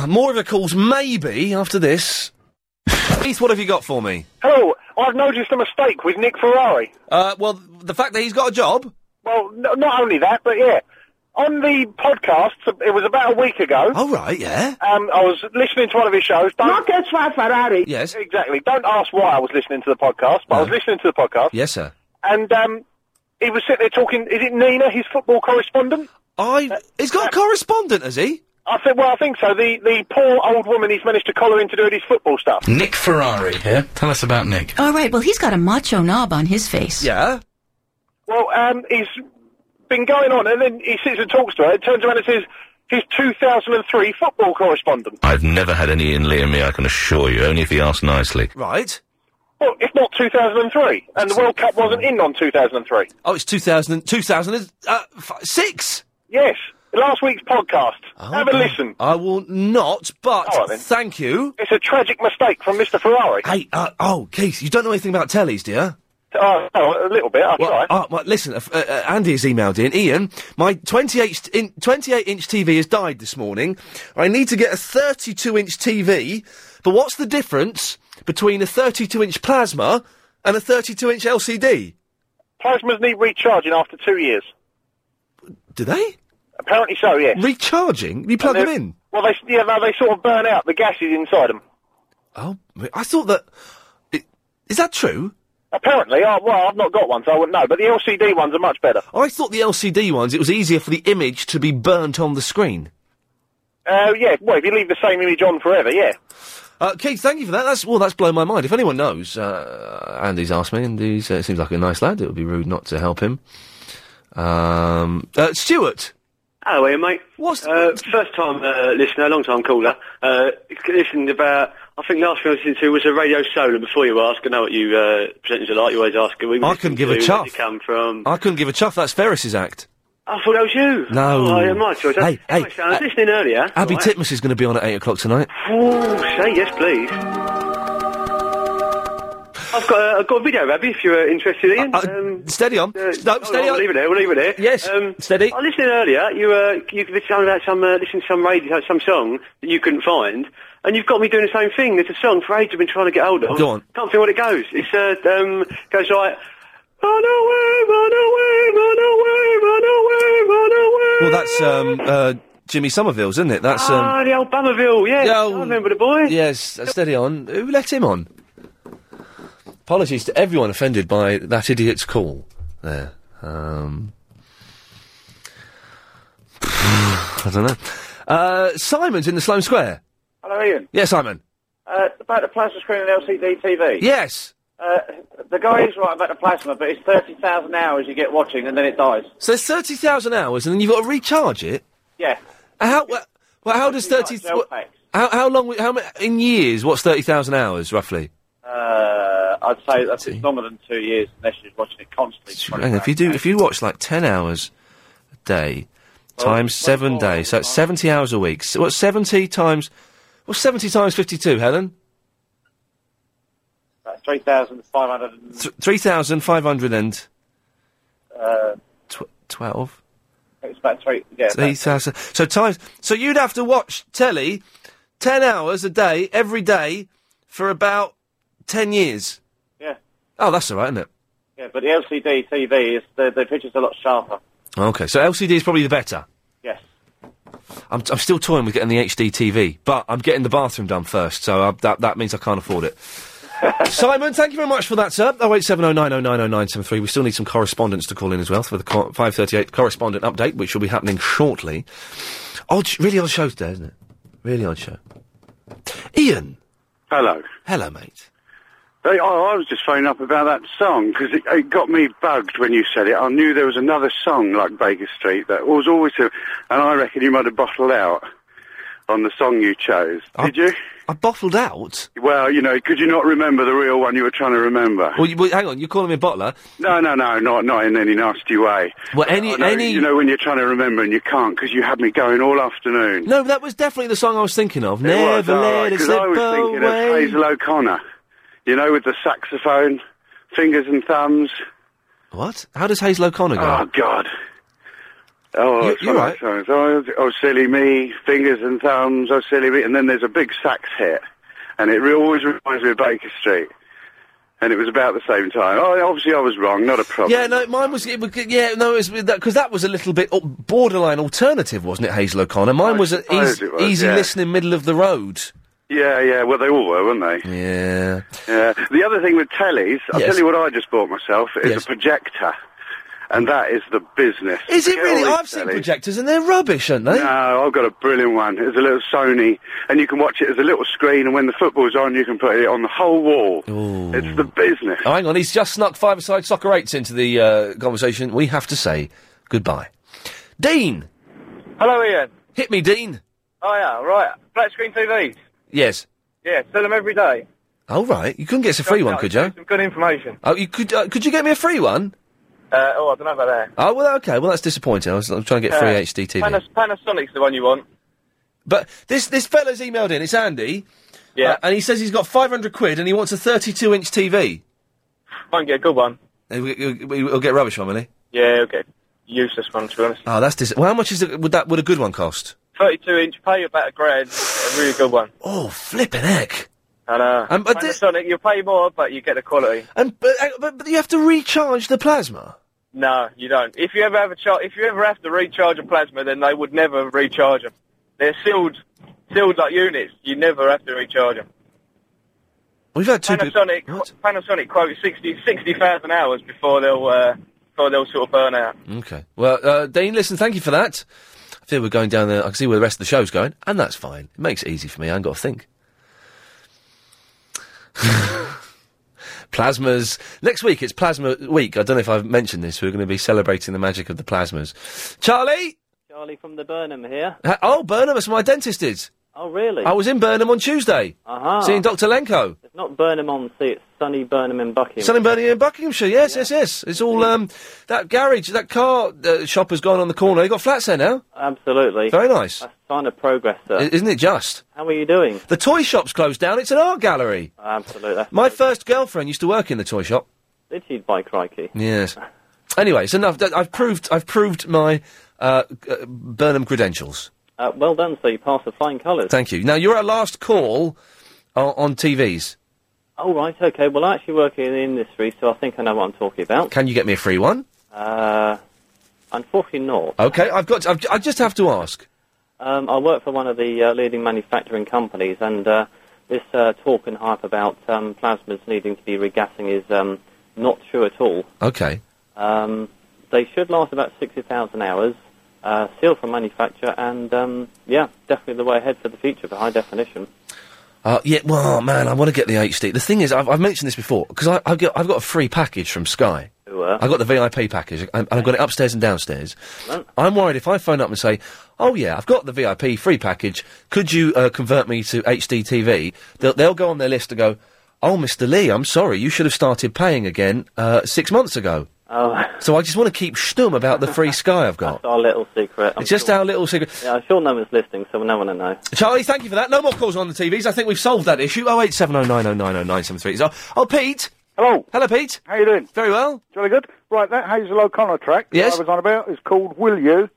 Speaker 2: More of the calls, maybe after this. Keith, what have you got for me?
Speaker 5: Hello, I've noticed a mistake with Nick Ferrari.
Speaker 2: Uh, well, the fact that he's got a job.
Speaker 5: Well, no, not only that, but yeah, on the podcast, it was about a week ago.
Speaker 2: Oh right, yeah.
Speaker 5: Um, I was listening to one of his shows. Don't, Marcus Ferrari.
Speaker 2: Yes,
Speaker 5: exactly. Don't ask why I was listening to the podcast, but I was listening to the podcast,
Speaker 2: Yes, sir.
Speaker 5: and um, he was sitting there talking. Is it Nina, his football correspondent? Uh,
Speaker 2: I. he's got a correspondent, has he?
Speaker 5: I said, well, I think so. The the poor old woman he's managed to collar in to do his football stuff.
Speaker 45: Nick Ferrari here. Tell us about Nick.
Speaker 18: All right, well, he's got a macho knob on his face.
Speaker 2: Yeah.
Speaker 5: Well, um, he's been going on, and then he sits and talks to her. It turns around and says, "His 2003 football correspondent."
Speaker 46: I've never had any in Liam me, I can assure you, only if he asked nicely.
Speaker 2: Right.
Speaker 5: Well, it's not 2003, and the World Cup wasn't in on 2003.
Speaker 2: Oh, it's 2000, 2000 uh, f- six. Oh,
Speaker 5: Yes, last week's podcast. Have a listen.
Speaker 2: I will not, but
Speaker 5: All right, then.
Speaker 2: thank you.
Speaker 5: It's a tragic mistake from Mr. Ferrari.
Speaker 2: Hey, uh, oh, Keith, you don't know anything about tellies, do you?
Speaker 5: Oh, oh, a little bit. I
Speaker 2: Well,
Speaker 5: try.
Speaker 2: uh, well, listen, uh, f- uh, uh, Andy has emailed in. Ian, my 28 in- 28 inch TV has died this morning. I need to get a 32 inch TV, but what's the difference between a 32 inch plasma and a 32 inch LCD?
Speaker 5: Plasmas need recharging after two years.
Speaker 2: Do they?
Speaker 5: Apparently so. Yes.
Speaker 2: Recharging? You plug
Speaker 5: And
Speaker 2: them
Speaker 5: they're-
Speaker 2: in?
Speaker 5: Well, they yeah, no, they sort of burn out the gases inside them.
Speaker 2: Oh, I thought that. i- Is that true?
Speaker 5: Apparently, oh, well, I've not got one, so I wouldn't know. But the LCD ones are much better.
Speaker 2: I thought the LCD ones, it was easier for the image to be burnt on the screen.
Speaker 5: Uh, yeah, well, if you leave the same image on forever, yeah.
Speaker 2: Uh, Keith, thank you for that. That's well, that's blown my mind. If anyone knows, uh, Andy's asked me, and he uh, seems like a nice lad. It would be rude not to help him. Um, uh, Stuart,
Speaker 47: Hello, Ian, mate. What's uh, first time uh, listener, long time caller. Uh, listening about
Speaker 4: I think last thing I listened to was a Radio Soul, and before you ask, I know what you uh, presenters are like. You always ask, "Who we
Speaker 2: I couldn't
Speaker 4: listen
Speaker 2: give a
Speaker 4: to, where
Speaker 2: chuff.
Speaker 4: did you come from?"
Speaker 2: I couldn't give a chuff. That's Ferris's act.
Speaker 4: I thought that was you.
Speaker 2: No.
Speaker 4: Oh, yeah, my choice.
Speaker 2: Hey, hey,
Speaker 4: I was listening earlier.
Speaker 2: Abby
Speaker 4: Right.
Speaker 2: Titmus is going to be on at eight o'clock tonight.
Speaker 4: Oh, say yes, please. I've got a, I've got a video, Abby, if you're uh, interested, Ian. um,
Speaker 2: steady on.
Speaker 4: no, steady on. We'll leave it there. We'll leave it there.
Speaker 2: Yes,
Speaker 4: Um,
Speaker 2: steady.
Speaker 4: I listened earlier. You uh, you were listening about some uh, listening to some radio, some song that you couldn't find, and you've got me doing the same thing. There's a song for ages I've been trying to get hold of.
Speaker 2: Go on.
Speaker 4: Can't think what it goes. It's uh, um goes like. Run away, run away, run away, run away, run away.
Speaker 2: Well, that's um, uh, Jimmy Somerville's, isn't it? That's um,
Speaker 4: ah, the old Bummerville, yeah. I remember the boy.
Speaker 2: yes. uh, Steady on. Who let him on? Apologies to everyone offended by that idiot's call. There. Um, I don't know. Uh, Simon's in the Sloane Square.
Speaker 38: Hello, Ian.
Speaker 2: Yeah, Simon.
Speaker 38: Uh, about the plasma screen and LCD TV.
Speaker 2: Yes.
Speaker 38: Uh, the guy is right about the plasma, but it's 30,000 hours you get watching and then it dies.
Speaker 2: So there's thirty thousand hours, and then you've got to recharge it.
Speaker 38: Yeah.
Speaker 2: Uh, How? Well, how does thirty?
Speaker 38: Self
Speaker 2: wh-
Speaker 38: packs.
Speaker 2: How, how long? How ma- in years? What's thirty thousand hours roughly?
Speaker 38: Uh, I'd say that's it's longer than two years unless you're watching it constantly.
Speaker 2: Hang on, if you do, if you watch like ten hours a day,
Speaker 38: Oh,
Speaker 2: times seven days, so that's seventy hours a week. So, what seventy times? What's seventy times fifty-two, Helen?
Speaker 38: About 3,500 and,
Speaker 2: Th- Three thousand five hundred and
Speaker 38: uh,
Speaker 2: tw- twelve.
Speaker 38: it's about three, yeah.
Speaker 2: Three
Speaker 38: about-
Speaker 2: thousand. So times. So you'd have to watch telly ten hours a day every day for about ten years.
Speaker 38: Yeah.
Speaker 2: Oh, that's all right, isn't it?
Speaker 38: yeah, but the LCD TV, is, the, the picture's a lot sharper.
Speaker 2: Okay, so LCD is probably the better.
Speaker 38: Yes.
Speaker 2: I'm, I'm still toying with getting the HD TV, but I'm getting the bathroom done first, so uh that, that means I can't afford it. Simon, thank you very much for that, sir. Oh, 08709090973. We still need some correspondence to call in as well for the co- 538 correspondent update, which will be happening shortly. Odd, sh- really odd show today, isn't it? Really odd show. Ian.
Speaker 31: Hello.
Speaker 2: Hello, mate.
Speaker 31: Hey, oh, I was just phoning up about that song because it, it got me bugged when you said it. I knew there was another song like Baker Street that was always, a, and I reckon you might have bottled out on the song you chose. Did you?
Speaker 2: I bottled out.
Speaker 31: Well, you know, could you not remember the real one you were trying to remember?
Speaker 2: Well, you, well hang on, you're calling me a bottler.
Speaker 31: No, no, no, not not in any nasty way.
Speaker 2: Well, any-
Speaker 31: I know,
Speaker 2: any-
Speaker 31: you know, when you're trying to remember and you can't because you had me going all afternoon.
Speaker 2: No, that was definitely the song I was thinking of.
Speaker 31: It
Speaker 2: Never
Speaker 31: was, all
Speaker 2: let
Speaker 31: right,
Speaker 2: it
Speaker 31: 'cause
Speaker 2: slip
Speaker 31: I was thinking
Speaker 2: away.
Speaker 31: of Hazel O'Connor, you know, with the saxophone, fingers and thumbs.
Speaker 2: What? How does Hazel O'Connor go?
Speaker 31: Oh God. Oh,
Speaker 2: You-
Speaker 31: it's
Speaker 2: you're
Speaker 31: one of those songs. Oh, oh, silly me, fingers and thumbs. Oh, silly me. And then there's a big sax hit, and it re- always reminds me of Baker Street. And it was about the same time. Oh, obviously I was wrong. Not a problem.
Speaker 2: Yeah, no, mine was. It, was- yeah, no, it was because that, 'cause that was a little bit up- borderline alternative, wasn't it, Hazel O'Connor? Mine was an
Speaker 31: suppose
Speaker 2: easy,
Speaker 31: it was,
Speaker 2: easy
Speaker 31: yeah.
Speaker 2: listening, middle of the road.
Speaker 31: Yeah, yeah. Well, they all were, weren't they?
Speaker 2: Yeah.
Speaker 31: Yeah. The other thing with tellies, I'll
Speaker 2: Yes.
Speaker 31: tell you what I just bought myself is
Speaker 2: Yes.
Speaker 31: a projector, and that is the business.
Speaker 2: Is it
Speaker 31: Get
Speaker 2: really?
Speaker 31: all these
Speaker 2: I've seen
Speaker 31: tellies.
Speaker 2: projectors and they're rubbish, aren't they?
Speaker 31: No, I've got a brilliant one. It's a little Sony, and you can watch it as a little screen. And when the football's on, you can put it on the whole wall. It's the business.
Speaker 2: Oh, hang on, he's just snuck five-a-side soccer eights into the uh, conversation. We have to say goodbye. Dean,
Speaker 5: Hello, Ian.
Speaker 2: hit me, Dean.
Speaker 5: Oh, yeah, right. Flat screen TVs.
Speaker 2: Yes.
Speaker 5: Yeah, sell them every day.
Speaker 2: All right, you couldn't get us a free one, could you?
Speaker 5: Some good information.
Speaker 2: Oh, you could. Uh, could you get me a free one?
Speaker 5: Uh, oh, I don't know about that.
Speaker 2: Oh well, okay. Well, that's disappointing. I was, I'm trying to get free
Speaker 5: Uh,
Speaker 2: HD TV.
Speaker 5: Panas- Panasonic's the one you want.
Speaker 2: But this this fella's emailed in. It's Andy. Yeah. and he says he's got 500 quid and he wants a 32 inch TV.
Speaker 5: Won't get a good one.
Speaker 2: He'll, he'll- he'll get rubbish from, will he?
Speaker 5: Yeah, okay. Useless one, to be honest.
Speaker 2: Oh, that's dis- Well, how much is it, would that would a good one cost?
Speaker 5: 32 inch, pay about a grand. a really good one.
Speaker 2: Oh, flipping heck!
Speaker 5: I know.
Speaker 2: Um, but thi-
Speaker 5: Panasonic, you pay more, but you get the quality.
Speaker 2: And but, uh, but but you have to recharge the plasma.
Speaker 5: No, you don't. If you ever have a char- if you ever have to recharge a plasma, then they would never recharge them. They're sealed, sealed like units. You never have to recharge them.
Speaker 2: We've had two. people.
Speaker 5: Panasonic, Panasonic quoted 60 60,000 hours before they'll uh, before they'll sort of burn out.
Speaker 2: okay. Well, uh, Dean, listen. Thank you for that. I feel we're going down there. I can see where the rest of the show's going, and that's fine. It makes it easy for me. I ain't got to think. plasmas. Next week it's Plasma Week. I don't know if I've mentioned this. We're going to be celebrating the magic of the plasmas. Charlie.
Speaker 48: Charlie from the Burnham here.
Speaker 2: Ha- Oh, Burnham, that's where my dentist is.
Speaker 8: Oh, really?
Speaker 2: I was in Burnham on Tuesday,
Speaker 8: Aha.
Speaker 2: seeing Dr. Lenko.
Speaker 8: It's not Burnham on Sea, it's sunny Burnham in Buckingham.
Speaker 2: Selling Burnham in Buckinghamshire. Yes, yes, yes. It's all um, that garage, that car uh, shop has gone on the corner. They got flats there now.
Speaker 8: Absolutely.
Speaker 2: Very nice.
Speaker 8: That's a sign of progress, sir.
Speaker 2: I- Isn't it just?
Speaker 8: How are you doing?
Speaker 2: The toy shop's closed down. It's an art gallery.
Speaker 8: Absolutely.
Speaker 2: My first girlfriend used to work in the toy shop.
Speaker 8: Did she by crikey?
Speaker 2: Yes. Anyway, it's enough. That- I've proved. I've proved my uh, g- uh, Burnham credentials.
Speaker 8: Uh, well done, sir. You passed the flying colours.
Speaker 2: Thank you. Now you're our last call on, on TVs.
Speaker 8: Oh, right, okay. Well, I actually work in the industry, so I think I know what I'm talking about.
Speaker 2: Can you get me a free one?
Speaker 8: Uh, unfortunately not.
Speaker 2: Okay, I've got. To, I've, I just have to ask.
Speaker 8: Um, I work for one of the uh, leading manufacturing companies, and uh, this uh, talk and hype about um, plasmas needing to be regassing is um, not true at all.
Speaker 2: Okay.
Speaker 8: Um, they should last about 60,000 hours, uh, sealed from manufacture, and um, yeah, definitely the way ahead for the future for high definition.
Speaker 2: Uh, yeah, well, man, I want to get the HD. The thing is, I've, I've mentioned this before because I, I've, got, I've got a free package from Sky.
Speaker 8: Uh,
Speaker 2: I got the VIP package, and and I've got it upstairs and downstairs. I'm worried if I phone up and say, "Oh yeah, I've got the VIP free package. Could you uh, convert me to HD TV?" They'll, they'll go on their list and go, "Oh, Mr. Lee, I'm sorry, you should have started paying again uh, six months ago."
Speaker 8: Oh.
Speaker 2: So I just want to keep shtum about the free Sky I've got.
Speaker 8: It's our little secret. I'm
Speaker 2: It's just our little secret.
Speaker 8: Yeah, I'm sure no one's listening, so no one will know.
Speaker 2: Charlie, thank you for that. No more calls on the TVs. I think we've solved that issue. Oh eight seven oh nine oh nine oh nine seven three. Oh, oh, Pete.
Speaker 14: Hello.
Speaker 2: Hello, Pete.
Speaker 14: How you doing?
Speaker 2: Very well.
Speaker 14: Jolly good. Right, that Hazel O'Connor track that
Speaker 2: Yes.
Speaker 14: I was on about is called Will You,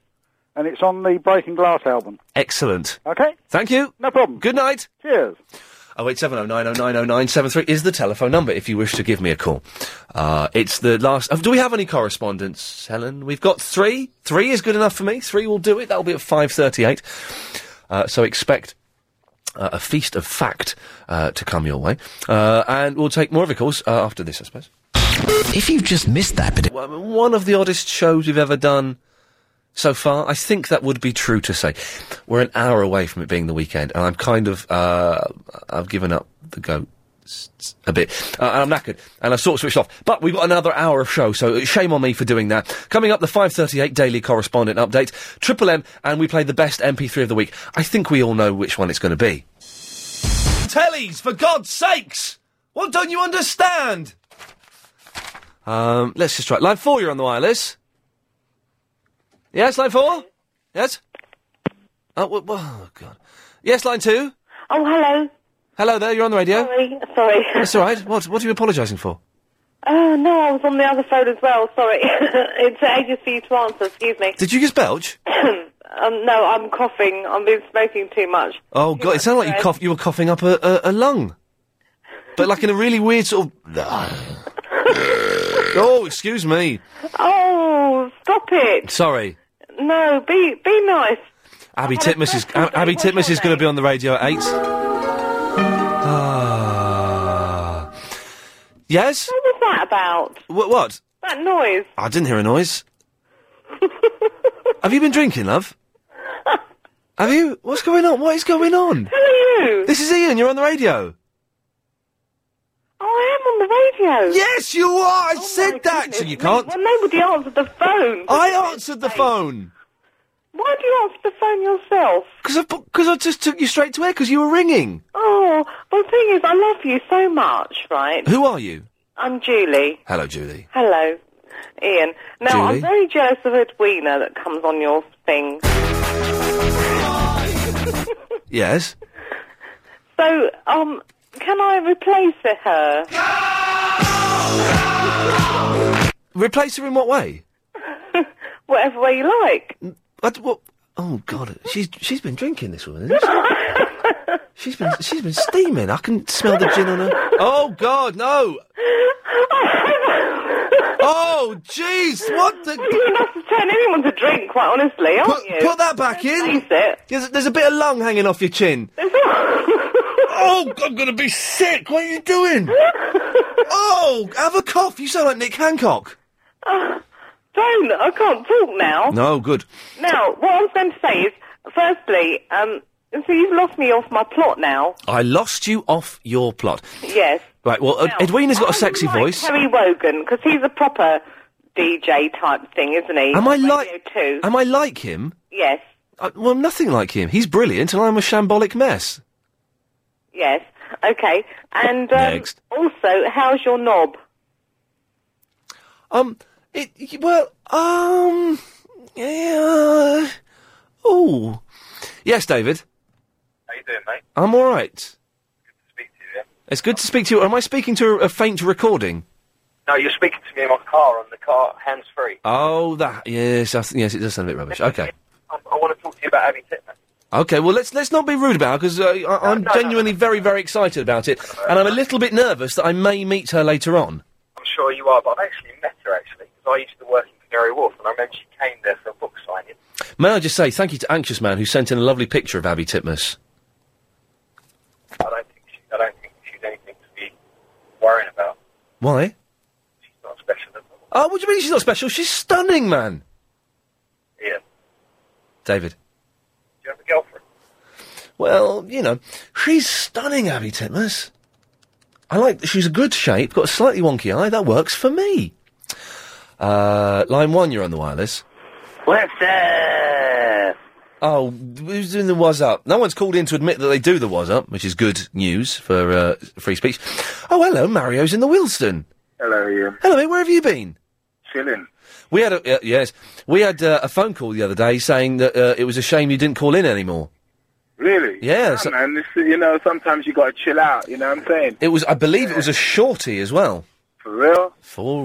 Speaker 14: and it's on the Breaking Glass album.
Speaker 2: Excellent.
Speaker 14: Okay?
Speaker 2: Thank you.
Speaker 14: No problem.
Speaker 2: Good night.
Speaker 14: Cheers.
Speaker 2: Oh wait, seven oh nine oh nine oh nine seven three is the telephone number if you wish to give me a call. Uh, it's the last. oh, do we have any correspondence, Helen? We've got three. Three is good enough for me. Three will do it. That'll be at five thirty-eight. Uh, so expect uh, a feast of fact uh, to come your way, uh, and we'll take more of your calls uh, after this, I suppose. If you've just missed that bit, one of the oddest shows we've ever done so far, I think that would be true to say. We're an hour away from it being the weekend, and I'm kind of, uh, I've given up the goat s- s- a bit. Uh, and I'm knackered, and I've sort of switched off. But we've got another hour of show, so shame on me for doing that. Coming up, the 5.38 Daily Correspondent Update, Triple M, and we play the best MP3 of the week. I think we all know which one it's going to be. Tellies, for God's sakes! What don't you understand? Um, let's just try it. Line 4, you're on the wireless. Yes, line four. Yes. Oh, wha- wha- oh God. Yes, line two.
Speaker 20: Oh, hello.
Speaker 2: Hello there. You're on the radio.
Speaker 20: Sorry, sorry.
Speaker 2: That's all right. What? What are you apologising for?
Speaker 20: Oh no, I was on the other phone as well. Sorry, it's ages for you to answer. Excuse me.
Speaker 2: Did you just belch?
Speaker 20: um, no, I'm coughing. I've been smoking too much.
Speaker 2: Oh God! It sounded like you cough. You were coughing up a, a, a lung, but like in a really weird sort of. oh, excuse me.
Speaker 20: Oh, stop it!
Speaker 2: Sorry.
Speaker 20: No, be be nice.
Speaker 2: Abby Titmus is Ab- Abby Titmus is going to be on the radio at eight. Ah. Yes.
Speaker 20: What was that about?
Speaker 2: What? What?
Speaker 20: That noise.
Speaker 2: I didn't hear a noise. Have you been drinking, love? Have you? What's going on? What is going on? Who
Speaker 20: are you?
Speaker 2: This is Ian. You're on the radio.
Speaker 20: I am on the radio.
Speaker 2: Yes, you
Speaker 6: Oh
Speaker 2: are. I said that. So you can't.
Speaker 20: Well, nobody answered the phone.
Speaker 2: I answered the phone
Speaker 20: Why do you answer the phone yourself?
Speaker 2: because I because I just took you straight to air because you were ringing.
Speaker 20: Oh, well, the thing is, I love you so much, right?
Speaker 2: Who are you?
Speaker 20: I'm Julie.
Speaker 2: Hello, Julie.
Speaker 20: Hello, Ian. Now,
Speaker 2: Julie?
Speaker 20: I'm very jealous of Edwina that comes on your thing.
Speaker 2: Yes.
Speaker 20: So, um, can I replace her?
Speaker 2: Replace her in what way?
Speaker 20: Whatever way you like.
Speaker 2: What, what? Oh God, she's she's been drinking this woman. Isn't she? she's been she's been steaming. I can smell the gin on her. Oh God, no! Oh jeez, what the?
Speaker 20: You're enough to turn anyone to drink, quite honestly, aren't
Speaker 2: put,
Speaker 20: you?
Speaker 2: put that back in. There's, there's a bit of lung hanging off your chin. oh, I'm gonna be sick. What are you doing? oh, have a cough. You sound like Nick Hancock.
Speaker 20: Oh, don't. I can't talk now.
Speaker 2: No, good.
Speaker 20: Now, what I was going to say is, firstly, um, so you've lost me off my plot now.
Speaker 2: I lost you off your plot.
Speaker 20: Yes.
Speaker 2: Right. Well, Ed- Edwina's got a sexy voice.
Speaker 20: Terry Wogan, because he's a proper DJ type thing, isn't he?
Speaker 2: Am I
Speaker 20: Radio
Speaker 2: like?
Speaker 20: Two.
Speaker 2: Am I like him?
Speaker 20: Yes.
Speaker 2: I, Uh, well, I'm nothing like him. He's brilliant, and I'm a shambolic mess.
Speaker 20: Yes. Okay. And um,
Speaker 2: Next.
Speaker 20: also, how's your knob?
Speaker 2: Um, it, y- well, um, yeah, oh, yes, David,
Speaker 5: How you doing, mate?
Speaker 2: I'm all right.
Speaker 5: Speak to you.
Speaker 2: It's good to speak to you. Am I speaking to a, a faint recording?
Speaker 5: No, you're speaking to me in my car, on the car hands free.
Speaker 2: Oh, that yes, I th- yes, it does sound a bit rubbish. Okay,
Speaker 5: I, I want to talk to you about Abby Titman.
Speaker 2: okay. Well, let's let's not be rude about it because uh, I- I'm genuinely very very excited about it, and I'm a little bit nervous that I may meet her later on.
Speaker 5: I'm sure you are, but I've actually met her actually because I used to work in Canary Wharf, and I remember she came there for a book signing.
Speaker 2: May I just say thank you to Anxious Man who sent in a lovely picture of Abby Titmus.
Speaker 5: I don't think she, I don't think she's anything to be worrying about.
Speaker 2: Why?
Speaker 5: She's not special at all.
Speaker 2: Oh, what do you mean she's not special? She's stunning, man.
Speaker 5: Yeah.
Speaker 2: David.
Speaker 5: Do you have a girlfriend?
Speaker 2: Well, you know, she's stunning, Abby Titmus. I like that she's a good shape, got a slightly wonky eye. That works for me. Uh, line one, you're on the wireless.
Speaker 29: What's up?
Speaker 2: Oh, who's doing the was up? No one's called in to admit that they do the was up, which is good news for uh, free speech. Oh, hello, Mario's in the Wilston.
Speaker 9: Hello, Ian.
Speaker 2: Hello, mate. Where have you been?
Speaker 9: Chilling.
Speaker 2: We had a, uh, yes, we had uh, a phone call the other day saying that uh, it was a shame you didn't call in anymore.
Speaker 9: Really?
Speaker 2: Yeah,
Speaker 9: Nah,
Speaker 2: so-
Speaker 9: man. This, you know, sometimes you gotta chill out. You know what I'm saying?
Speaker 2: It was, I believe, it was a shorty as well.
Speaker 9: For real.
Speaker 2: For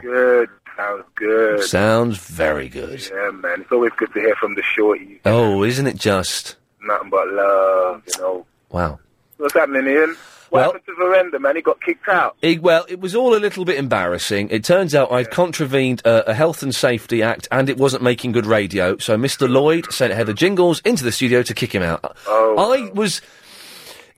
Speaker 9: Sounds good. Sounds good.
Speaker 2: sounds very good.
Speaker 9: Yeah, man. It's always good to hear from the shorties.
Speaker 2: Oh, isn't it just
Speaker 9: Nothing but love. You know.
Speaker 2: wow?
Speaker 9: What's happening, Ian? What
Speaker 2: Well-
Speaker 9: happened to Verenda, man? He got kicked out.
Speaker 2: It, well, it was all a little bit embarrassing. It turns out I'd contravened uh, a health and safety act, and it wasn't making good radio. So Mr. Lloyd sent Heather Jingles into the studio to kick him out. Oh, I was.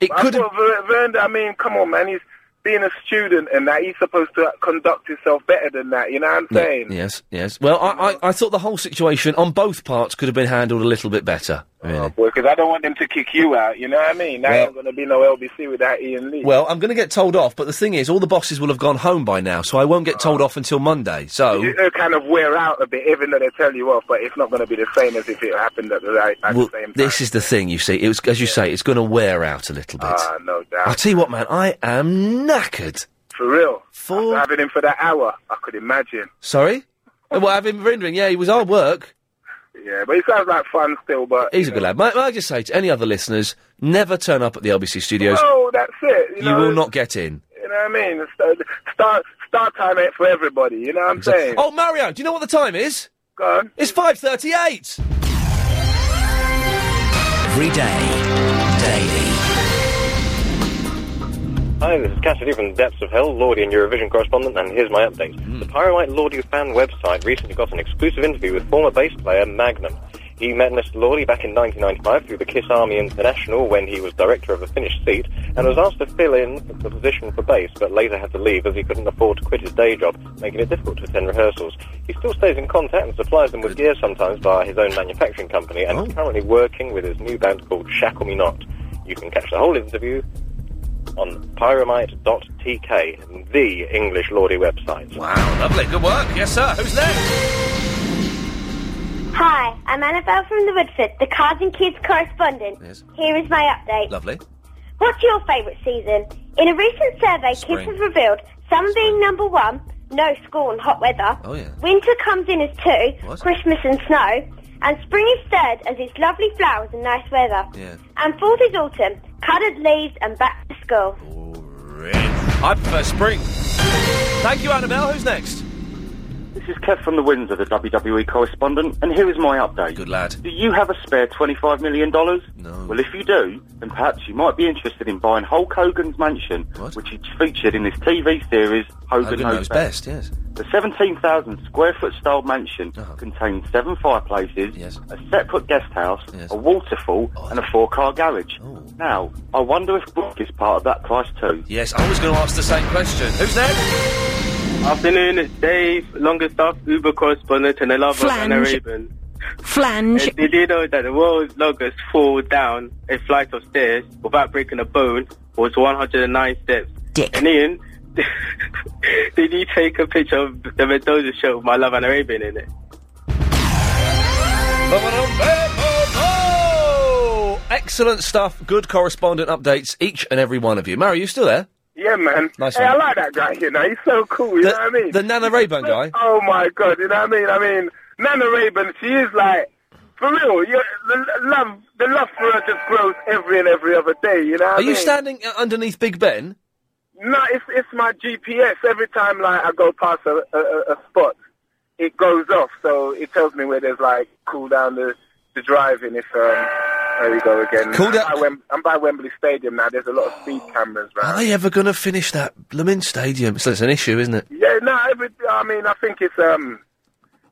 Speaker 2: It
Speaker 9: could have. Verenda, I mean, come on, man. He's being a student and that. He's supposed to conduct himself better than that. You know what I'm
Speaker 2: No,
Speaker 9: saying?
Speaker 2: yes, yes. Well, I, I, I thought the whole situation on both parts could have been handled a little bit better. Really.
Speaker 9: Because Oh, I don't want them to kick you out, you know what I mean? Now
Speaker 2: Well-
Speaker 9: ain't going to be no LBC without Ian Lee.
Speaker 2: Well, I'm going to get told off, but the thing is, all the bosses will have gone home by now, so I won't get told off until Monday. So.
Speaker 9: You know, kind of wear out a bit, even though they tell you off, but it's not going to be the same as if it happened at the, right, at
Speaker 2: Well,
Speaker 9: the same time.
Speaker 2: this is the thing, you see. It was, as you say, it's going to wear out a little bit.
Speaker 9: Ah, no doubt.
Speaker 2: I'll tell you what, man, I am knackered.
Speaker 9: For real. After having him for that hour, I could imagine.
Speaker 2: Sorry? well, I've been rendering, yeah, he was hard work.
Speaker 9: Yeah, but it sounds like fun still, but...
Speaker 2: He's a good lad. May, may I just say to any other listeners, never turn up at the LBC studios.
Speaker 9: Oh, that's it. You,
Speaker 2: you
Speaker 9: know,
Speaker 2: will not get in.
Speaker 9: You know what I mean? It's, uh, Start, start time ain't for everybody, you know what I'm saying?
Speaker 2: Oh, Mario, do you know what the time is?
Speaker 9: Go on.
Speaker 2: It's 5.38.
Speaker 21: Every day, daily.
Speaker 34: Hi, this is Cassidy from the depths of hell, Lordy and Eurovision correspondent, and here's my update.
Speaker 21: Hmm.
Speaker 34: The Pyrite Lordy fan website recently got an exclusive interview with former bass player Magnum. He met Mr. Lordy back in 1995 through the Kiss Army International when he was director of the Finnish seat and was asked to fill in the position for bass, but later had to leave as he couldn't afford to quit his day job, making it difficult to attend rehearsals. He still stays in contact and supplies them with gear sometimes via his own manufacturing company and
Speaker 2: Oh.
Speaker 34: is currently working with his new band called Shackle Me Not. You can catch the whole interview on pyramite.tk, the English Lordy website.
Speaker 2: Wow, lovely. Good work. Yes, sir. Who's next?
Speaker 42: Hi, I'm Annabelle from the Woodford, the Cards and Kids correspondent.
Speaker 2: Yes.
Speaker 42: Here is my update.
Speaker 2: Lovely.
Speaker 42: What's your favourite season? In a recent survey,
Speaker 2: Spring.
Speaker 42: kids have revealed some being number one, no school and hot weather.
Speaker 2: Oh, yeah.
Speaker 42: Winter comes in as two,
Speaker 2: What?
Speaker 42: Christmas and snow. And spring is third as it's lovely flowers and nice weather.
Speaker 2: Yeah.
Speaker 42: And fourth is autumn, coloured leaves and back to school.
Speaker 2: I prefer spring. Thank you, Annabelle. Who's next?
Speaker 30: This is Kev from the Windsor, the WWE correspondent, and here is my update.
Speaker 2: Good lad.
Speaker 30: Do you have a spare $25 million? No. Well, if you do, then perhaps you might be interested in buying Hulk Hogan's mansion, which is featured in this TV series, Hogan,
Speaker 2: Hogan knows best, yes.
Speaker 30: The 17,000 square foot style mansion
Speaker 2: Uh-huh.
Speaker 30: contains seven fireplaces, a separate guest house, a waterfall,
Speaker 2: Oh.
Speaker 30: and a four car garage. Now, I wonder if Brooke is part of that price too.
Speaker 2: Yes, I was going to ask the same question. Who's next?
Speaker 39: Afternoon, it's Dave, longest staff Uber correspondent and a lover of Anna
Speaker 18: Flange.
Speaker 39: Raven.
Speaker 18: Flange.
Speaker 39: And did you know that the world's longest fall down a flight of stairs without breaking a bone was 109 steps?
Speaker 18: Dick.
Speaker 39: And Ian, did you take a picture of the Mendoza show with my love Anna Raven in it?
Speaker 2: Ba-ba-dum, ba-ba-dum. oh, Excellent stuff. Good correspondent updates, each and every one of you. Mario, you still there?
Speaker 9: Yeah, man.
Speaker 2: Nice
Speaker 9: hey,
Speaker 2: one.
Speaker 9: I like that guy, you know. He's so cool, you
Speaker 2: The-
Speaker 9: know what I mean?
Speaker 2: the Nana Rayburn guy?
Speaker 9: Oh, my God, you know what I mean? I mean, Nana Rayburn, she is like, for real, you, the l- love the love for her just grows every and every other day, you know what I
Speaker 2: Are you
Speaker 9: mean?
Speaker 2: standing uh, underneath Big Ben?
Speaker 9: No, it's, it's my GPS. Every time like I go past a, a, a- a spot, it goes off, so it tells me where there's like cool down the, the driving if... Um, there we go again.
Speaker 2: Cool
Speaker 9: I'm,
Speaker 2: down-
Speaker 9: by Wem- I'm by Wembley Stadium now. There's a lot of speed cameras round.
Speaker 2: Are they ever going to finish that Blooming Stadium? So it's an issue, isn't it?
Speaker 9: Yeah, no, every, I mean, I think it's um,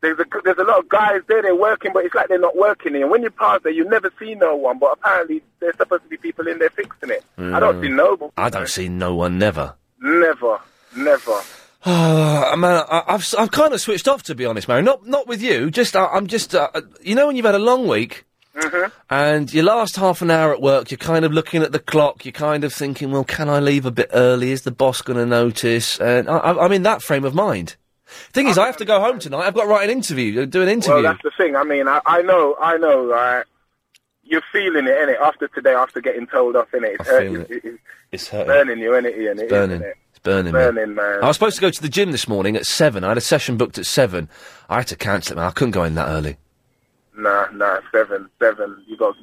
Speaker 9: there's a there's a lot of guys there. They're working, but it's like they're not working. And when you pass there, you never see no one. But apparently, there's supposed to be people in there fixing it.
Speaker 2: Mm.
Speaker 9: I don't see no, but
Speaker 2: Hmm. I don't see no one, never.
Speaker 9: never, never.
Speaker 2: Oh, man, I, I've s- I've kind of switched off to be honest, Mary. Not not with you. Just I, I'm just uh, uh, you know when you've had a long week
Speaker 9: Mm-hmm.
Speaker 2: and your last half an hour at work, you're kind of looking at the clock. You're kind of thinking, well, can I leave a bit early? Is the boss going to notice? And I, I, I'm in that frame of mind. Thing is, I have to go home tonight. I've got to write an interview, uh, do an interview.
Speaker 9: Well, that's the thing. I mean, I, I know, I know, right? You're feeling it, innit? After today, after getting told off, innit? It's,
Speaker 2: I
Speaker 9: hurt-
Speaker 2: feel
Speaker 9: it's, it's
Speaker 2: it's hurting.
Speaker 9: burning you, innit, Ian? It is,
Speaker 2: It's burning.
Speaker 9: innit?
Speaker 2: It's burning.
Speaker 9: Burning, man.
Speaker 2: I was supposed to go to the gym this morning at seven. I had a session booked at seven. I had to cancel it, man. I couldn't go in that early.
Speaker 9: Nah, nah, seven, seven. You got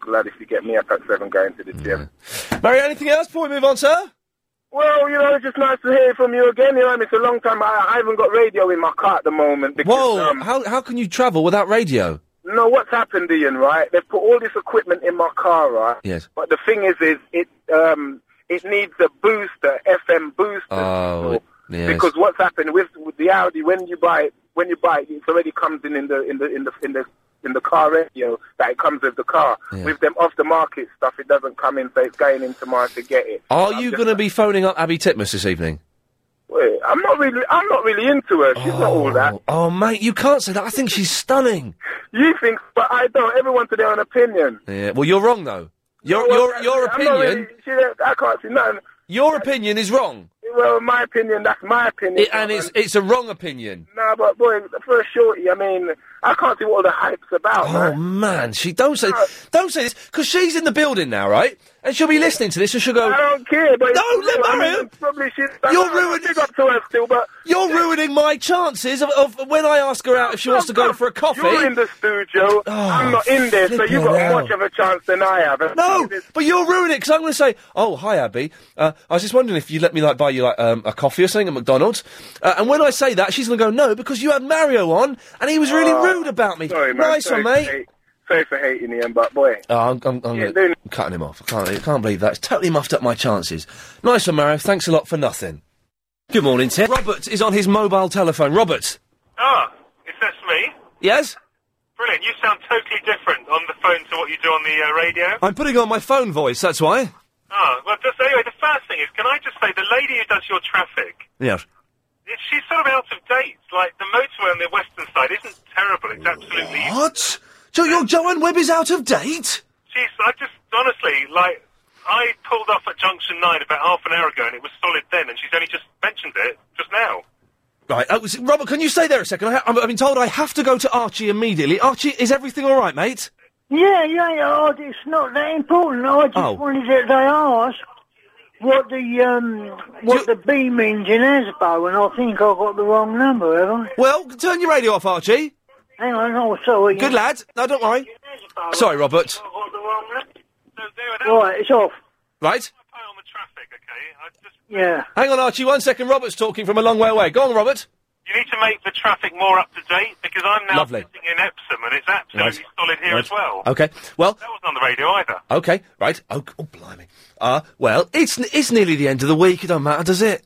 Speaker 9: glad if you get me up at seven going to the gym.
Speaker 2: Mary, anything else before we move on, sir?
Speaker 9: Well, you know, it's just nice to hear from you again. You know, I mean, it's a long time. I, I haven't got radio in my car at the moment. Because,
Speaker 2: Whoa!
Speaker 9: Um,
Speaker 2: how how can you travel without radio?
Speaker 9: no, what's happened, Ian? Right? They've put all this equipment in my car, right?
Speaker 2: Yes.
Speaker 9: But the thing is, is it um, it needs a booster, FM booster,
Speaker 2: Oh, yes.
Speaker 9: because what's happened with, with the Audi when you buy it, when you buy it, it already comes in in the in the in the in the in the car radio that it comes with the car. With them off the market stuff, it doesn't come in, so it's going into mine to get it.
Speaker 2: Are you going to be phoning up Abby Titmus this evening?
Speaker 9: Wait, I'm not really, I'm not really into her. She's not all that.
Speaker 2: Oh, mate, you can't say that. I think she's stunning.
Speaker 9: You think, but I don't. Everyone to their own opinion.
Speaker 2: Yeah. Well, you're wrong though. Your your your
Speaker 9: I'm not
Speaker 2: opinion.
Speaker 9: really- she don't- I can't see nothing.
Speaker 2: Your opinion is wrong.
Speaker 9: Well, my opinion, that's my opinion.
Speaker 2: It- and it's it's a wrong opinion.
Speaker 9: Nah, but boy, for a shorty, I mean, I can't see what all the hype's about.
Speaker 2: Oh man, she don't say don't say this because she's in the building now, right? And she'll be listening to this, and she'll go.
Speaker 9: I don't care, but
Speaker 2: no,
Speaker 9: it's,
Speaker 2: let
Speaker 9: I
Speaker 2: Mario.
Speaker 9: mean, probably she's
Speaker 2: You're
Speaker 9: I- I
Speaker 2: ruining-
Speaker 9: Big up to her still, but
Speaker 2: You're ruining my chances of, of when I ask her out if she wants to go for a coffee. Oh,
Speaker 9: you're in the studio. I'm not in there, so
Speaker 2: flipping
Speaker 9: you've got
Speaker 2: hell.
Speaker 9: much of a chance than I have. And
Speaker 2: No, but you'll ruin it because I'm going to say, "Oh, hi, Abby. Uh, I was just wondering if you let me like buy you like um, a coffee or something at McDonald's." Uh, and when I say that, she's going to go, "No, because you had Mario on and he was really
Speaker 9: Oh,
Speaker 2: rude about me."
Speaker 9: Sorry, man.
Speaker 2: nice
Speaker 9: sorry
Speaker 2: one, mate.
Speaker 9: For hate, sorry for hating him, but boy.
Speaker 2: Oh, I'm, I'm, I'm
Speaker 9: Yeah,
Speaker 2: gonna- cutting him off. I can't, I can't believe that. It's totally muffed up my chances. Nice one, Mario. Thanks a lot for nothing. Good morning, Tim. Robert is on his mobile telephone. Robert.
Speaker 33: Ah, is this me?
Speaker 2: Yes?
Speaker 33: Brilliant. You sound totally different on the phone to what you do on the uh, radio.
Speaker 2: I'm putting on my phone voice, that's why.
Speaker 33: Ah, well, just, anyway, the first thing is, can I just say, the lady who does your traffic,
Speaker 2: Yes.
Speaker 33: it- she's sort of out of date. Like, the motorway on the western side isn't terrible. It's absolutely...
Speaker 2: What? So your Joanne Webb is out of date?
Speaker 33: She's, I just, honestly, like, I pulled off at Junction 9 about half an hour ago, and it was solid then, and she's only just mentioned it just now.
Speaker 2: Right, oh, s- Robert, can you stay there a second? I ha- I'm, I've been told I have to go to Archie immediately. Archie, is everything all right, mate?
Speaker 6: Yeah, yeah, yeah. oh, It's not that important. I just
Speaker 2: Oh.
Speaker 6: wanted to they ask what the um what the B means in Asbo, and I think I got the wrong number, haven't I?
Speaker 2: Well, turn your radio off, Archie.
Speaker 6: Hang on, oh sorry.
Speaker 2: Good lad. No, don't worry. Sorry, Robert.
Speaker 6: Right, it's off.
Speaker 2: Right?
Speaker 6: Yeah.
Speaker 2: Hang on, Archie, one second. Robert's talking from a long way away. Go on, Robert.
Speaker 33: You need to make the traffic more up to date, because I'm now
Speaker 2: Lovely.
Speaker 33: sitting in Epsom, and it's absolutely
Speaker 2: Right.
Speaker 33: solid here
Speaker 2: Right.
Speaker 33: as well.
Speaker 2: Okay. Well,
Speaker 33: That wasn't on the radio either.
Speaker 2: okay, right. Oh, oh blimey. Uh, well, it's n- it's nearly the end of the week. It don't matter, does it?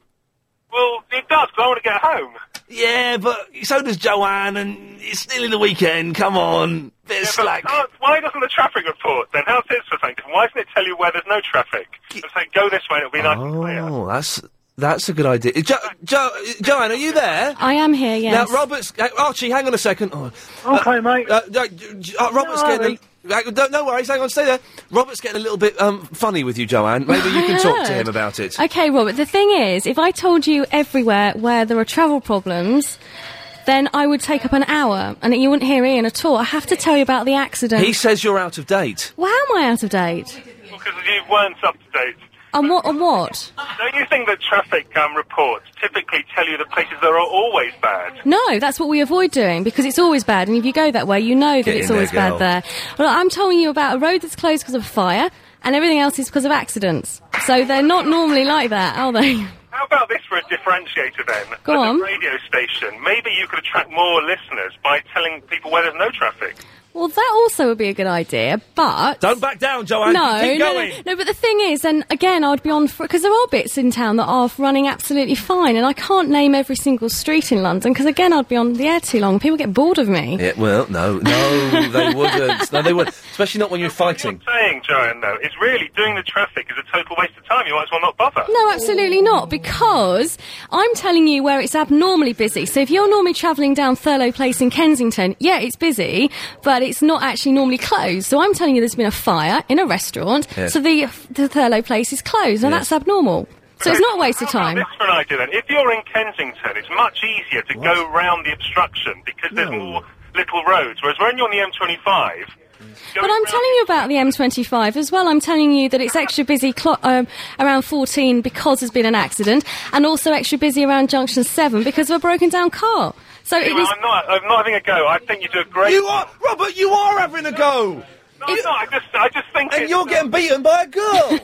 Speaker 33: Well, it does, because I want to get home.
Speaker 2: Yeah, but so does Joanne, and it's nearly the weekend. Come on, bit of slack.
Speaker 33: Oh, why doesn't the traffic report then? How's this for thanks? Why doesn't it tell you where there's no traffic? And say, go this way, it'll be nice.
Speaker 2: Oh, that's that's a good idea. Uh, Jo- jo- uh, Joanne, are you there?
Speaker 7: I am here, yes.
Speaker 2: Now, Robert's uh, Archie. Hang on a second. Oh.
Speaker 6: Okay, mate.
Speaker 2: Uh, uh, uh, Robert's
Speaker 6: No
Speaker 2: getting. A, uh, no, no worries. Hang on, stay there. Robert's getting a little bit um, funny with you, Joanne. Maybe you can talk to him about it.
Speaker 7: Okay, Robert, the thing is, if I told you everywhere where there are travel problems, then I would take up an hour and you wouldn't hear Ian at all. I have to tell you about the accident.
Speaker 2: He says you're out of date.
Speaker 7: well, how am I out of date?
Speaker 33: Because you weren't up to date.
Speaker 7: On what? On what?
Speaker 33: Don't you think that traffic um, reports typically tell you the places that are always bad?
Speaker 7: No, that's what we avoid doing because it's always bad. And if you go that way, you know that
Speaker 33: Get
Speaker 7: it's
Speaker 33: in there,
Speaker 7: always
Speaker 33: girl.
Speaker 7: bad there. Well, I'm telling you about a road that's closed because of fire, and everything else is because of accidents. So they're not normally like that, are they?
Speaker 33: How about this for a differentiator then?
Speaker 7: Go
Speaker 33: As
Speaker 7: on.
Speaker 33: A radio station. Maybe you could attract more listeners by telling people where there's no traffic.
Speaker 7: Well, that also would be a good idea, but
Speaker 2: Don't back down, Joanne.
Speaker 7: no,
Speaker 2: Keep
Speaker 7: no,
Speaker 2: going.
Speaker 7: no, no, but the thing is, and again, I'd be on for because there are bits in town that are running absolutely fine, and I can't name every single street in London because again, I'd be on the air too long. People get bored of me.
Speaker 2: Yeah, well, no, no, they wouldn't. No, they wouldn't. Especially not when you're fighting.
Speaker 33: Saying, Joanne, though, is really doing the traffic is a total waste of time. You might as well not bother.
Speaker 7: No, absolutely not, because I'm telling you where it's abnormally busy. So if you're normally travelling down Thurlow Place in Kensington, yeah, it's busy, but it's not actually normally closed. So I'm telling you there's been a fire in a restaurant,
Speaker 33: Yes.
Speaker 7: so the, the Thurlow Place is closed. Now that's abnormal. So it's not a waste of time.
Speaker 33: That's for an idea then. If you're in Kensington, it's much easier to go round the obstruction because there's more little roads. Whereas when you're on the M25,
Speaker 7: But I'm telling you about the M25 as well. I'm telling you that it's extra busy clo- um, around 14 because there's been an accident, and also extra busy around Junction 7 because of a broken down car. So it
Speaker 33: Anyway,
Speaker 7: is.
Speaker 33: I'm not. I'm not having a go. I think you do a great.
Speaker 2: You are, Robert. You are having a go.
Speaker 33: No, I'm not. I just, I just think. uh,
Speaker 2: And you're getting beaten by a girl.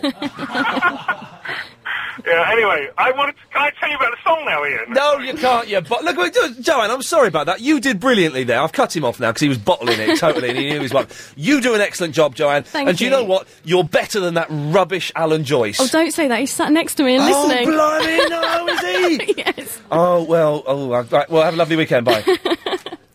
Speaker 33: Yeah. Anyway, I wanted. To, can I tell you about the song now, Ian?
Speaker 2: No, you can't. You but look, wait, Jo- Joanne. I'm sorry about that. You did brilliantly there. I've cut him off now because he was bottling it totally, and he knew his one. You do an excellent job, Joanne.
Speaker 7: Thank
Speaker 2: and do you
Speaker 7: you.
Speaker 2: know what? You're better than that rubbish Alan Joyce.
Speaker 7: Oh, don't say that. He's sat next to me and
Speaker 2: Oh,
Speaker 7: listening.
Speaker 2: blimey, no, is he?
Speaker 7: yes.
Speaker 2: Oh, well. Oh, uh, right. Well, have a lovely weekend. Bye.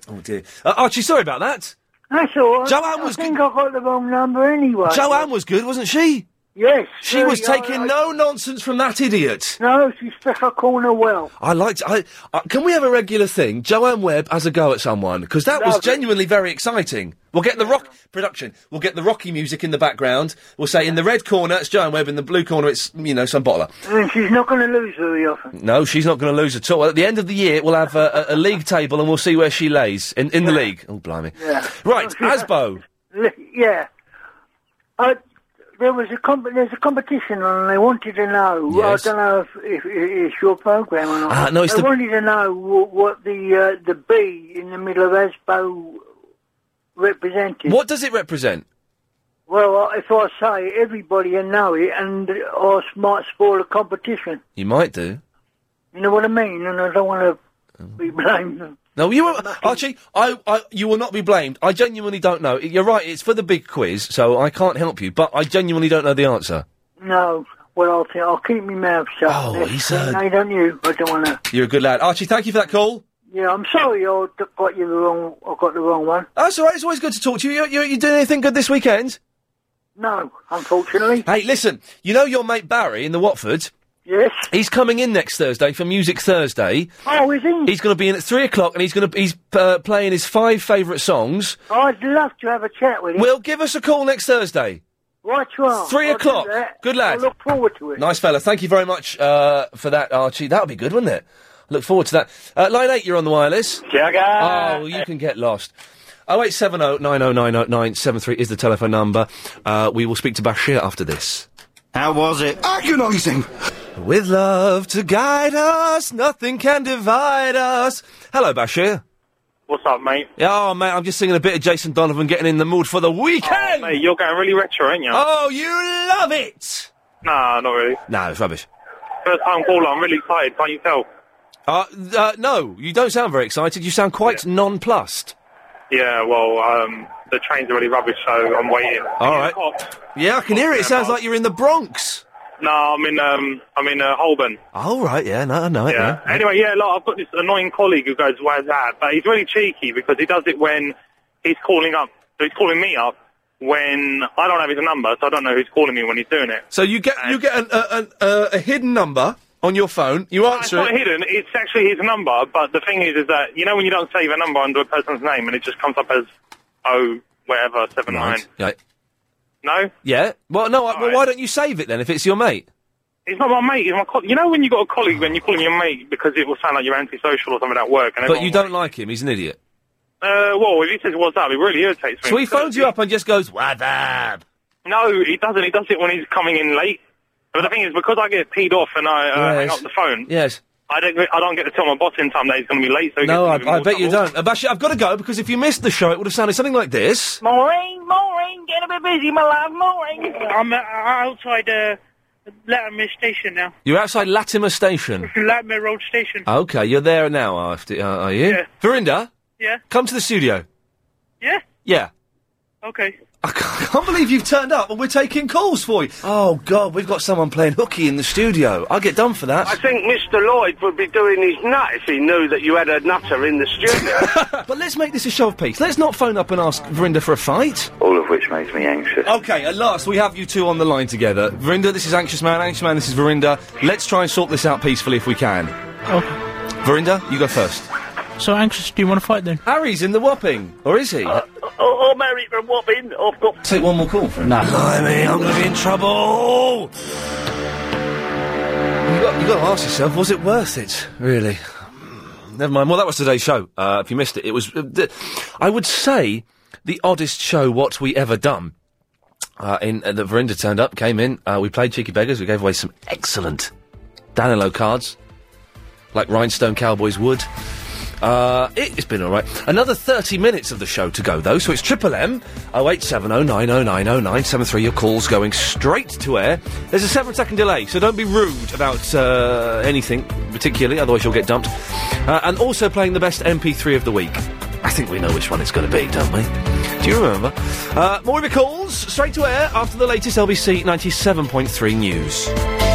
Speaker 2: oh dear, uh, Archie. Sorry about that.
Speaker 6: That's all. right.
Speaker 2: Joanne was
Speaker 6: I think I got the wrong number anyway.
Speaker 2: Joanne was good, wasn't she?
Speaker 6: Yes.
Speaker 2: She was
Speaker 6: very-
Speaker 2: taking no nonsense from that idiot.
Speaker 6: No, she stuck her corner well.
Speaker 2: I liked. I, I can we have a regular thing? Joanne Webb has a go at someone because that was genuinely very exciting. We'll get the rock production. We'll get the rocky music in the background. We'll say in the red corner it's Joanne Webb, in the blue corner it's you know some bottler.
Speaker 6: And she's not going to lose very often.
Speaker 2: No, she's not going to lose at all. At the end of the year, we'll have a, a, a league table and we'll see where she lays in, in the league. Oh blimey!
Speaker 6: Yeah.
Speaker 2: Right, Asbo.
Speaker 6: L- Yeah. Uh, there was a comp- there's a competition on and they wanted to know.
Speaker 2: Yes.
Speaker 6: I don't know if, if, if it's your program or not.
Speaker 2: Ah, no, it's
Speaker 6: they
Speaker 2: the-
Speaker 6: wanted to know what, what the uh, the bee in the middle of Asbo represented.
Speaker 2: What does it represent?
Speaker 6: Well, I- if I say it, everybody will know it, and I s- might spoil the competition.
Speaker 2: You might do.
Speaker 6: You know what I mean? And I don't want to
Speaker 2: Um.
Speaker 6: be blamed.
Speaker 2: No, you won't- Archie. I, I, you will not be blamed. I genuinely don't know. You're right. It's for the big quiz, so I can't help you. But I genuinely don't know the answer.
Speaker 6: No. Well, I'll, t- I'll keep my mouth shut. Oh,
Speaker 2: he's a-
Speaker 6: No, don't you. I don't want to.
Speaker 2: You're a good lad, Archie. Thank you for that call.
Speaker 6: Yeah, I'm sorry I t- got you the wrong. I got the wrong one.
Speaker 2: That's all right. It's always good to talk to you. You, you, you doing anything good this weekend?
Speaker 6: No, unfortunately.
Speaker 2: Hey, listen. You know your mate Barry in the Watford.
Speaker 6: Yes.
Speaker 2: He's coming in next Thursday for Music Thursday.
Speaker 6: Oh, is he?
Speaker 2: He's going to be in at three o'clock, and he's going to he's uh, playing his five favourite songs.
Speaker 6: I'd love to have a chat with him.
Speaker 2: Well, give us a call next Thursday.
Speaker 6: right, you are.
Speaker 2: Three
Speaker 6: I'll do
Speaker 2: o'clock.
Speaker 6: that.
Speaker 2: Good lad.
Speaker 6: I look forward to it.
Speaker 2: Nice fella. Thank you very much uh, for that, Archie. That would be good, wouldn't it? Look forward to that. Uh, line 8, you're on the wireless.
Speaker 6: Jagger!
Speaker 2: Oh, you can get lost. Oh, 0870 oh, 9090973 is the telephone number. Uh, we will speak to Bashir after this. How was it? Agonising! With love to guide us, nothing can divide us. Hello, Bashir.
Speaker 40: What's up, mate? Oh,
Speaker 2: Yeah, Oh, mate, I'm just singing a bit of Jason Donovan, getting in the mood for the weekend!
Speaker 40: Mate, you're getting really retro, ain't you?
Speaker 2: Oh, you love it!
Speaker 40: Nah, not really.
Speaker 2: No, it's rubbish.
Speaker 40: First time caller, I'm really excited, can't you tell?
Speaker 2: Uh, th- uh, no, you don't sound very excited. You sound quite nonplussed.
Speaker 40: Yeah, well, um, the trains are really rubbish, so I'm waiting.
Speaker 2: All right. Yeah, I can hear it. It sounds like you're in the Bronx.
Speaker 40: No, I'm in, um, I'm in uh, Holborn.
Speaker 2: Oh, right, yeah, no, I know it, yeah.
Speaker 40: Anyway, yeah, look, I've got this annoying colleague who goes, "Where's that?" But he's really cheeky because he does it when he's calling up. So he's calling me up when I don't have his number, so I don't know who's calling me when he's doing it.
Speaker 2: So you get you get an, a, an, uh, a hidden number on your phone. You
Speaker 40: It's
Speaker 2: answer
Speaker 40: not
Speaker 2: it.
Speaker 40: hidden. It's actually his number. But the thing is, is that you know when you don't save a number under a person's name and it just comes up as oh whatever seven nine.
Speaker 2: Yeah.
Speaker 40: No,
Speaker 2: Yeah. Well, no. I, well, why don't you save it then if it's your mate?
Speaker 40: He's not my mate. He's my co- you know when you got a colleague when you're calling your mate because it will sound like you're antisocial or something at work. And
Speaker 2: But
Speaker 40: everyone-
Speaker 2: you don't like him. He's an idiot.
Speaker 40: Uh, well, if he says what's up, it really irritates me.
Speaker 2: So he phones you up and just goes, "What up?"
Speaker 40: No, he doesn't. He does it when he's coming in late. But the thing is, because I get peed off and I uh, hang
Speaker 2: Yes.
Speaker 40: up the phone,
Speaker 2: Yes.
Speaker 40: I don't. I don't get to tell my boss in time that he's going to be late. So he
Speaker 2: No,
Speaker 40: gets in
Speaker 2: I,
Speaker 40: even
Speaker 2: I
Speaker 40: more
Speaker 2: bet you
Speaker 40: trouble.
Speaker 2: don't. Uh, Bashir, I've got to go because if you missed the show, it would have sounded something like this.
Speaker 31: Maureen, Maureen, get a bit busy, my love, Maureen. I'm uh, outside uh, Latimer Station now.
Speaker 2: You're outside Latimer Station.
Speaker 31: Latimer Road Station.
Speaker 2: Okay, you're there now, after, uh, are you? Verinda?
Speaker 31: Yeah.
Speaker 2: Come to the studio.
Speaker 31: Yeah?
Speaker 2: Yeah.
Speaker 31: Okay.
Speaker 2: I can't believe you've turned up and we're taking calls for you. Oh, God, we've got someone playing hooky in the studio. I'll get done for
Speaker 29: I
Speaker 2: that.
Speaker 29: think Mr. Lloyd would be doing his nut if he knew that you had a nutter in the studio.
Speaker 2: but let's make this a show of peace. Let's not phone up and ask Verinda for a fight.
Speaker 29: All of which makes me anxious.
Speaker 2: Okay, at last we have you two on the line together. Verinda, this is Anxious Man. Anxious Man, this is Verinda. Let's try and sort this out peacefully if we can.
Speaker 11: Okay.
Speaker 2: Verinda, you go first.
Speaker 11: So anxious, do you want to fight then?
Speaker 2: Harry's in the whopping, or is he?
Speaker 31: Oh, I'm married from Wapping. I've got
Speaker 2: Take one more call from
Speaker 11: No.
Speaker 2: Blimey, I'm going to be in trouble. You got, you got to ask yourself, was it worth it? Really? Never mind. Well, that was today's show. Uh, if you missed it, it was, uh, the, I would say, the oddest show what we ever done. Uh, in uh, that Verinda turned up, came in. Uh, we played Cheeky Beggars. We gave away some excellent Danilo cards, like Rhinestone Cowboys would. Uh, it, has been all right. Another 30 minutes of the show to go, though, so it's triple M 08709090973. Your call's going straight to air. There's a seven second delay, so don't be rude about uh, anything particularly, otherwise, you'll get dumped. Uh, and also playing the best MP3 of the week. I think we know which one it's going to be, don't we? Do you remember? Uh, more of your calls straight to air after the latest LBC 97.3 news.